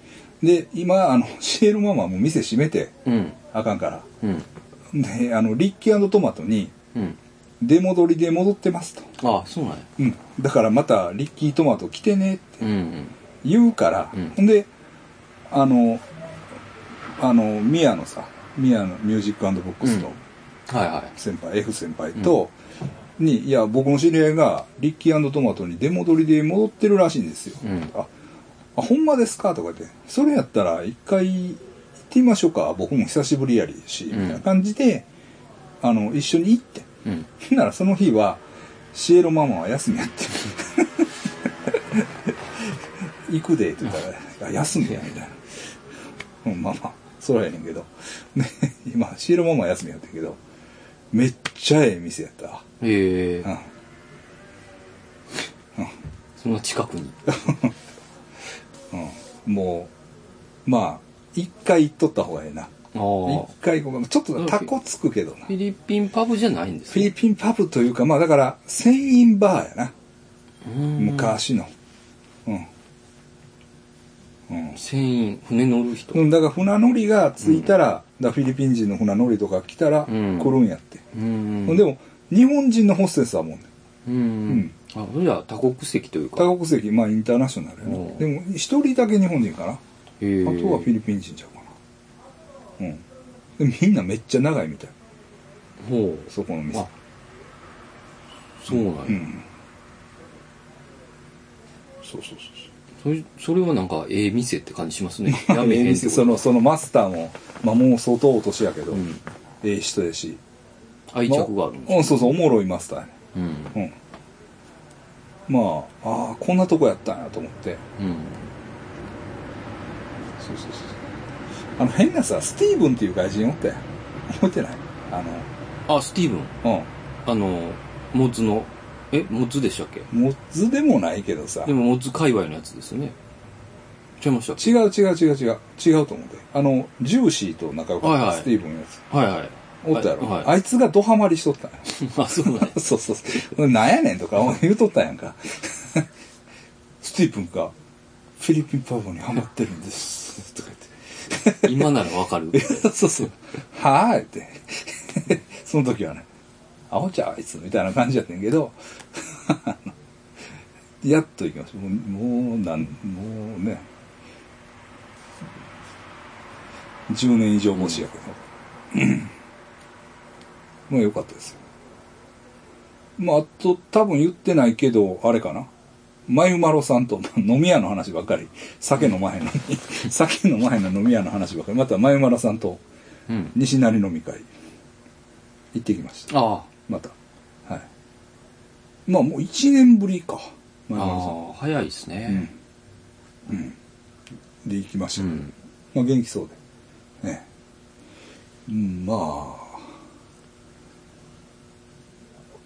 Speaker 1: で今あのシエロママはもう店閉めて
Speaker 2: ううん
Speaker 1: あかんから
Speaker 2: うん
Speaker 1: であのリッキートマトに
Speaker 2: うん
Speaker 1: 出戻りで戻ってますと
Speaker 2: あそうなんや
Speaker 1: うん、だからまたリッキートマト来てねって
Speaker 2: うんうん
Speaker 1: 言うから、
Speaker 2: うん
Speaker 1: ほんであのあのミヤのさミヤのミュージックボックスの
Speaker 2: うんはいはい
Speaker 1: 先輩、F 先輩と、にいや僕の知り合いがリッキートマトに出戻りで戻ってるらしいんですよ、
Speaker 2: うん
Speaker 1: ああほんまですかとか言ってそれやったら一回行ってみましょうか僕も久しぶりやりし、
Speaker 2: うん
Speaker 1: みたいな感じであの一緒に行って
Speaker 2: うん
Speaker 1: ほんならその日はシエロママは休みやって (laughs) 行くでって言ったら「あ休みや」みたいな、うん、まあまあそらやねんけどね今シエロママは休みやったけどめっちゃええ店やったわ
Speaker 2: ええ
Speaker 1: うん
Speaker 2: そんな近
Speaker 1: (laughs)
Speaker 2: くに
Speaker 1: うんもうまあ一回行っとった方がええな
Speaker 2: あ
Speaker 1: 一
Speaker 2: あ
Speaker 1: 回こうちょっとタコつくけどな
Speaker 2: フ
Speaker 1: フ
Speaker 2: ィリピンパブじゃないんです
Speaker 1: ィリピンパブというかまあだから船員バーやな
Speaker 2: ピン
Speaker 1: 昔のうん、うん
Speaker 2: 船員船乗る人
Speaker 1: うん、だから船乗りが着いたら、だからフィリピン人の船乗りとか来たら
Speaker 2: うん
Speaker 1: 来るんやって、
Speaker 2: うん
Speaker 1: でも日本人のホステスはもうね
Speaker 2: うんうんあそれじゃあ多国籍というか
Speaker 1: 多国籍まあインターナショナルやな、
Speaker 2: うん
Speaker 1: でも一人だけ日本人かな、
Speaker 2: へ
Speaker 1: あ
Speaker 2: え
Speaker 1: とはフィリピン人ちゃうかなうんでみんなめっちゃ長いみたい
Speaker 2: ほう
Speaker 1: そこの店
Speaker 2: あそうなんや、
Speaker 1: うんそうそうそうそう
Speaker 2: それそれはなんかええ店って感じしま
Speaker 1: (laughs)
Speaker 2: すねやめへんってこと
Speaker 1: そのそのマスターも、まあ、もう相当お年やけど、
Speaker 2: うん
Speaker 1: ええ人やし
Speaker 2: 愛着があるん
Speaker 1: まあ
Speaker 2: で
Speaker 1: うんそうそうおもろいマスターやね
Speaker 2: すうん
Speaker 1: うん、まあああこんなとこやったんやと思って
Speaker 2: うん
Speaker 1: そうそうそうあの変なさスティーブンっていう外人おったやん覚えてないあ
Speaker 2: あスティーブン
Speaker 1: の
Speaker 2: あのモッズのえモッズでしたっけ
Speaker 1: うんモッズでもないけどさ
Speaker 2: でもモッズ界隈のやつですよね違いましたっけ
Speaker 1: 違う違う違う違う違うと思うであのジューシーと仲良かった、
Speaker 2: はいはい
Speaker 1: スティーブンのやつ
Speaker 2: はいはい
Speaker 1: おったやろ、
Speaker 2: はい (laughs)
Speaker 1: あいつがドハマりしとったんや
Speaker 2: あそうなんや
Speaker 1: そうそうそうなんやねんとか言うとったやんかスティーブンがフィリピンパブにハマってるんですとか言って
Speaker 2: 今ならわかる
Speaker 1: いや (laughs) そうそう。はーいって。 (laughs) その時はね、アホちゃうあいつみたいな感じやってんけど、 (laughs) あのやっと行きました。もう、もうなん、もうね、10年以上もしやけど。 (clears throat) まあ良かったですよ。まあ、あと多分言ってないけど、あれかな。まゆまろさんと飲み屋の話ばっかり。酒飲まへんのに。酒飲まへんのに飲み屋の話ばっかり。またまゆまろさんと
Speaker 2: うん
Speaker 1: 西成飲み会行ってきました。
Speaker 2: あ
Speaker 1: また。はい。まあもう1年ぶりか。
Speaker 2: あ
Speaker 1: まゆまろ
Speaker 2: ああ早いです
Speaker 1: さん。うん
Speaker 2: ね。
Speaker 1: うん。で行きまし
Speaker 2: う
Speaker 1: た。
Speaker 2: ん
Speaker 1: まあ元気そうで。ね。うん、まあ。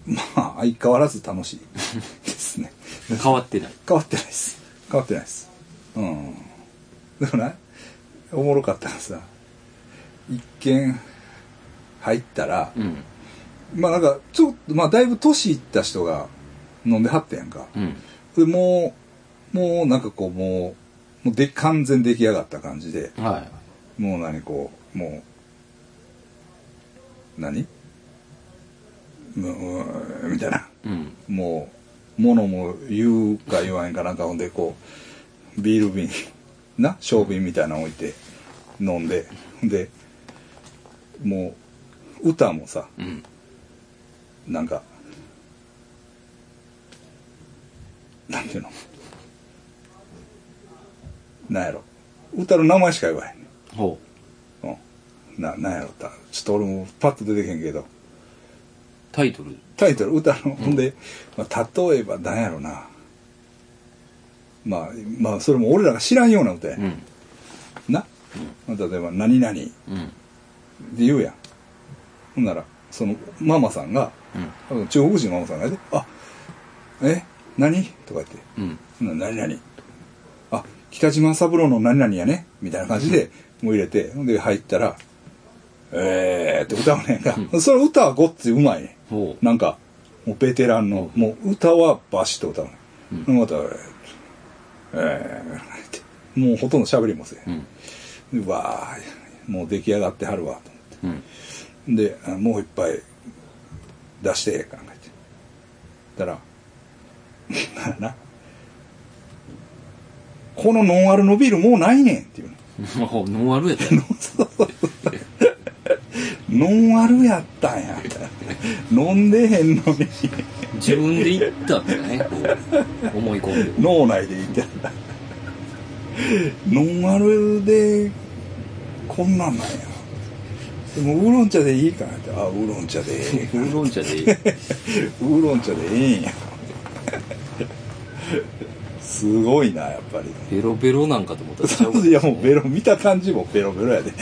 Speaker 1: まあ、相変わらず楽しいです
Speaker 2: (laughs)
Speaker 1: ね。
Speaker 2: 変わってない
Speaker 1: 変わってないです。変わってないです。うん。でもな、おもろかったらさ、一見入ったら、
Speaker 2: うん
Speaker 1: まあなんか、ちょっと、まあだいぶ年いった人が飲んではったやんか。
Speaker 2: うん。
Speaker 1: で、もう、もうなんかこう、もう、もうで、完全出来上がった感じで、
Speaker 2: はい。
Speaker 1: もう何こう、もう、何もう、うーんみたいな。
Speaker 2: うん。
Speaker 1: もう、ものも言うか言わへんかなんかほんで、こう、ビール瓶、な、小瓶みたいなの置いて、飲んで、ほんで、もう、歌もさ、
Speaker 2: うん。
Speaker 1: なんか、なんていうのなんやろ。歌の名前しか言わへんね
Speaker 2: ほ
Speaker 1: ん。うん。な、なんやろた。ちょっと俺もパッと出てけんけど。
Speaker 2: う。タイトル。
Speaker 1: タイトル、歌の、ほんで、まあ、例えばなんやろな。まあ、まあ、それも俺らが知らんような歌や
Speaker 2: う
Speaker 1: ね、
Speaker 2: ん。
Speaker 1: ん。な。まあ、例えば、何々って
Speaker 2: うん。
Speaker 1: 言うやん。ほんなら、その、ママさんが、
Speaker 2: うん。
Speaker 1: 中国人のママさんがね、あ、え、何とか言って、
Speaker 2: うん。
Speaker 1: そんな何々。あ、北島三郎の何々やねみたいな感じで、もう入れて、ほんで入ったら、えーって歌うねんか。それ歌はごっついうまいね
Speaker 2: ほ
Speaker 1: ん。なんか、もうベテランの、もう歌はバシッと歌うねん。また、えーえーって、もうほとんど喋りもせ
Speaker 2: う。うん。
Speaker 1: ん。うわー、もう出来上がってはるわ、と思って。
Speaker 2: うん。
Speaker 1: で、あもう一杯出してええかんか言って。たら、な (laughs) な、このノンアルのビールもうないねんっていうの。 (laughs)
Speaker 2: ほう、ノンアルやったよ。
Speaker 1: ノンアルやったんや。みたいな飲んでへんのに、
Speaker 2: 自分で言ったんだね、こう。思い込んで。
Speaker 1: 脳内で言ってた。ノンアルで、こんなんなんや。でもウーロン茶でいいかなって。あ、ウーロン茶でええ
Speaker 2: ウーロン茶でいい。
Speaker 1: ウーロン茶でええんやすごいなやっぱり
Speaker 3: ベロベロなんかと思ったらちゃうわ
Speaker 1: いやもうベロ見た感じもベロベロやで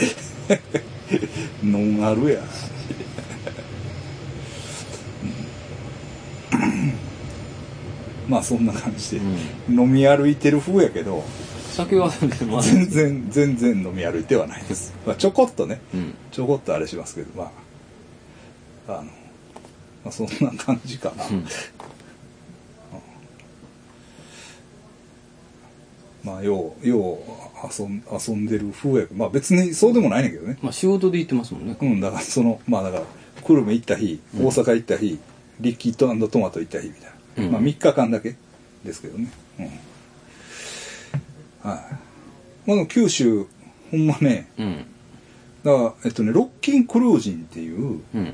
Speaker 1: ノンアルやまあそんな感じで、飲み歩いてる風やけど
Speaker 3: 酒は全然まあ
Speaker 1: 全然全然飲み歩いてはないです、まあ、ちょこっとね
Speaker 2: うん。
Speaker 1: ちょこっとあれしますけどまああの、まあ、そんな感じかな、
Speaker 2: うん。
Speaker 1: まあ、よう、よう遊ん遊んでる風やけどまあ別にそうでもないねんけどね。
Speaker 2: まあ仕事で言ってますもんね。
Speaker 1: うん、だからその、まあだから、久留米行った日、大阪行った日、リッキートトマト行った日みたいな。
Speaker 2: うん
Speaker 1: まあ3日間だけですけどね。うん。はい。まあでも九州、ほんまね、
Speaker 2: うん。
Speaker 1: だから、えっとね、ロッキンクルージンっていう
Speaker 2: うん。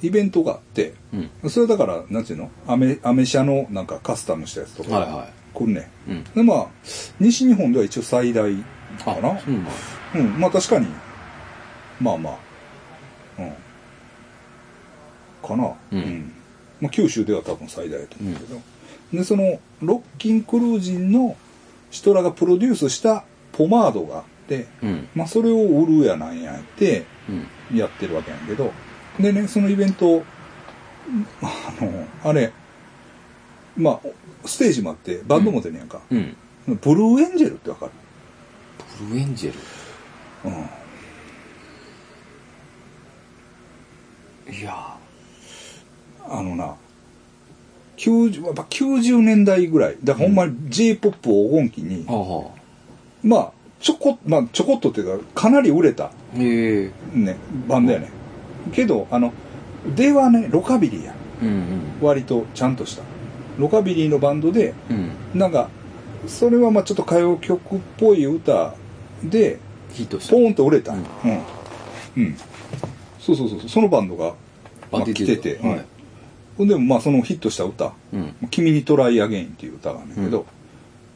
Speaker 1: イベントがあって、
Speaker 2: うん。
Speaker 1: それだから、なんていうのアメ、アメ車のなんかカスタムしたやつと
Speaker 2: はい
Speaker 1: か、
Speaker 2: は
Speaker 1: 来るね。
Speaker 2: い。うん。
Speaker 1: で、まあ、西日本では一応最大かな。
Speaker 2: そうなんや
Speaker 1: うん、まあ確かに。まあまあ。うん。かな。
Speaker 2: うん
Speaker 1: まあ九州では多分最大だと思うけど。で、その、ロッキンクルージンの人らがプロデュースしたポマードがあって、
Speaker 2: うん。
Speaker 1: まあそれを売るやなんやって
Speaker 2: うん。
Speaker 1: やってるわけやんけど。でね、そのイベント、んあの、あれ、まあ、ステージもあって、バンドも出るやんか。
Speaker 2: うん。
Speaker 1: ブルーエンジェルってわかる
Speaker 2: ブルーエンジェ
Speaker 1: うん。
Speaker 2: ル。いや
Speaker 1: あのな、90, やっぱ90年代ぐらい。だからほんまに J-POP を黄金期に
Speaker 2: ー。、ああ。
Speaker 1: まあ、ちょこ、まあ、ちょこっとっていうか、かなり売れた、
Speaker 2: ええ。
Speaker 1: ね、バンドやね。けど、あの、ではね、ロカビリーや。
Speaker 2: うん
Speaker 1: 割とちゃんとした。ロカビリーのバンドで、
Speaker 2: うん。うん。
Speaker 1: なんか、それはまあちょっと歌謡曲っぽい歌で、
Speaker 3: ヒットした
Speaker 1: ポーンと売れた。う
Speaker 3: うん
Speaker 1: ん。うん。そうそうそうそう。そのバンドが、まあ、
Speaker 3: アティ
Speaker 1: 来
Speaker 3: チュ
Speaker 1: て
Speaker 3: ード
Speaker 1: て。
Speaker 3: は
Speaker 1: うん
Speaker 3: い
Speaker 1: ほんでもまあそのヒットした歌、
Speaker 2: うん。へ
Speaker 1: 「君にトライアゲイン」っていう歌があるんだけど、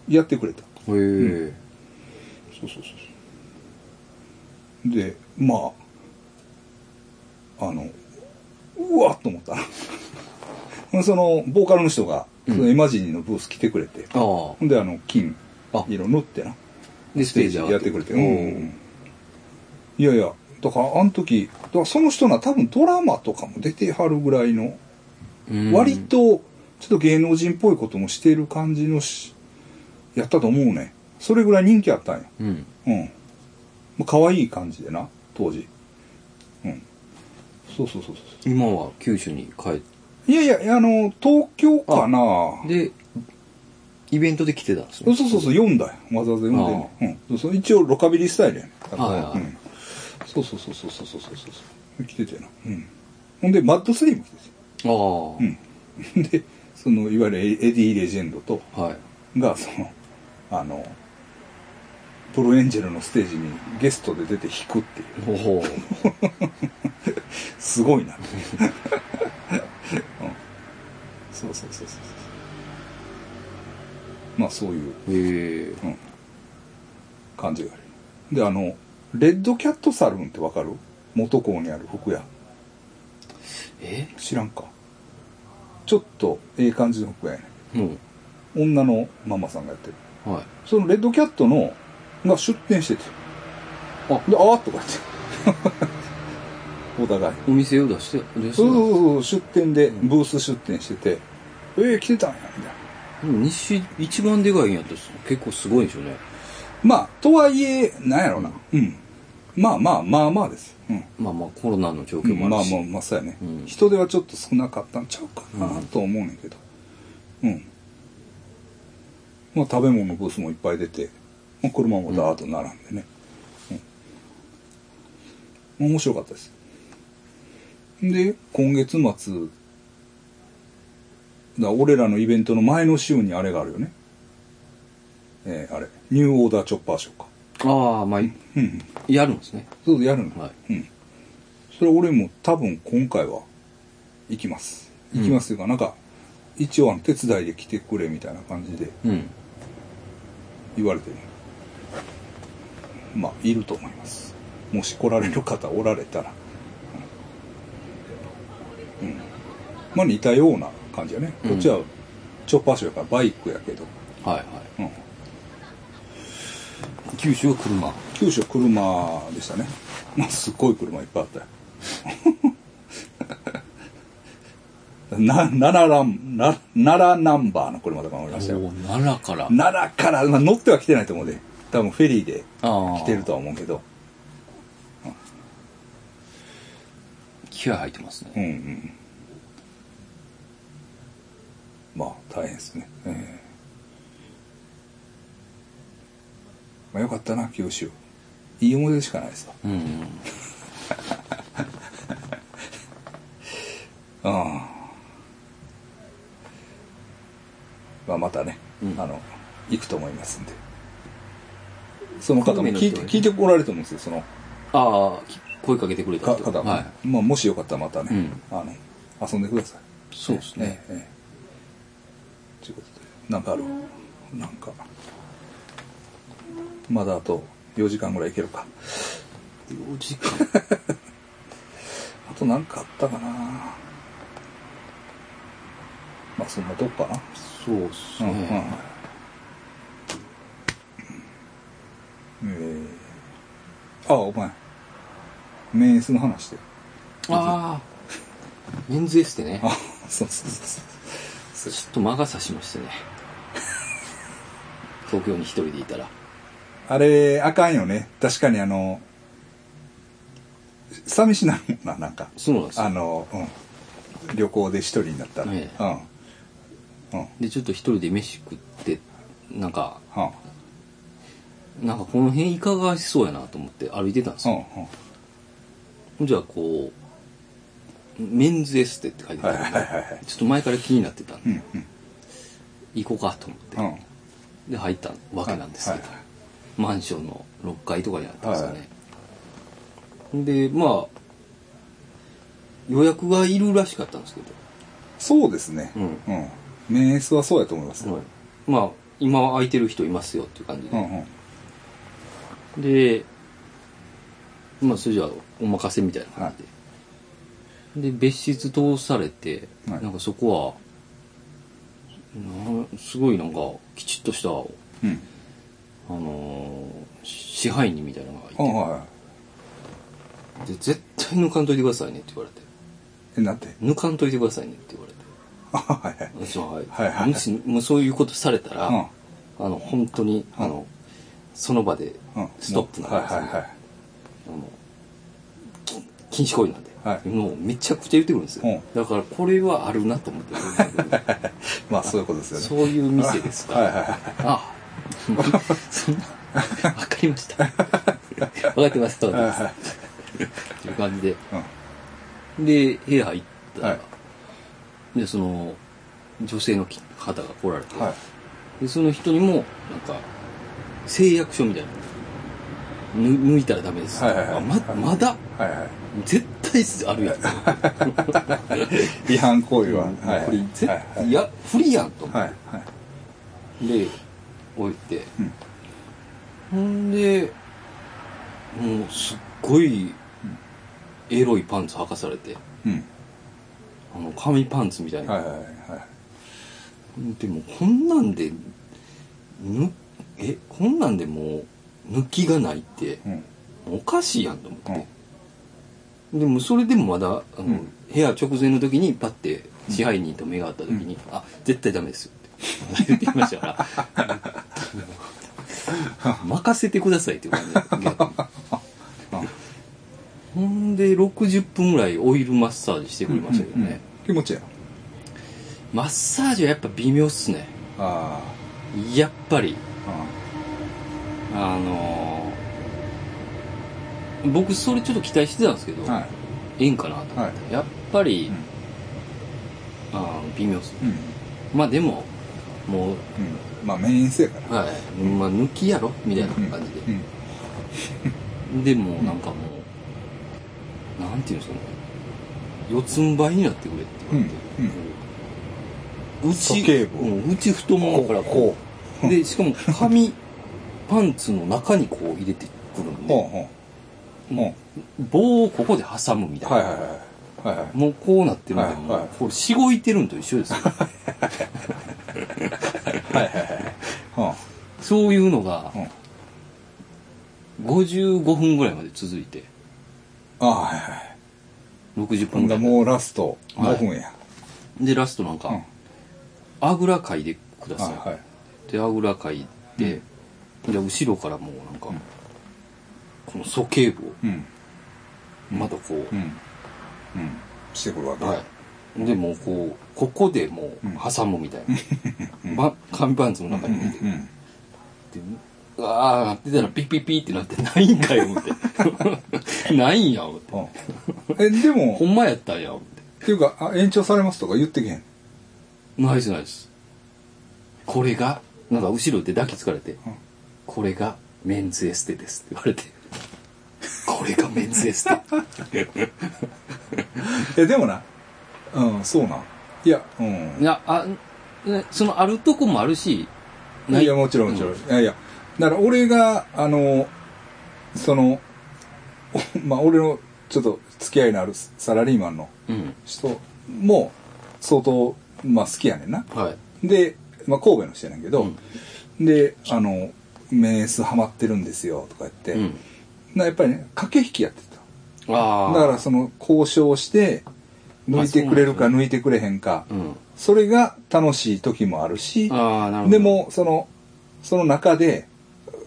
Speaker 1: やってくれた
Speaker 3: え
Speaker 1: そうそうそうそうでまああのうわっと思ったな (laughs) そのボーカルの人が、
Speaker 2: うん
Speaker 1: そのエマジニのブース来てくれて
Speaker 3: ああ
Speaker 1: ほんであの金
Speaker 3: あ
Speaker 1: 色塗ってな
Speaker 3: でステージ上が
Speaker 1: やってくれて、
Speaker 3: う
Speaker 1: うんんいやいやだからあの時だからその人な多分ドラマとかも出てはるぐらいの
Speaker 2: うん
Speaker 1: 割とちょっと芸能人っぽいこともしている感じのしやったと思うねそれぐらい人気あったんや
Speaker 2: うん
Speaker 1: うんまあ可愛い感じでな当時うんそうそうそうそ
Speaker 2: 今は九州に帰っ
Speaker 1: ういやいやあの東京かな
Speaker 2: て、イベントで来てたんです
Speaker 1: そう
Speaker 2: ね。
Speaker 1: そうそうそう読んだよわざわざ読んでんねうんそうそう一応ロカビリースタイルやねだから
Speaker 2: はいは
Speaker 1: う
Speaker 2: い
Speaker 1: んそうそうそうそうそうそうそうそう来ててなうんほんでマッドスリーも来てて
Speaker 2: ああ、
Speaker 1: うん (laughs) でそのいわゆるエエディ・レジェンドと
Speaker 2: はい。
Speaker 1: がそのあのプロエンジェルのステージにゲストで出て弾くっていう (laughs)
Speaker 2: ほほ
Speaker 1: すごいな、うん、そうそうそうそうそうまあそういう、
Speaker 2: う。へえ。
Speaker 1: うん、感じがあるであのレッドキャットサルーンってわかる元港にある服屋
Speaker 2: え
Speaker 1: 知らんかちょっとええ感じの服屋やね
Speaker 2: も
Speaker 1: 女のママさんがやってる
Speaker 2: う、はい。
Speaker 1: そのレッドキャットのが出店しててあでああとか言って (laughs) お互い
Speaker 2: お店を出して、出して
Speaker 1: そう
Speaker 2: た。
Speaker 1: そうそう出店でブース出店してて、ええ来てたんやみたいな
Speaker 2: でも西、一番でかいんやったら結構すごいんでしょうね。
Speaker 1: まあとはいえなんやろなうん、まあまあまあまあですうん
Speaker 2: まあまあコロナの状況
Speaker 1: まあ
Speaker 2: も
Speaker 1: ま
Speaker 2: あ
Speaker 1: あ
Speaker 2: るし。
Speaker 1: まあそうやね、
Speaker 2: うん
Speaker 1: 人手はちょっと少なかったんちゃうかなと思うねんけどうん、まあ食べ物のブースもいっぱい出て、まあ、車もダーッと並んでね、うん面白かったですで今月末だ俺らのイベントの前の週にあれがあるよねえーあれニューオーダーチョッパーショーか
Speaker 2: ああ、まあ、
Speaker 1: うんうん
Speaker 2: やるんですね。
Speaker 1: そうやるの、
Speaker 2: はい。
Speaker 1: うん。それ俺も多分今回は行きます。行きますというか、なんか、一応あの手伝いで来てくれみたいな感じで
Speaker 2: うん。
Speaker 1: 言われてる。まあ、いると思います。もし来られる方おられたら。うん。うんまあ似たような感じやね。
Speaker 2: うん
Speaker 1: こっちはチョッパーショーやからバイクやけど。
Speaker 2: はいはい。
Speaker 1: うん。
Speaker 2: 九州は車。
Speaker 1: 九州は車でしたね。まあ、すっごい車いっぱいあったよ。 (laughs) な、奈良ラン、な、奈良ナンバーの車とかもありましたよ。
Speaker 2: お奈良から。
Speaker 1: 奈良から、まあ、乗っては来てないと思うで。多分フェリーで
Speaker 2: ああ。
Speaker 1: 来てるとは思うけど。
Speaker 2: 気合入ってます
Speaker 1: うん
Speaker 2: ね。
Speaker 1: うん。まあ、大変ですね。ええまあ、よかったな、九州。いい思い出しかないですわ。
Speaker 2: うん。
Speaker 1: ああまあまたね、
Speaker 2: うん
Speaker 1: あの行くと思いますんでその方も聞いて
Speaker 2: 興味の人はね
Speaker 1: 聞いてこられると思うんですよその
Speaker 2: ああ、き声かけてくれた
Speaker 1: か
Speaker 2: 人。
Speaker 1: 方も、
Speaker 2: はい。
Speaker 1: まあ、もしよかったらまたね、あの遊んでください
Speaker 2: そうですね。
Speaker 1: ええええということでなんかあるなんかまだあと4時間ぐらいいけるか
Speaker 2: 4時間。
Speaker 1: あとなんかあったかなまあそんなとこかな
Speaker 2: そうですね。
Speaker 1: うんうんえー、あ、お前、メンエスの話で。
Speaker 2: ああ。メンズエステね。
Speaker 1: あ、そうそうそう
Speaker 2: ちょっと魔が差しま
Speaker 1: (laughs)
Speaker 2: してね。東京に一人でいたら。
Speaker 1: あれ、あかんよね。確かにあの、寂しなるもんな、なんか。
Speaker 2: そうなんです
Speaker 1: あ
Speaker 2: よ。
Speaker 1: の、うん。旅行で一人になったら。
Speaker 2: え
Speaker 1: うん。うん。
Speaker 2: で、ちょっと一人で飯食って、なんか、
Speaker 1: は
Speaker 2: なんかこの辺いかがしそうやなと思って歩いてたんです
Speaker 1: うん。
Speaker 2: よ。
Speaker 1: うん。
Speaker 2: じゃあこう、メンズエステって書いてあ
Speaker 1: はい
Speaker 2: っ
Speaker 1: はい
Speaker 2: た
Speaker 1: は
Speaker 2: ん
Speaker 1: い
Speaker 2: で、
Speaker 1: はい。
Speaker 2: ちょっと前から気になってた
Speaker 1: う
Speaker 2: んで、
Speaker 1: ん。うん。
Speaker 2: 行こうかと思って、
Speaker 1: うん。
Speaker 2: で入ったわけなんですけど、
Speaker 1: はいはい
Speaker 2: マンションの6階とかにあったんですよね
Speaker 1: は、
Speaker 2: でまあ予約がいるらしかったんですけ
Speaker 1: そうですね。
Speaker 2: うん
Speaker 1: うん。メンエスはそうやと思います。
Speaker 2: ど、まあ今は空いてる人いますよっていう感じ
Speaker 1: う
Speaker 2: で、
Speaker 1: んうん。
Speaker 2: でまあそれじゃあお任せみたいな感じで、で別室通されて、
Speaker 1: はい
Speaker 2: なんかそこはなすごいなんかきちっとした
Speaker 1: うん。
Speaker 2: あのー支配人みたいなのがいて、
Speaker 1: うん、はいはい。
Speaker 2: で絶対抜かんといてくださいねって言われて
Speaker 1: え、なんて。
Speaker 2: 抜かんといてくださいねって言われて
Speaker 1: あはいはい。
Speaker 2: そうはい、
Speaker 1: はいはい
Speaker 2: もしもうそういうことされたら、
Speaker 1: うん
Speaker 2: あの本当に、あのその場で
Speaker 1: うん
Speaker 2: ストップなんで
Speaker 1: はいはいはい。
Speaker 2: あのき禁止行為なんで
Speaker 1: はい
Speaker 2: もうめちゃくちゃ言ってくるんですよ、
Speaker 1: うん
Speaker 2: だからこれはあるなと思って
Speaker 1: (laughs) まあそういうことですよね
Speaker 2: そういう店ですか
Speaker 1: はいはいはい
Speaker 2: ああそんなわかりましたわかってますわかってますっていう感じで
Speaker 1: うん
Speaker 2: で部屋入ったら、
Speaker 1: は
Speaker 2: でその女性の方が来られて、
Speaker 1: はい
Speaker 2: でその人にもなんか誓約書みたいなぬ抜いたらダメです、
Speaker 1: はいはいはい
Speaker 2: あままだ
Speaker 1: はいは
Speaker 2: 絶対あるや
Speaker 1: い違反行為は、
Speaker 2: つ、
Speaker 1: はい
Speaker 2: これ絶
Speaker 1: はい
Speaker 2: 対いや不利やんと思って、
Speaker 1: はいはい
Speaker 2: で置いて、
Speaker 1: うん
Speaker 2: ほんでもうすっごいエロいパンツ履かされて
Speaker 1: うん
Speaker 2: あの紙パンツみたいな、
Speaker 1: はいはいはいはい
Speaker 2: でもこんなんでぬえこんなんでもう抜きがないって
Speaker 1: うん
Speaker 2: おかしいやんと思
Speaker 1: う
Speaker 2: っ
Speaker 1: ん
Speaker 2: て、でもそれでもまだあの、
Speaker 1: ん
Speaker 2: 部屋直前の時にパッて支配人と目が合った時に「あ絶対ダメですよ」って言ってきましたから (laughs) 「任せてください」って言われて逆にほんで60分ぐらいオイルマッサージしてくれましたけどね、
Speaker 1: うんうん気持ちいいや
Speaker 2: マッサージはやっぱ微妙っすね
Speaker 1: あ
Speaker 2: やっぱり
Speaker 1: ーあ
Speaker 2: あのー僕それちょっと期待してたんですけど、
Speaker 1: ーはい
Speaker 2: いいんかなと思って、やっぱり、あー微妙です
Speaker 1: うん
Speaker 2: まあでもも
Speaker 1: うんまあメイン性やから
Speaker 2: う、はいまあ、抜きやろみたいな感じで、
Speaker 1: うん
Speaker 2: でもなんかもうなんていうんですかね四つん這いになってくれって言われて、
Speaker 1: うん
Speaker 2: うち
Speaker 1: 鼠径部
Speaker 2: うんうち太ももからこう (laughs) でしかも紙パンツの中にこう入れてくるん
Speaker 1: ほう
Speaker 2: で
Speaker 1: ほうほ
Speaker 2: 棒をここで挟むみたいうな、
Speaker 1: はいはいはいはいはい
Speaker 2: もうこうなってるんで、
Speaker 1: はい
Speaker 2: も
Speaker 1: は
Speaker 2: う
Speaker 1: い
Speaker 2: これしごいてるんと一緒ですよ
Speaker 1: はいはいはいは
Speaker 2: そういうの
Speaker 1: あ
Speaker 2: が
Speaker 1: うん
Speaker 2: 55分ぐらいまで続いて
Speaker 1: あーはいはい
Speaker 2: 60
Speaker 1: ほ
Speaker 2: 分
Speaker 1: ん
Speaker 2: ぐ
Speaker 1: だ
Speaker 2: らい
Speaker 1: もうラスト
Speaker 2: はい
Speaker 1: 5分や
Speaker 2: でラストなんか、
Speaker 1: うん
Speaker 2: あぐらかいでください、
Speaker 1: はいはい
Speaker 2: であぐらかいで、で後ろからもうなんか、この鼠径部を
Speaker 1: うん
Speaker 2: またこ
Speaker 1: う
Speaker 2: う、
Speaker 1: んうんしてくるわけ
Speaker 2: はいでもうこうここでもう挟むみたいな、ば紙パンツの中に入れて、
Speaker 1: うんうん
Speaker 2: うわーなってたらピッピッピッってなってないんかよ思っ
Speaker 1: (laughs)
Speaker 2: てないんや思って
Speaker 1: うんえでも
Speaker 2: ほんまやったんや思って
Speaker 1: っていうかあ延長されますとか言ってけ (laughs) へん
Speaker 2: ナイスナイスこれがなんか後ろで抱きつかれて、これがメンズエステですって言われてこれがメン
Speaker 1: (laughs)
Speaker 2: ズエステ
Speaker 1: えでもなうんそうなんいやうん
Speaker 2: いやあねそのあるとこもあるし
Speaker 1: いや、もちろん、もちろん。いやいや。だから、俺が、あの、その、 (laughs) おまあ、俺の、ちょっと、付き合いのあるサラリーマンの
Speaker 2: うん、
Speaker 1: 人も、相当、まあ、好きやねんな。
Speaker 2: はい
Speaker 1: で、まあ、神戸の人やねんけど、で、あの、メースハマってるんですよ、とか言って、
Speaker 2: うん
Speaker 1: なやっぱりね、駆け引きやって
Speaker 2: あ
Speaker 1: た。
Speaker 2: あ
Speaker 1: だから、その、交渉して、抜いてくれるか
Speaker 2: あそうなん
Speaker 1: 抜いてくれへんか、
Speaker 2: うん、
Speaker 1: それが楽しい時もあるし、
Speaker 2: ああなるほど
Speaker 1: でも、その、その中で、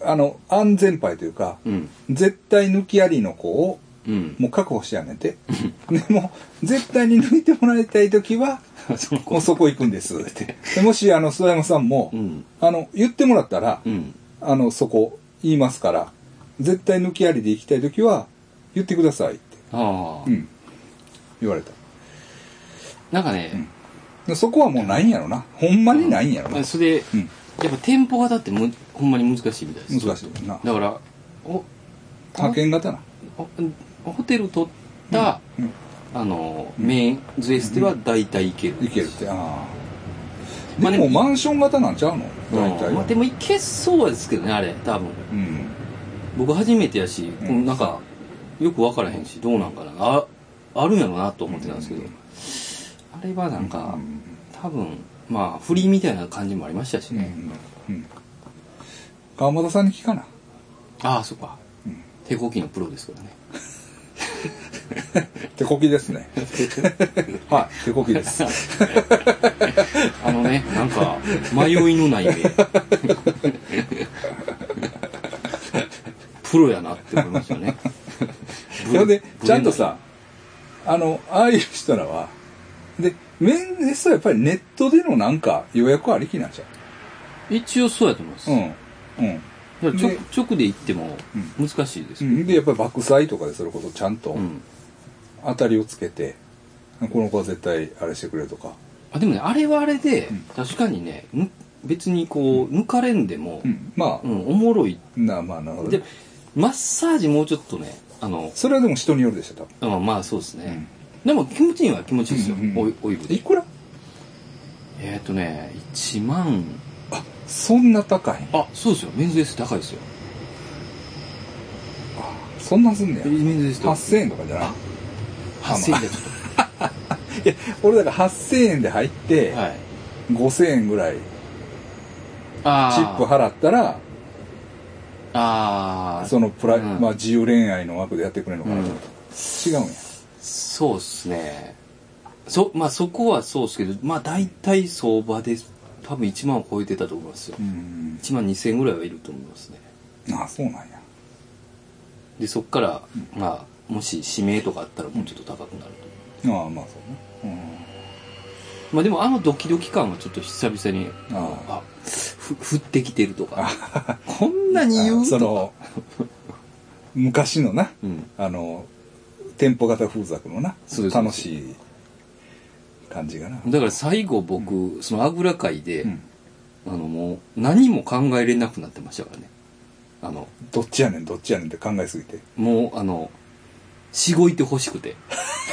Speaker 1: あの、安全牌というか、
Speaker 2: うん
Speaker 1: 絶対抜きありの子を、
Speaker 2: うん
Speaker 1: もう確保してやめて。でも、絶対に抜いてもらいたいときは、
Speaker 2: (laughs) その
Speaker 1: もうそこ行くんです。って。でもし、あの、諏訪山さんも、
Speaker 2: うん
Speaker 1: あの、言ってもらったら、
Speaker 2: うん
Speaker 1: あの、そこ言いますから、絶対抜きありで行きたいときは、言ってくださいって。
Speaker 2: ああ、
Speaker 1: うん。言われた。
Speaker 2: なんかね、
Speaker 1: でそこはもうないんやろな。ほんまにないんやろな。
Speaker 2: それで、
Speaker 1: うん。
Speaker 2: やっぱ店舗型ってむほんまに難しいみたいです
Speaker 1: 難しいもんな。
Speaker 2: だからお
Speaker 1: 派遣型な。
Speaker 2: おおホテル取った、
Speaker 1: うん。
Speaker 2: あのメインズエステは大体いける、
Speaker 1: いけるってあ
Speaker 2: まあ
Speaker 1: あで
Speaker 2: ね
Speaker 1: もマンション型なんちゃうの
Speaker 2: うん
Speaker 1: 大体
Speaker 2: まあ、でもいけそうですけどねあれ多分
Speaker 1: うん
Speaker 2: 僕初めてやし、こ
Speaker 1: ん
Speaker 2: のなんかよく分からへんしどうなんかなああるんやろうなと思ってたんですけど、あれはなんか、
Speaker 1: うん
Speaker 2: 多分まあフリーみたいな感じもありましたし
Speaker 1: う
Speaker 2: ね、
Speaker 1: んうん川本さんに聞かな
Speaker 2: ああそっか、
Speaker 1: うん
Speaker 2: 手こきのプロですからね
Speaker 1: 手こきですねはい手こきです
Speaker 2: あのね、なんか、迷いのないねプロやなって思いましたね。
Speaker 1: それでちゃんとさあの、ああいう人らは、で、面接はやっぱりネットでのなんか予約ありきなんちゃ
Speaker 2: 一応そうやと思います。
Speaker 1: ううん。うん。
Speaker 2: だから直
Speaker 1: で
Speaker 2: 直で行っても難しいです
Speaker 1: う
Speaker 2: よ。
Speaker 1: ん、で、やっぱり爆災とかでそれこそちゃんと
Speaker 2: うん
Speaker 1: 当たりをつけて、この子は絶対あれしてくれとか。
Speaker 2: あでもね、あれはあれで、
Speaker 1: うん
Speaker 2: 確かにね、ぬ別にこう、抜かれんでも、
Speaker 1: う
Speaker 2: うん
Speaker 1: ん。まあ、
Speaker 2: おもろい。
Speaker 1: なまあ、なるほど
Speaker 2: で。、マッサージもうちょっとね、あの、
Speaker 1: それはでも人によるでしょ、多分。
Speaker 2: うんまあそうですね。でも気持ちいいは気持ちいいですよ、
Speaker 1: うんうんうん
Speaker 2: オイオイル
Speaker 1: い
Speaker 2: で。
Speaker 1: くら
Speaker 2: えっ、とね、1万、
Speaker 1: あ、そんな高い。
Speaker 2: あ、そうですよ、メンズエステ高いですよ。
Speaker 1: そんなすんね
Speaker 2: メ
Speaker 1: や。
Speaker 2: ンズエステ。
Speaker 1: 8000円とかじゃない
Speaker 2: あ8000円でちょっ
Speaker 1: いや、俺だから8000円で入って、
Speaker 2: と。はい。
Speaker 1: 5000円ぐらい
Speaker 2: あ
Speaker 1: チップ払ったら、
Speaker 2: ああ、
Speaker 1: そのプライ、
Speaker 2: うん
Speaker 1: まあ自由恋愛の枠でやってくれるのかなと思った、違うんや。
Speaker 2: そうですね。そ、まあそこはそうですけど、まあ大体相場で多分1万を超えてたと思いますよ
Speaker 1: う。ん。
Speaker 2: 1万2000ぐらいはいると思いますね。
Speaker 1: ああ、そうなんや。
Speaker 2: で、そっから、まあ、もし指名とかあったらもうちょっと高くなると。
Speaker 1: ああ、まあそうね。
Speaker 2: まあでもあのドキドキ感はちょっと久々に、
Speaker 1: あ
Speaker 2: あ、ふ、降ってきてるとか、こんなに
Speaker 1: うん。
Speaker 2: 言
Speaker 1: あ
Speaker 2: う
Speaker 1: そ
Speaker 2: とか。
Speaker 1: の、昔のな、
Speaker 2: うん。
Speaker 1: あの、店舗型風俗のな
Speaker 2: そうで、す
Speaker 1: 楽しい感じがな。
Speaker 2: だから最後僕、そのあぐら会で、
Speaker 1: うん。
Speaker 2: あのもう何も考えれなくなってましたからね。あの、
Speaker 1: どっちやねん、どっちやねんって考えすぎて。
Speaker 2: もう、あの、しごいて欲しくて。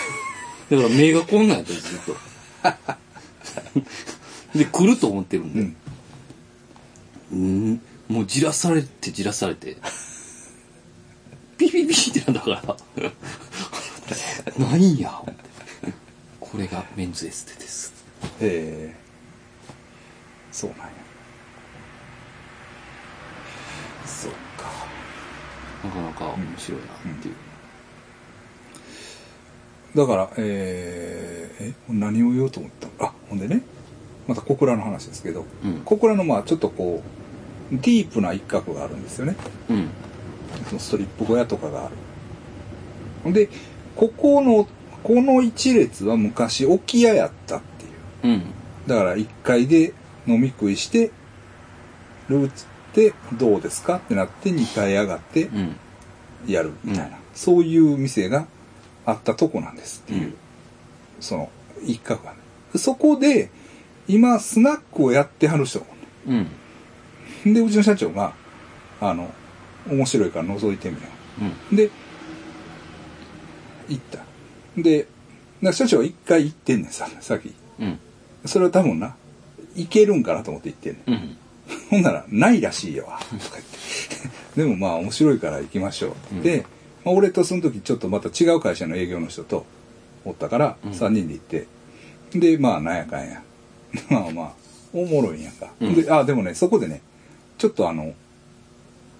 Speaker 2: (laughs) だから目がこんなんやったんです、ずっ (laughs) と。で、来ると思ってるんで。
Speaker 1: うん
Speaker 2: うん、もうじらされてじらされて。ピピピってなんだから。 (laughs) ないんや、思ってこれがメンズエステです。
Speaker 1: ええそうなんやそうか
Speaker 2: なかなか面白いなっていう。
Speaker 1: だからえーえ何を言おうと思ったのあほんでねまた小倉の話ですけど、
Speaker 2: うん
Speaker 1: 小倉のまあちょっとこうディープな一角があるんですよね
Speaker 2: うん。
Speaker 1: そのストリップ小屋とかがあるほんでここのこの一列は昔置き屋やったっていう
Speaker 2: うん。
Speaker 1: だから1階で飲み食いして、ルーツってどうですかってなって2階上がって
Speaker 2: うん。
Speaker 1: やるみたいな、
Speaker 2: う
Speaker 1: そういう店があったとこなんですって
Speaker 2: う
Speaker 1: いう、
Speaker 2: ん。
Speaker 1: その一角がね。そこで、今スナックをやってはる人がお
Speaker 2: うん。
Speaker 1: んねんで、うちの社長が、あの、面白いから覗いてみよう。
Speaker 2: うん。
Speaker 1: で、行った。で、な社長は1回行ってんねんさ、さっき。
Speaker 2: うん。
Speaker 1: それは多分な、行けるんかなと思って行ってんねん。
Speaker 2: うん。
Speaker 1: ほんなら、ないらしいよ、とか (laughs) 言って。でもまあ面白いから行きましょう。
Speaker 2: うん
Speaker 1: で、まあ、俺とその時ちょっとまた違う会社の営業の人とおったから、
Speaker 2: うん
Speaker 1: 3人で行って。で、まあなんやかんや。 (laughs) まあまあ、おもろいんやんか。
Speaker 2: うん
Speaker 1: で、あ、でもね、そこでね、ちょっとあの、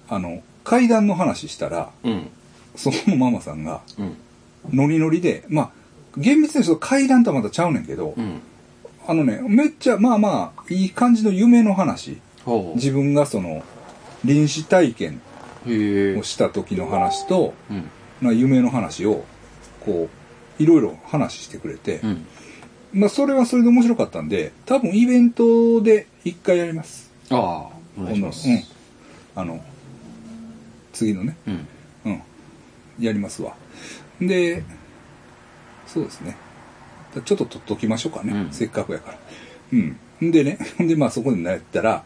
Speaker 1: あの、階段の話したら、
Speaker 2: うん。
Speaker 1: そこのママさんが、
Speaker 2: うん。
Speaker 1: ノリノリで、まあ、厳密に言うと階段とはまたちゃうねんけど、
Speaker 2: うん。
Speaker 1: あのね、めっちゃ、まあまあ、いい感じの夢の話。
Speaker 2: ほ
Speaker 1: 自分がその臨死体験
Speaker 2: う。へえ
Speaker 1: を。した時の話と、
Speaker 2: うん。
Speaker 1: まあ、夢の話をこういろいろ話してくれて、
Speaker 2: うん。
Speaker 1: まあ、それはそれで面白かったんで多分イベントで一回やります
Speaker 2: ああ、お願いします。
Speaker 1: 今度うん、あの次のね、
Speaker 2: うん。
Speaker 1: うん、やりますわでそうですねだちょっと取っときましょうかね、
Speaker 2: うん
Speaker 1: せっかくやからうんでね (laughs) でまあそこでやったら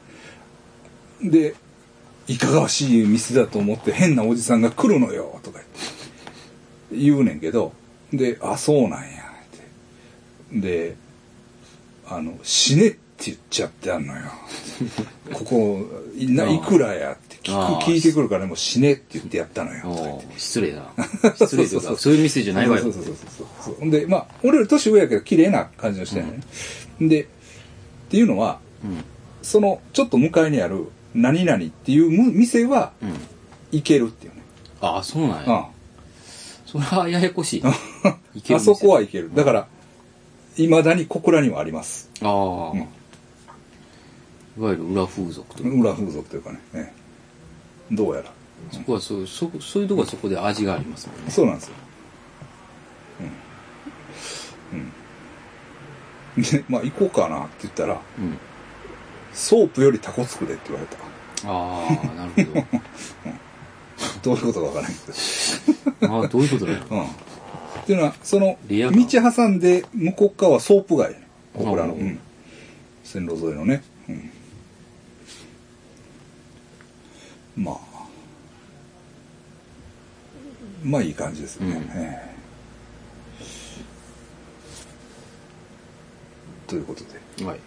Speaker 1: でいかがわしい店だと思って変なおじさんが来るのよとか言って言うねんけどであそうなんやってであの死ねって言っちゃってあんのよここいないくらやって聞
Speaker 2: あ
Speaker 1: く
Speaker 2: ー
Speaker 1: 聞いてくるからもう死ねって言ってやったのよ
Speaker 2: おお失礼な。失礼というか、そういう店じゃないわよ。
Speaker 1: そうそうそうそうそうそうでまあ俺より年上やけど綺麗な感じの人やね、でっていうのは
Speaker 2: うん。
Speaker 1: そのちょっと向かいにある何々っていうむ店は
Speaker 2: うん。
Speaker 1: 行けるっていうね、
Speaker 2: ああ、そうなん
Speaker 1: う
Speaker 2: や。それはややこしい。い
Speaker 1: ん、
Speaker 2: ける
Speaker 1: あそこは行けるだからいまだに小倉にはあります
Speaker 2: ああ、
Speaker 1: うん
Speaker 2: いわゆる裏風俗とか、
Speaker 1: 裏風俗というかね、ええどうやら
Speaker 2: そこはそうそこそういうとこはそこで味がありますもんね
Speaker 1: そうなんですよ、うん。で、まあ行こうかなって言ったら、
Speaker 2: うん。
Speaker 1: ソープよりタコ作れって言われた。
Speaker 2: ああ、なるほ
Speaker 1: どういうことかわからないけど。
Speaker 3: ああ、どういうことだよ。
Speaker 1: うん。っていうのは、その、
Speaker 3: リア
Speaker 1: 道
Speaker 3: カー
Speaker 1: 挟んで向こう側はソープ街。僕らの、
Speaker 3: お
Speaker 1: う
Speaker 3: ー
Speaker 1: ん。線路沿いのね。うん。まあ。まあいい感じですね。
Speaker 2: うん
Speaker 1: ええということで。
Speaker 3: ど。はい。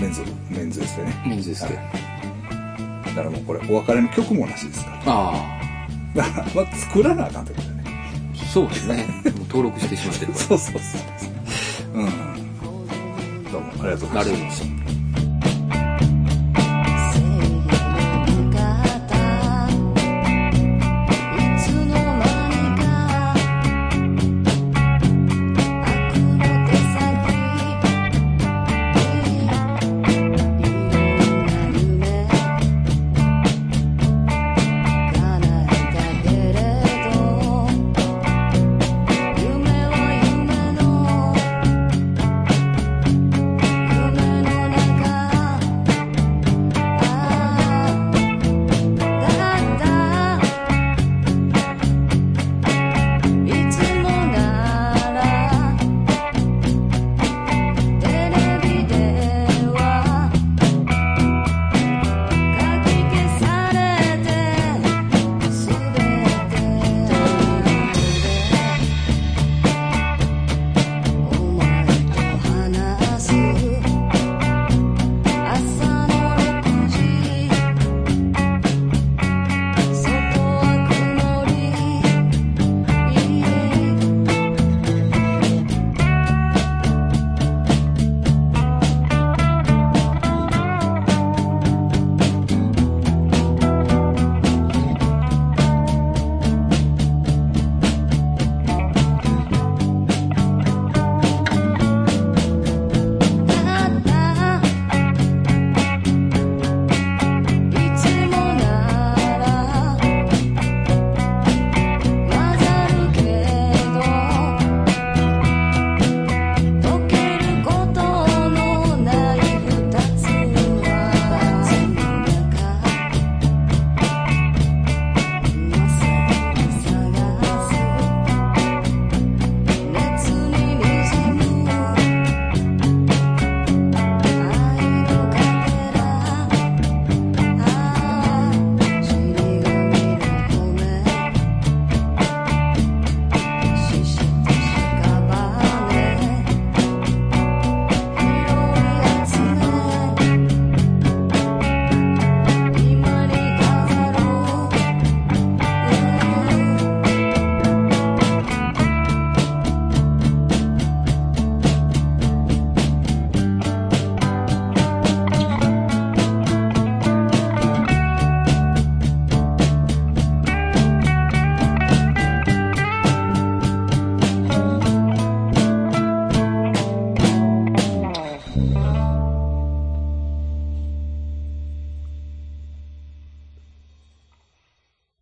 Speaker 1: メンズ、メンズですね。
Speaker 2: メンズですね
Speaker 1: はいだからもうこれ、お別れの曲もなしですから。
Speaker 2: あ
Speaker 1: だから、まあ、作らなあかんってことだね。
Speaker 2: あ、
Speaker 3: そうですね。もう登録してしまってるか
Speaker 1: そうそうそう。うん。どうも、ありがとうござ
Speaker 3: ら。な
Speaker 1: いました。
Speaker 3: るほど。